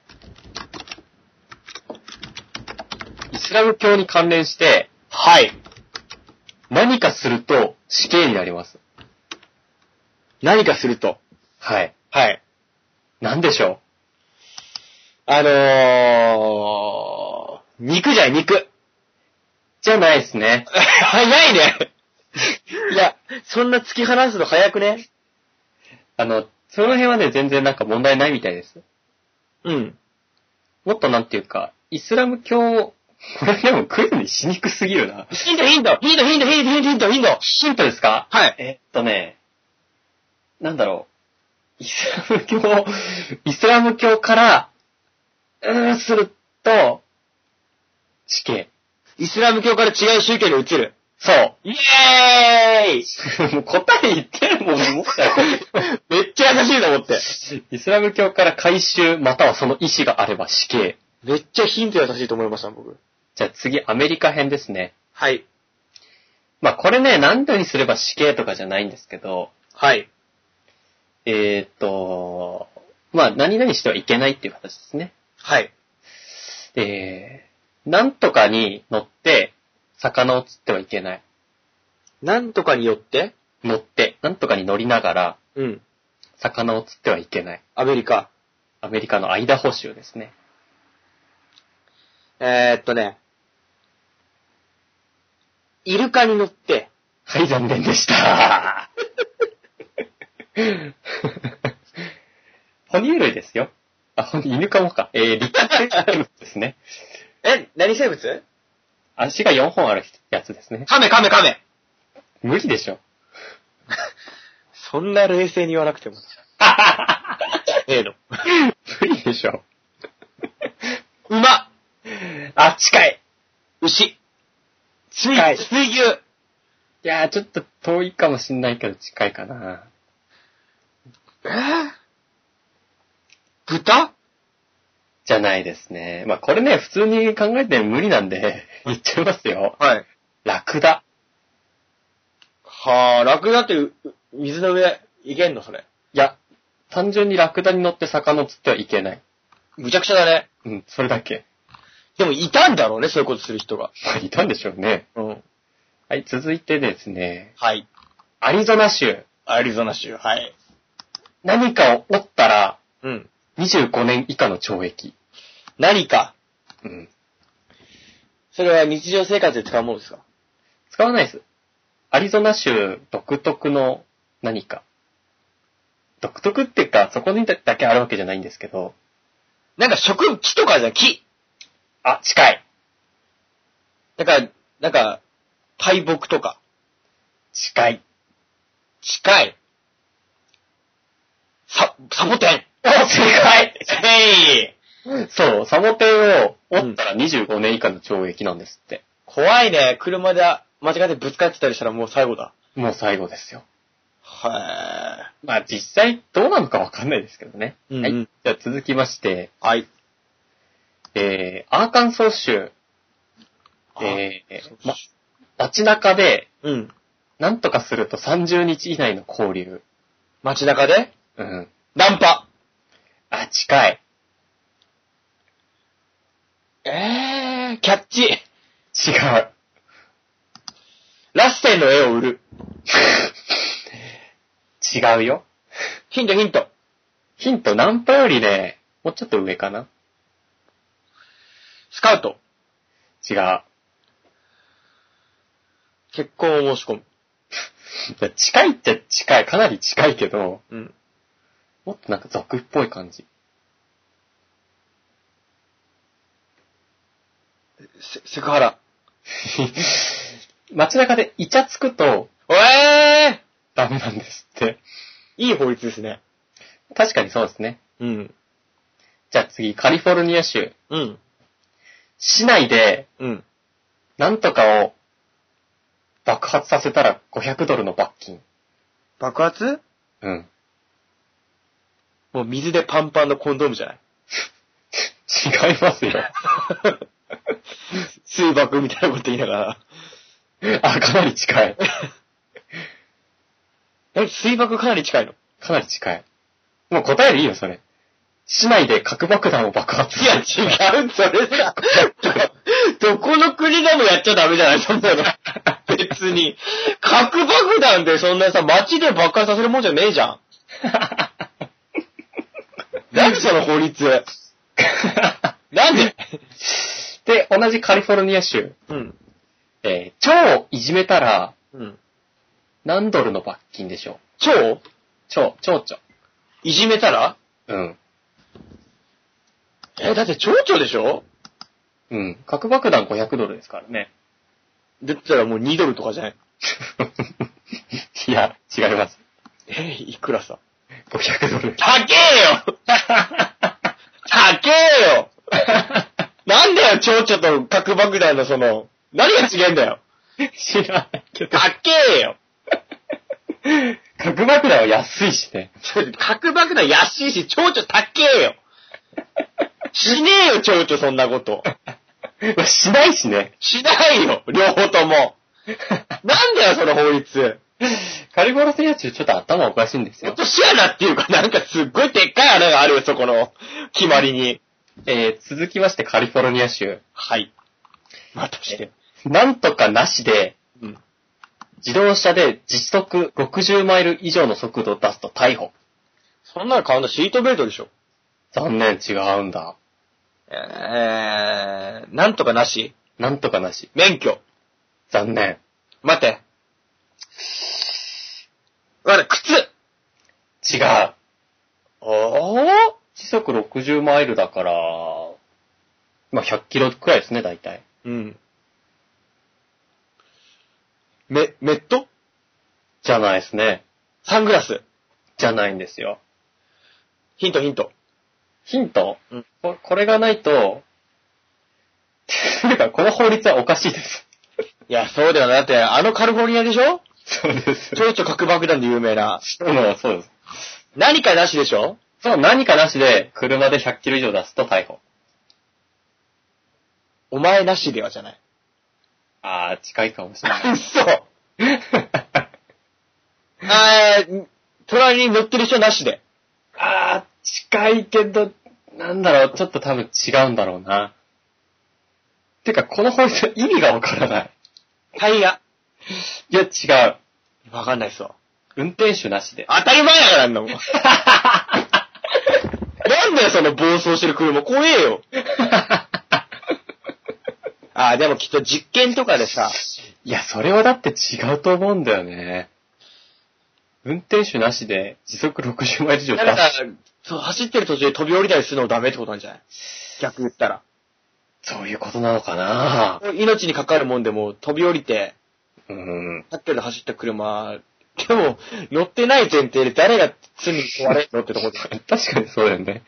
イスラム教に関連して、はい。何かすると死刑になります。何かすると。はい。はい。なんでしょあのー、肉じゃん、肉。うじゃないですね。 *laughs* 早いね。いや、そんな突き放すの早くね。あの、その辺はね、全然なんか問題ないみたいです。うん。もっとなんていうか、イスラム教、これでもクイズにしにくすぎるな。ヒント、ヒント、ヒント、ヒント、ヒント、ヒント、ヒント、ヒント。ヒントですかはい。えっとね、なんだろう。イスラム教、イスラム教から、うーん、すると、死刑。イスラム教から違う宗教に移る。そう。イエーイもう *laughs* 答え言ってるもん、もったいない *laughs* めっちゃ優しいと思って。 *laughs* イスラム教から回収、またはその意思があれば死刑。めっちゃヒント優しいと思いました、僕。じゃあ次、アメリカ編ですね。はい。まあこれね、何度にすれば死刑とかじゃないんですけど、はい。えーっと、まあ何々してはいけないっていう形ですね。はい。えー、なんとかに乗って、魚を釣ってはいけない。なんとかによって乗って、なんとかに乗りながら、うん。魚を釣ってはいけない。アメリカ。アメリカのアイダホ州ですね。えー、っとね。イルカに乗って。はい、残念でした。哺乳類ですよ。あ、ほん犬かもか。えー、陸生物ですね。え、何生物足が4本あるやつですね。カメカメカメ。無理でしょ。そんな冷静に言わなくても。ええの。 *laughs* 無理でしょ。馬、あ、近い。牛、水、はい水牛、いやー、ちょっと遠いかもしんないけど近いかな。えー、豚じゃないですね。まあ、これね、普通に考えて無理なんで、 *laughs* 言っちゃいますよ。はい。ラクダ。はあ、楽だってう、う水の上、いけんのそれ。いや、単純にラクダに乗って魚を釣ってはいけない。むちゃくちゃだね。うん、それだけ。でも、いたんだろうね、そういうことする人が。ま *laughs* あ、いたんでしょうね。うん。はい、続いてですね、はい。アリゾナ州。アリゾナ州、はい。何かを折ったら、うん。 25年以下の懲役。何か。うん。それは日常生活で使うものですか使わないです。アリゾナ州独特の何か。独特っていうか、そこにだけあるわけじゃないんですけど、なんか植木とかじゃん木。あ、近い。だから、なんか、大木とか。近い。近い。サ、サボテン。お、近いえいそう、サボテンを折ったら25年以下の懲役なんですって。怖いね。車で間違ってぶつかってたりしたらもう最後だ。もう最後ですよ。はまあ実際どうなのかわかんないですけどね。うんうんはい。じゃあ続きまして、い。はい。えー、アーカンソー州、えー、ま、街中でうん。何とかすると30日以内の交流。街中でうん。ナンパ。あ、近い。えー、キャッチ。違う。ラッセンの絵を売る。違うよ。ヒントヒント。ヒント、ナンパよりね、もうちょっと上かな。スカウト。違う。結婚を申し込む。近いっちゃ近い。かなり近いけど、うん。もっとなんか俗っぽい感じ。セセクハラ。街中でイチャつくとえダメなんですって。ーいい法律ですね。確かにそうですね。うん。じゃあ次、カリフォルニア州。うん。市内でうん。なんとかを爆発させたら500ドルの罰金。爆発うん。もう水でパンパンのコンドームじゃない *laughs* 違いますよ。水爆みたいなこと言いながら。 *laughs* あ、かなり近い。え、水爆かなり近いのかなり近い。もう答えでいいよ、それ。市内で核爆弾を爆発いや、違う、それ *laughs* さ、どこの国でもやっちゃダメじゃない、そんなの。別に。核爆弾でそんなさ、街で爆破させるもんじゃねえじゃん。何その法律。なんで *laughs* で、同じカリフォルニア州、うん。えー、蝶をいじめたらうん。何ドルの罰金でしょう超蝶、蝶々。いじめたらうん。え、だって蝶々でしょうん。核爆弾500ドルですから *laughs* ね。だったらもう2ドルとかじゃない。いや、違います。え、いくらさ。 500 *laughs* ドル。高えよ高えよなんだよ、蝶々と核爆弾のその、何が違えんだ *laughs* よ。知らないけど。高えよ核爆弾は安いしね。 *laughs* 核爆弾安いし、蝶々高えよしねえよ、蝶々そんなこと。まあしないしね。しないよ、両方とも。なんだよ、その法律。 *laughs* カリフォルニア州ちょっと頭おかしいんです落よ。とし穴っていうか、なんかすっごいでっかい穴があるよ、そこの、決まりに。えー、続きましてカリフォルニア州。はい。またして。なんとかなしで、うん。自動車で時速60マイル以上の速度を出すと逮捕。そんなの買うのシートベルトでしょ。残念、違うんだ。えー、なんとかなし。なんとかなし。免許。残念。待て。わか靴違う。おー時速60マイルだから、まあ、100キロくらいですね、大体。うん。め、メットじゃないですね。サングラス。じゃないんですよ。ヒントヒント。ヒント、うんここれがないと、 *laughs* ていうか、この法律はおかしいです。いや、そうだよな。だって、あのカルフォルニアでしょそうです蝶々核爆弾で有名な。そうそうです。何かなしでしょそう、何かなしで、車で100キロ以上出すと逮捕。お前なしではじゃない。あー、近いかもしれない。 *laughs* 嘘あー、隣に乗ってる人なしで。あー、近いけど、なんだろう、ちょっと多分違うんだろうな。てか、この法律は意味がわからない。タイヤ。いや、違う。わかんないっすわ。運転手なしで。当たり前やからあんなもん。なんだよ、その暴走してる車。怖えよ。ああ、でもきっと実験とかでさ、いや、それはだって違うと思うんだよね。運転手なしで時速60マイル以上な出んかさす。そう、走ってる途中で飛び降りたりするのもダメってことなんじゃない逆言ったら。そういうことなのかな命に関わるもんでもう飛び降りて、うん。立ってる走った車、でも、乗ってない前提で誰が罪に問われるのってとこで。確かにそうだよね。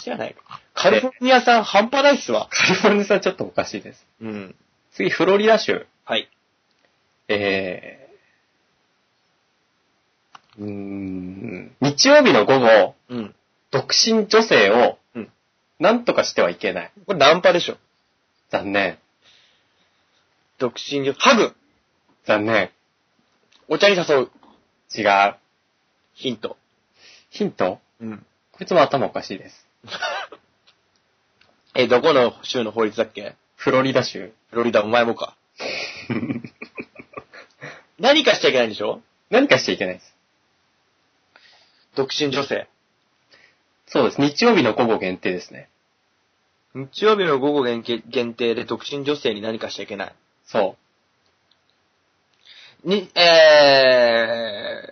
知らないか。カリフォルニアさん半端ないっすわ。カリフォルニアさんちょっとおかしいです。うん。次、フロリダ州。はい。えー、うーん、日曜日の午後、うん。独身女性をうん、なんとかしてはいけない。これナンパでしょ。残念。独身女、ハグ残念。お茶に誘う。違う。ヒント。ヒントうん。こいつも頭おかしいです。え、どこの州の法律だっけフロリダ州。 *laughs* フロリダ、お前もか。何かしちゃいけないんでしょ何かしちゃいけないです。独身女性。そうです。日曜日の午後限定ですね。日曜日の午後限定限定で独身女性に何かしちゃいけない。そに、えー、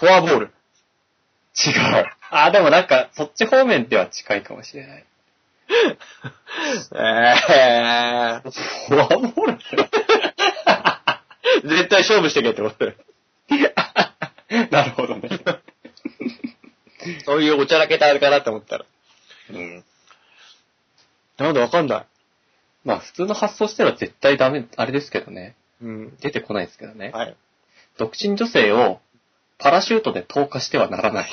フォアボール。う。違う。あー、でもなんか、そっち方面では近いかもしれない。 *laughs* えフォアボールー、絶対勝負してけってことだよ *laughs* なるほどね。そういうおちゃらけたあるかなって思ったら。うん。なんだわかんない。まあ、普通の発想しては絶対ダメ、あれですけどね。うん。出てこないですけどね。はい。独身女性をパラシュートで投下してはなら *laughs* ない。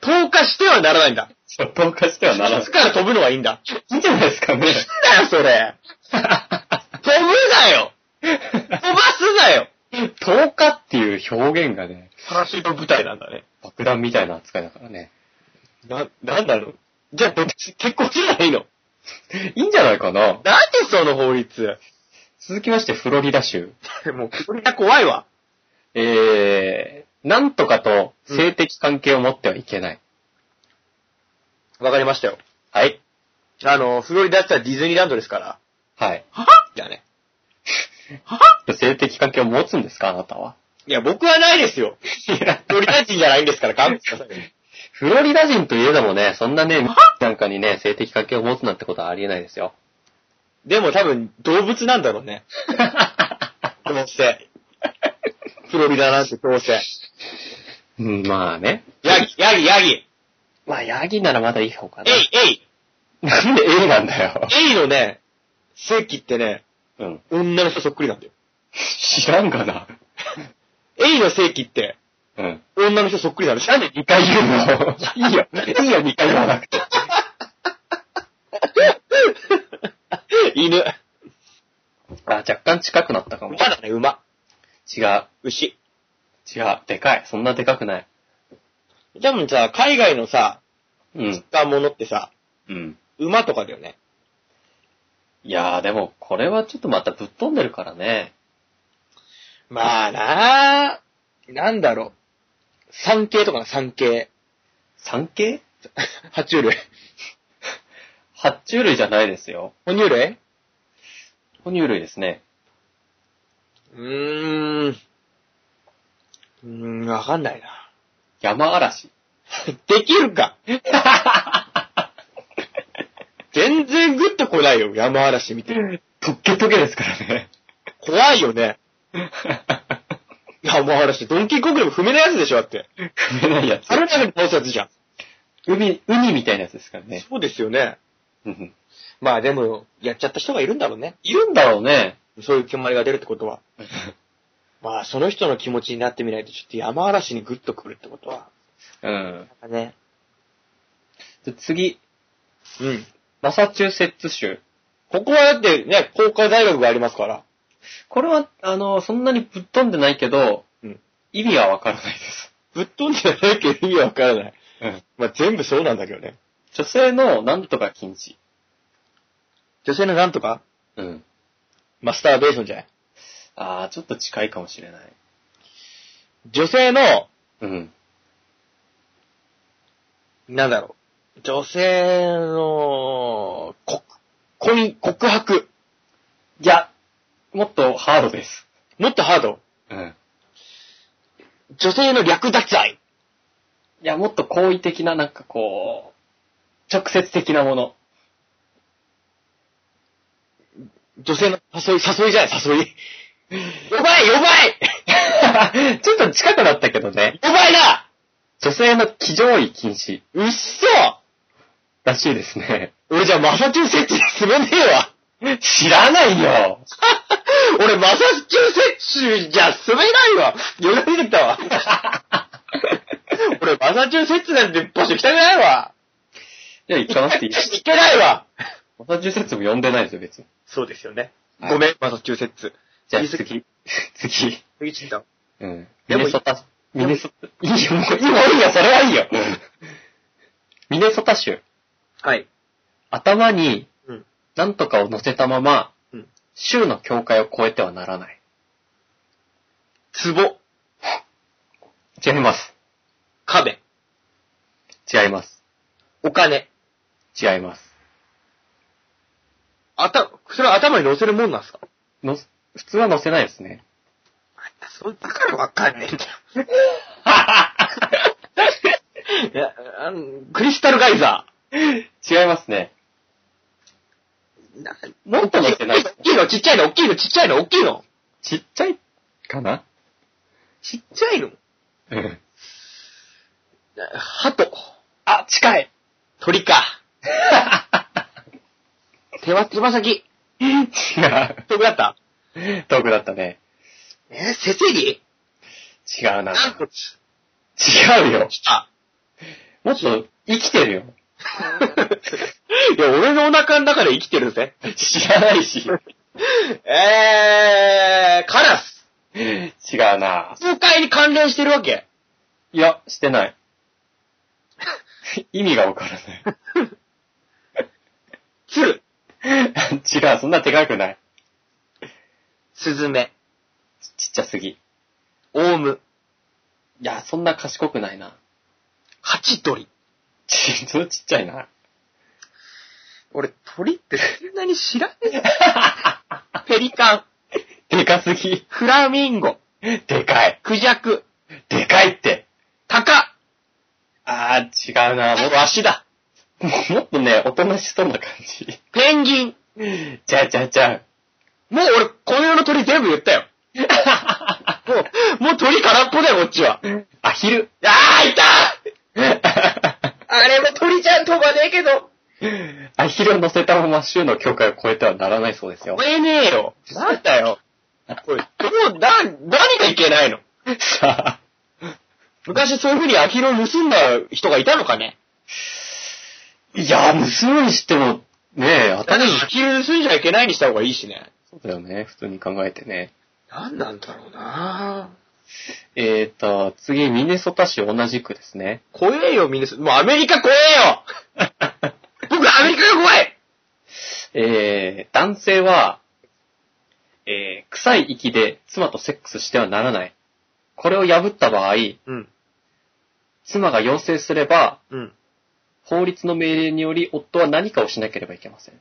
投下してはならないんだ。そう投下してはならないつ。から飛ぶのはいいんだ。いいんじゃないですかね。なんだよ、それ。飛ぶなよ飛ばすなよ *laughs* 投下っていう表現がね、パラシュート部隊なんだね。爆弾みたいな扱いだからね。な、なんだろう。じゃあ、どっち、結婚すればいいのいいんじゃないかなな。んでその法律。続きまして、フロリダ州。もう、これが怖いわ。えー、なんとかと性的関係を持ってはいけない。わかりましたよ。はい。あの、フロリダって言ったらディズニーランドですから。はい。はじゃあね。性的関係を持つんですかあなたは。いや、僕はないですよ。いやフロリダ人じゃないんですから、勘弁してくださいね。フロリダ人といえどもね、そんなね、なんかにね、性的関係を持つなんてことはありえないです *laughs* よ。でも多分、動物なんだろうね。どうせ。フロリダなんてどうせ。うんまあね。ヤギ、ヤギ、ヤギ。まあ、ヤギならまだいい方かな。エイ、エイ。なんで A なんだよ。エイのね、席ってね、うん。女の人そっくりなんだよ。知らんがな。エイの席って、うん。女の人そっくりなの。なんで2回言うの。いいよ。いいよ、2回言わなくて。犬。あ、若干近くなったかも。馬だね、馬。違う。牛。違う。でかい。そんなでかくない。多分さ、海外のさ、うん。使うものってさ、うん。馬とかだよね。いやー、でも、これはちょっとまたぶっ飛んでるからね。まあなあなんだろう。産系とかの産系。産系爬虫類。爬虫類じゃないですよ。哺乳類哺乳類ですね。うーん。うーん、わかんないな。山嵐。できるか全然グッと来ないよ、山嵐見て。とっけとけですからね。怖いよね。山嵐、ドンキーコングでも踏めないやつでしょ、だって。食えないやつあ。れだけで倒すやつじゃん。海、ウニみたいなやつですからね。そうですよね。うんまあでも、やっちゃった人がいるんだろうね。いるんだろうね。そういう気まりが出るってことは。まあ、その人の気持ちになってみないと、ちょっと山嵐にグッとくるってことは。うん。なんかね。で次、うん。マサチューセッツ州。ここはだってね、公開大学がありますから。これは、あの、そんなにぶっ飛んでないけど、うん意味はわからないです。ぶっ飛んでないけど意味わからない。うん。まあ、全部そうなんだけどね。女性のなんとか禁止。女性のなんとかうん。マスターベーションじゃないああ、ちょっと近いかもしれない。女性の、うん。なんだろう。女性の、こ、恋、告白。いや、もっとハードです。もっとハード。うん。女性の略奪愛。いや、もっと好意的な、なんかこう、直接的なも *laughs* の。女性の誘い、誘いじゃない、誘い。 *laughs* やばい、やばいちょっと近くなったけどね。やばいな女性の騎乗位禁止うっそらしいですね。 *laughs* 俺じゃあマサチューセッツに住めねえわ。知らないよ俺マサチューセッツじゃ住めないわ。よだれ出てきた *laughs* わ。俺マサチューセッツなんて場所行きたくないわ。じゃあ行かなくていい。行けないわ。マサチューセッツも呼んでないですよ、別に。そうですよね。はいごめん、マサチューセッツ。じゃあ言い過ぎ次。次。次ちった。うん。でミもネソタ、ミネソタ、いいよ、もういいよ、いいよ、それはいいよ。ミネソタ州。はい。頭にうん、なんとかを乗せたままうん、州の境界を越えてはならない。ツボ、違います。壁、違います。お金。違います。あた、それは頭に乗せるもんなんすかの、普通は乗せないです *laughs* ね。そだからわかんねえんだよ。 *laughs* いや、あの、クリスタルガイザ違いますね。ー。なもっと乗せない。大きいの、ちっちゃいの、大きいの、ちっちゃいの、大きいの。ちっちゃいかなちっちゃいのうん。鳩。あ、近い鳥か。手は、手羽先。違う。飛ぶだった *laughs* 遠くだったね。えー、せせり違うな。なんか、違うよ。来た。もっと生きてるよ。いや、俺のお腹の中で生きてるぜ。知らないし。えー、カラス。違うな。公開に関連してるわけ。いや、してない。 *laughs* 意味がわからない。鶴、 *laughs* 違う、そんなでかくない。スズメ、ちっちゃすぎ。いオウム、や、そんな賢くないな。ハチドリ。ち、それちっちゃいな。 *laughs* 俺、鳥ってそんなに知らねえ。ペリカン、でかすぎ。フラミンゴ、でかい。クジャク、でかいって。タカ。あー、違うな。もっと足だ。ももっとね、おとなしそうな感じ。ペンギン。ちゃうちゃうちゃう。もう俺、この世の鳥全部言ったよ。もう、もう鳥空っぽだよ、こっちは。アヒル。あー、いたあれも鳥ちゃん飛ばねえけど。アヒルを乗せたまま州の境界を越えてはならないそうですよ飛。べねえよ。なんだよ。これ、もう、な、何がいけないのさあ、昔そういう風にアヒルを盗んだ人がいたのかねいや、盗むにしても、ねえ、当たりアヒル盗んじゃいけないにした方がいいしね。そうだよね、普通に考えてね。何なんだろうなえーと、次、ミネソタ州同じくですね。怖えよ、みんな。もうアメリカ怖えよ僕アメリカが怖いえー、男性は、えー、臭い息で妻とセックスしてはならない。これを破った場合、うん、妻が要請すれば、うん。法律の命令により夫は何かをしなければいけません。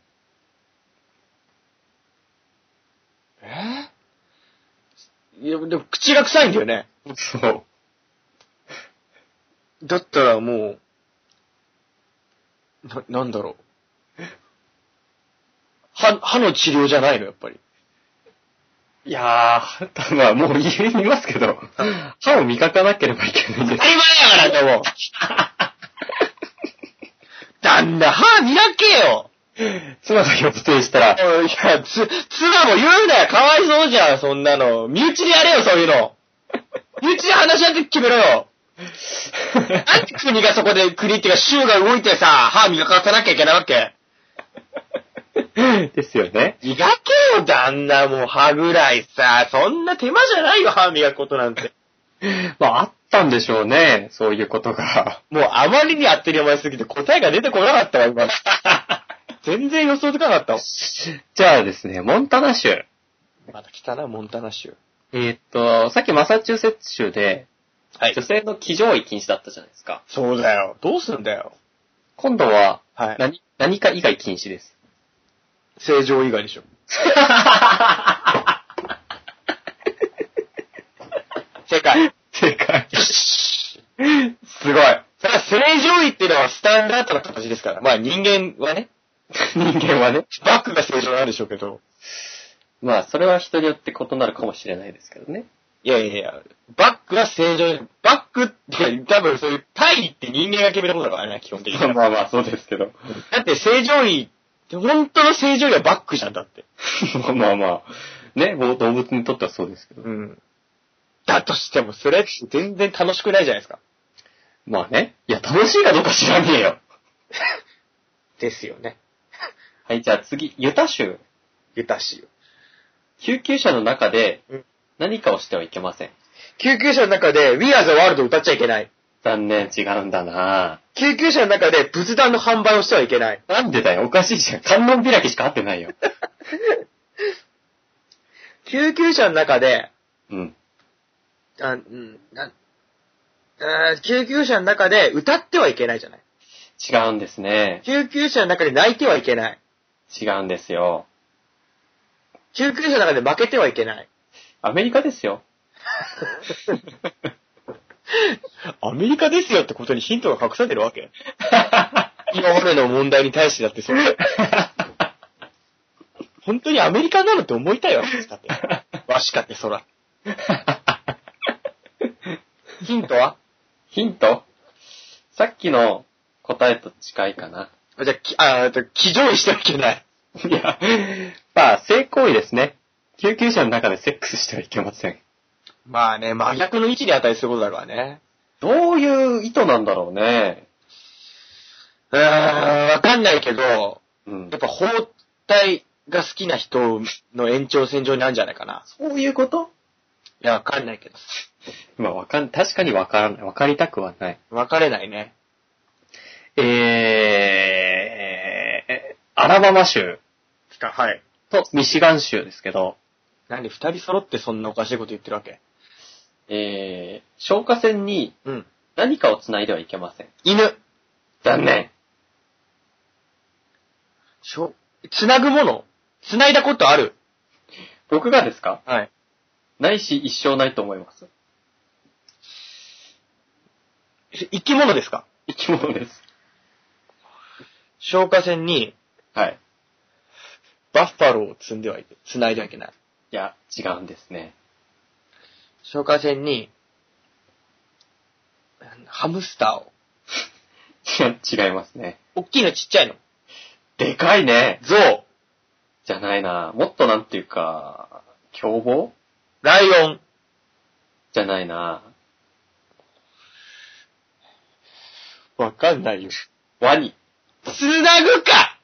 えいや、でも口が臭いんだよね。そう。だったらもう、な、なんだろう。歯、歯の治療じゃないの、やっぱり。いやー、ただもう家にいますけ *laughs* ど、歯を磨かなければいけないんで *laughs* 当たり前やから *laughs* だもん。旦那、歯磨けよ。す。妻が要請したら、おいいや、つ、妻も言うなよ。かわいそうじゃん、そんなの。身内でやれよ、そういう *laughs* の。身内で話し合って決めろよ。なんで国がそこで、国っていうか州が動いてさ、歯磨かさなきゃいけないわけ *laughs* ですよね。磨けよ、旦那も歯ぐらいさ。そんな手間じゃないよ、歯磨くことなんて。まあ、あったんでしょうね、そういうことが。もうあまりに当たり前すぎて答えが出てこなかったわ、 *laughs* 今。全然予想つかなかったわ。じゃあですね、モンタナ州。また来たな、モンタナ州。えーっと、さっきマサチューセッツ州で、は女。性の騎乗位禁止だったじゃないですか。そうだよ。どうすんだよ。今度は、はい。何、何か以外禁 *laughs* 止です。正常以外でしょ。正解。正解。すすごい。ただ、正常位っていうのはスタンダードな形ですから。まあ人間はね、人間はね。バックが正常なんでしょうけど。まあ、それは人によって異なるかもしれないですけどね。いやいやいや、バックが正常バックって多分そういう体位って人間が決めたことだからね、基本的にまあは。まあまあ、そうですけど。 *laughs* だって正常位って本当の正常位はバックじゃんだって。まあまあまあ。ね、動物にとってはそうですけど。うん。だとしても、それって全然楽しくないじゃないですか。まあね。いや、楽しいかどうか知らねえよ。ですよね。はい、じゃあ次、ユタ州。ユタ州。救急車の中でうん何かをしてはいけません。救急車の中で We Are the World を歌っちゃいけない。残念、違うんだな救急車の中で仏壇の販売をしてはいけない。なんでだよ、おかしいじゃん。観音開きしか合って *laughs* ないよ。救急車の中で、うん。あ、うん、な、あー救急車の中で歌ってはいけないじゃない。違うんですね。救急車の中で泣いてはいけない。違うんですよ。救急車の中で負けてはいけない。アメリカですよ。 *laughs* アメリカですよってことにヒントが隠されてるわけ今までの問題に対してだってそ *laughs* れ。本当にアメリカなのって思いたいわけですか *laughs* って。わしかってそら。ヒントはヒントさっきの答えと近いかな。じゃあ、きあーえっと、騎乗位してはいけない。いや、まあ、性行為ですね。救急車の中でセックスしてはいけません。まあね、真逆の位置に値することだからね。どういう意図なんだろうね。うーん、わかんないけど、うんやっ。ぱ包帯が好きな人の延長線上にあるんじゃないかな。そういうこといいや、わかんないけど。まあ、わかん、確かにわからない。わかりたくはない。わかれないね。えー、えーアラバマ州きた、はい。とミシガン州ですけど、何、二人揃ってそんなおかしいこと言ってるわけえー、消火栓にうん。何かを繋いではいけません。犬。残念。しょ、つなぐものつないだことある僕がですかはい。ないし一生ないと思います。生き物ですか生き物です。消火栓にはい。バッファローを積んではいけ、つないではいけない。いや、違うんですね。消火栓に、ハムスターを。いや、違いますね。大きいのちっちゃいの。でかいね。ゾウ。じゃないな。もっとなんていうか、凶暴ライオン。じゃないな。わかんないよ。ワニ。つなぐか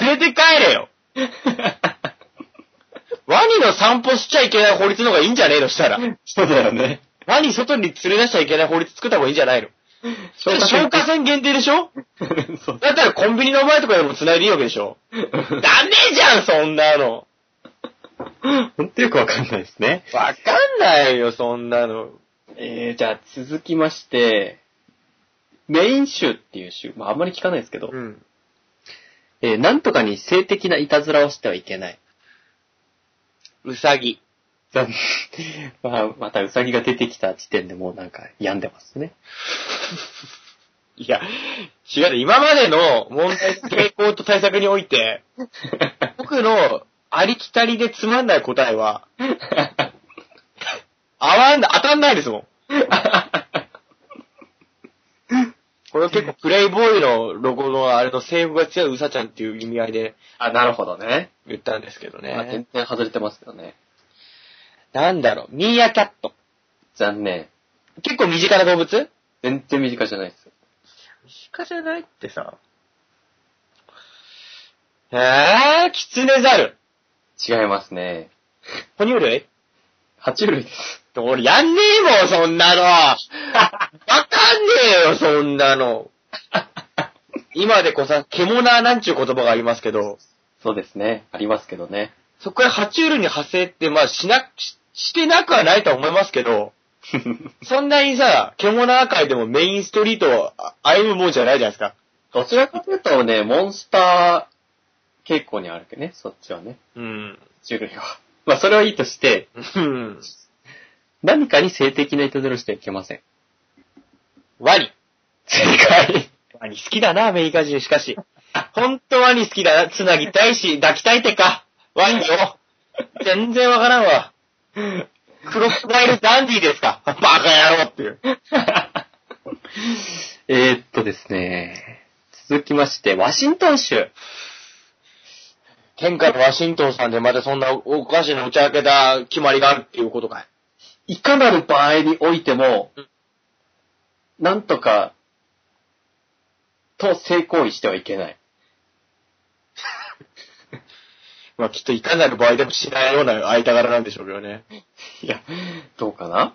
連れて帰れよ。ワニの散歩しちゃいけない法律の方がいいんじゃねえのしたら。 *laughs* そうだよね。ワニ外に連れ出しちゃいけない法律作った方がいいんじゃないの消火消火栓。栓限定でしょ *laughs* そう。だったらコンビニの前とかでも繋いでいいわけでしょダメじゃん、そんなの。ほんと *laughs* よくわかんないですね。わかんないよ、そんなの。えー、じゃあ続きまして、メイン州っていう州、まああんまり聞かないですけど、うん。えー、なんとかに性的ないたずらをしてはいけない。うさぎ。残念 *laughs* まあ、またウサギが出てきた時点でもうなんか病んでますね。いや、違う、今までの問題の傾向と対策において、 *laughs* 僕のありきたりでつまんない答えは、合わんな、当たんないですもん。これは結構プレイボーイのロゴのあれの制服が強いうさちゃんっていう意味合いで *laughs* あ、なるほどね。言ったんですけどまあ、ね全。然外れてますけどね。なんだろう、ミーアキャット。残念。結構身近な動物身全然身近じゃないですよ。近じゃないってさ。えぇ、キツネザル。違いますね。哺乳類爬虫類です。 *laughs* 俺やんねえもん、そん *laughs* なの。わかんねえよ、そんなの。今でこさ、獣なんちゅう言葉がありますけど、そうですね。ありますけどね。 *laughs* そこから爬虫類に派生って、まあ、しな、ししてなくはないとは思いますけど、そんなにさ、獣界でもメインストリートをあ歩むもんじゃないじゃないですか。どちらかというとね、モンスター傾向にあるけどね、そっちはね。うん。種類は。 *laughs* まあ、それはいいとして、うん。何かに性的ないたずらをしてはいけません。 *laughs* ワニ。正解。ワニ好きだな、アメリカ人しかし。本当ワニ好きだな、つなぎたいし、抱きたいってか。ワニを。全然わからんわ。クロスダイルダンディですかバカ野郎っていう。えーっとですね。続きまして、ワシントン州。天下のワシントンさんでまたそんなおかしなおちゃらけた決まりがあるっていうことかい。いかなる場合においても、なんとか、と性行為してはいけない。まあきっといかなる場合でもしないような間柄なんでしょうけどね。いや、どうかな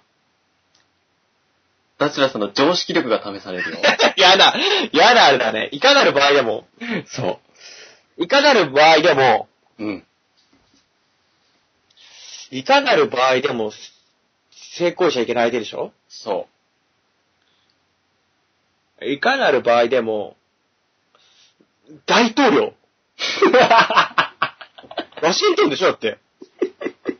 ダチュラさんの常識力が試されるよ。 *laughs* やだ、やだあれだね。いかなる場合でも、 *laughs* そいかなる場合でも、う。うん。いかなる場合でも、成功しちゃいけない相手でしょそいかなる場合でも、大統領。ワシントンでしょだって。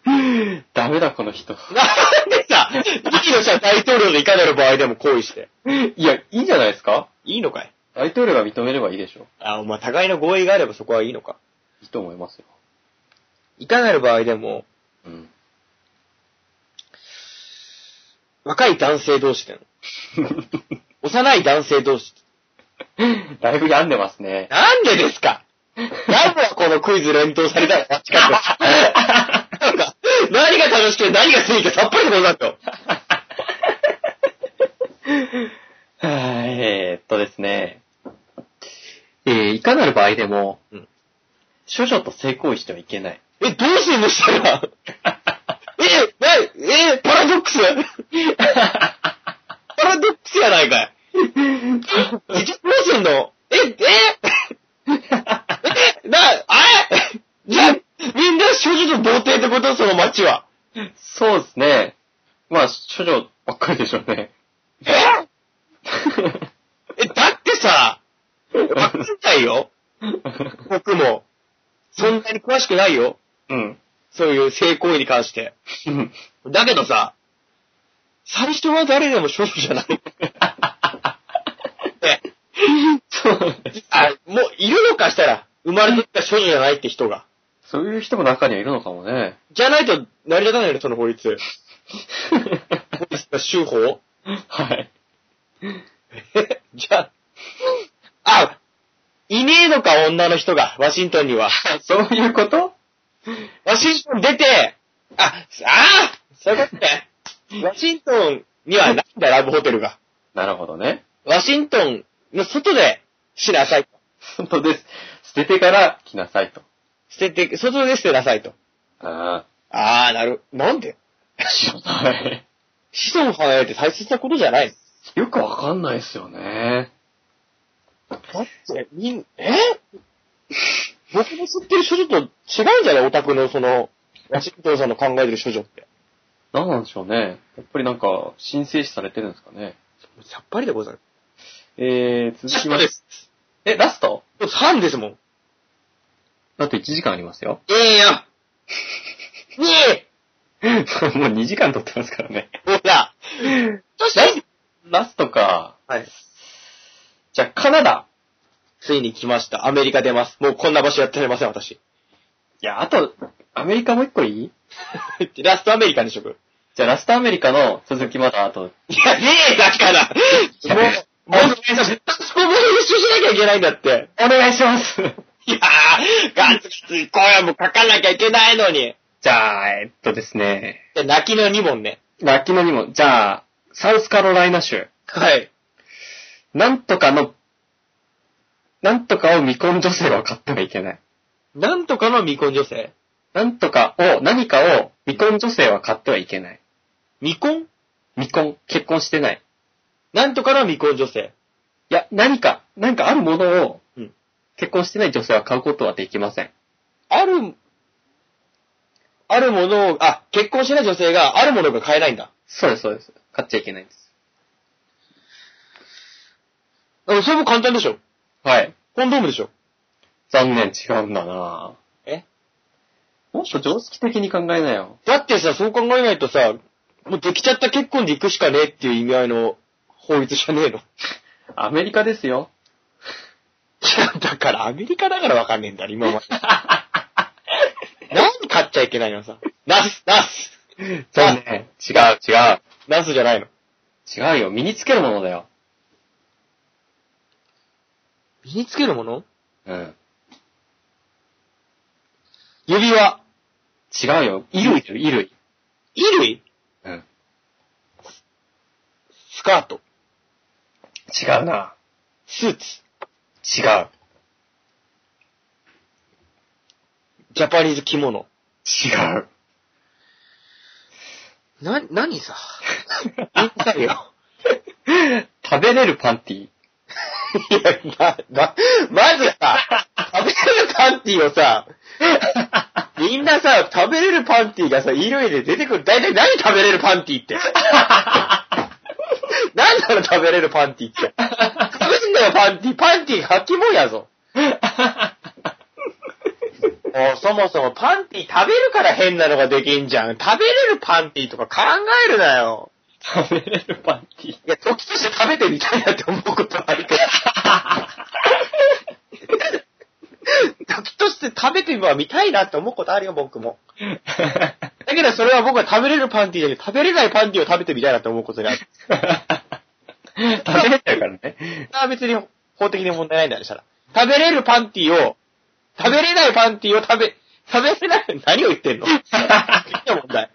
う。ダメだ、この人。なんでさ、いいのじゃあ大統領でいかなる場合でも行為して。いや、いいんじゃないですかいいのかい大統領が認めればいいでしょ。あ、まあ、互いの合意があればそこはいいのか。いいと思いますよ。いかなる場合でも、うん。若い男性同士での。幼い男性同士。だいぶ病んでますね。なんでですかなんでこのクイズ連投されたの間違ったなんか、何が楽しくて何が正義かさっぱりでござんと。はい、えーっとですね。えー、いかなる場合でも、うん処女と性行為してはいけない。え、どうすんのしたらえな、えパラドックスパラドックスやないかい。えじゃどうすんのえ、ええな、あれじゃ、みんな少女と童貞ってことその街は。そうですね。まあ、処女ばっかりでしょうね。ええ、だってさ、わかんないよ。僕も。そんなに詳しくないよ。うん。そういう性行為に関して。だけどさ、最初は誰でも少女じゃない。 *laughs* ねそうあ、もういるのかしたら、生まれてきた少女じゃないって人が。そういう人も中にはいるのかもね。じゃないと成り立たないの、その法律。法律が修法 *laughs* はい。じゃあ、あ、いねえのか、女の人が、ワシントンには。そういうことワシントン出て、あ、ああそういうことね。ワシントンにはないんだ、ラブホテルが。なるほどね。ワシントンの外でしなさいと。本当です。捨ててから来なさいと。捨てて、外で捨てなさいと。あああ、なる。なんであ、知らない。子孫繁栄って大切なことじゃない。よくわかんないっすよね。だって、みん、え僕の吸ってる処女と違うんじゃないオタクのその、ワシントンさんの考えてる処女って。なんなんでしょうね。やっぱりなんか、神聖視されてるんですかね。さっぱりでござる。えー、続きまして。す。え、ラスト3ですもん。あと1時間ありますよ。 *laughs* ええや。ねえもう2時間撮ってますからね。ほら。どうしてラストか。はい。じゃあ、カナダ。ついに来ました。アメリカ出ます。もうこんな場所やってられません、私。いや、あと、アメリカもう一個いいラストアメリカにしとく。じゃあ、ラストアメリカの続きまだあと。いや、ねえ、だから。もう、もう、そこも一緒しなきゃいけないんだって。お願いします *laughs* いやー、ガツガツ、今夜も書かなきゃいけないのに。じゃあ、えっとですね。で、泣きの2問ね。楽器のにも、じゃあ、サウスカロライナ州。はい。なんとかの、なんとかを未婚女性は買ってはいけない。なんとかの未婚女性なんとかを、何かを未婚女性は買ってはいけない。未婚未婚、結婚してない。なんとかの未婚女性。いや、何か、何かあるものをうん、結婚してない女性は買うことはできません。ある、あるものを、あ、結婚してない女性があるものが買えないんだ。そうです、そうです。買っちゃいけないんです。でもそれも簡単でしょ。はい。コンドームでしょ。残念、違うんだなえもっと常識的に考えなよ。だってさ、そう考えないとさ、もうできちゃった結婚で行くしかねえっていう意味合いの法律じゃねえの。いアメリカです *laughs* よ。や、 *laughs* だからアメリカだからわかんねえんだ、今まで。なんで買っちゃいけないのさ。ナス、ナス残念。違う、違う。ナスじゃないの。違うよ。身につけるものだよ。身につけるものうん。指輪。違うよ。衣類だよ、衣類。衣類うん。スカート。違うな。スーツ。違う。ジャパニーズ着物。違 *laughs* う。な、何さ。言ったよ。 *laughs* 食べれるパンティい *laughs* や、ま、ま、まずさ、食べれるパンティをさ、みんなさ、食べれるパンティがさ、衣類で出てくる。だいたい何食べれるパンテ *laughs* ィって。何なの食べれるパンティって。食べんなよ、パンティ。パンティ履きもんやぞ。もうそもそもパンティ食べるから変なのができんじゃん。食べれるパンティとか考えるなよ。食べれるパンティいや、時として食べてみたいなって思うことはあるけど。時として食べてみは見たいなって思うことあるよ、僕も。だけどそれは僕は食べれるパンティじゃなくて、食べれないパンティを食べてみたいなって思うことになる。食べれちゃうからね。それは別に法的に問題ないんだよ、そしたら。食べれるパンティを、食べれないパンティを食べ、食べれない、何を言ってんのいや問題。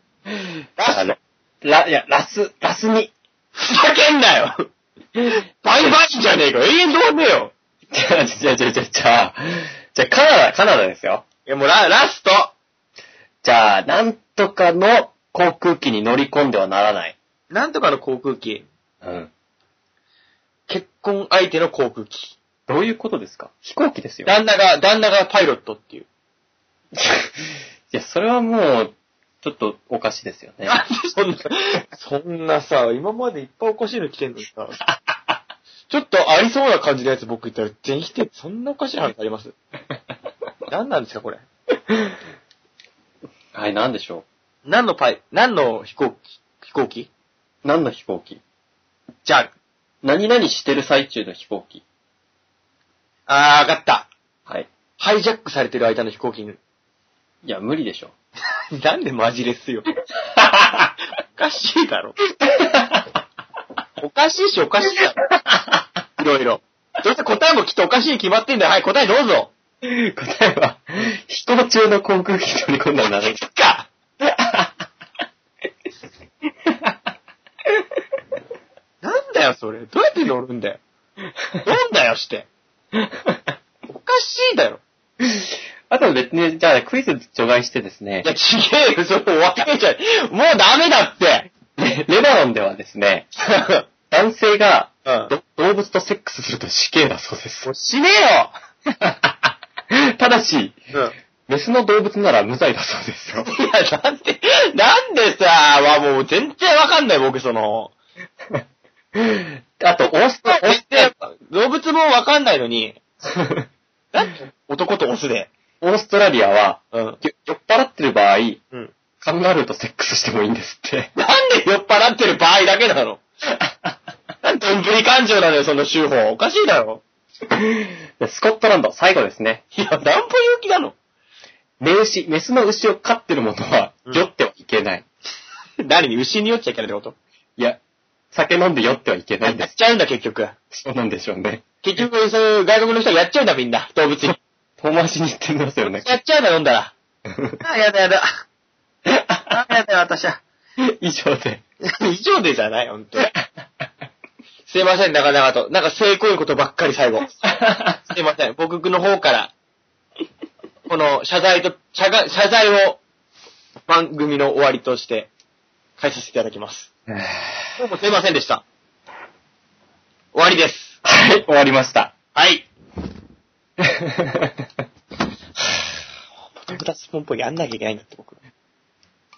あの、ラ、いや、ラス、ラスミ。ふざけんなよバイバイじゃねえか永遠どうねえよじゃあ、じゃあ、じゃあ、じゃあ、じゃあ、じゃあ、カナダ、カナダですよ。いやもうララストじゃあ、なんとかの航空機に乗り込んではならない。なんとかの航空機。うん。結婚相手の航空機。どういうことですか飛行機ですよ。旦那が、旦那がパイロットっていう。 *laughs* いや、それはもう、ちょっとおかしいですよ *laughs* ね。 *laughs* なんでそんな、そんなさ、今までいっぱいおかしいの来てんのに *laughs* さ、ちょっとありそうな感じのやつ僕言ったら全否定、そんなおかしい話あります何なんですかこれ。 *laughs* はい、なんでしょ何のパイ、何の飛行機、飛行機う。何の飛行機じゃあ、何々してる最中の飛行機。あー、わかった。はい。ハイジャックされてる間の飛行機に。いや、無理 *laughs* でしょ。 *laughs* なんでマジレスよ。おかしいだ *laughs* ろ。おかしいし、おかしいだろ。いろいろ。どうせ答えもきっとおかしいに決まってんだよ。はい、答えどうぞ。答えは、飛行中の航空機に取り込んだらならない。か。なんだよ、それ。どうやって乗るんだよ。なんだよ、して。おかしいだろ。 *laughs* あと別に、じゃあクイズ除外してですねい、や、ちげえよ、それ終わっちゃう。もうダメだって。レレバノンではですね、男性がうんど動物とセックスすると死刑だそうです *laughs* も。う死ねただし、えよ。メスの動物なら無罪だそうですよ。いや、なんで、なんでさ、はもう全然わかんない、僕、その。あと、オーストラ全然、動物もわかんないのに、なんで男とオスで。オーストラリアは、うん。酔酔っ払ってる場合、うん。カンガルーとセックスしてもいいんですって。なんで酔っ払ってる場合だけなのなんでどんぶり感情なのよ、その手法。おかしいだろ。でスコットランド、最後ですね。いや、なんぼ勇気なの。名牛、メスの牛を飼ってる者はうん酔ってはいけない。何に牛に酔っちゃいけないってこといや、酒飲んで酔ってはいけないんやでっちゃうんだ、結局。す。 *laughs* そうなんでしょうね。結局、そういう外国の人はやっちゃうんだ、みんな。動物に。遠回しに言ってみますよ *laughs* ね。やっちゃうんだ、飲んだら。あ、やだやだ。あ、やだよ、私は。以上 *laughs* で。 *laughs* 以上でじゃない、本当に。すいません、長々と。なんか成功いいことばっかり最後。すいません、僕の方から、この謝罪と、謝が謝罪を番組の終わりとして返させていただきます。どうもすいませんでした。終わりです。はい、終わりま *laughs* した。はい。特脱ポンポンやんなきゃいけないんだって、僕。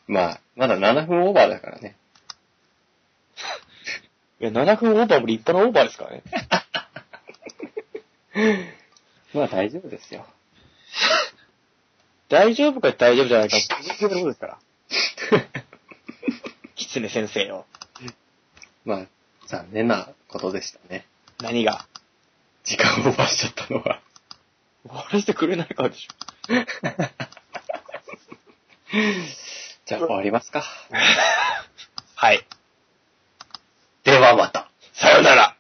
まあ、まだ7分オーバーだからね。いや、7分オーバーも立派なオーバーですからね。 *laughs* まあ大丈夫ですよ。大丈夫か大丈夫じゃないか、僕のことですから。キツネ先生よ。まあ、残念なことでしたね。何が時間をオーバーしちゃったの *laughs* は。終わらせてくれないからでしょ。 *laughs* じゃあ終わりますか。はい。ではまた。さよなら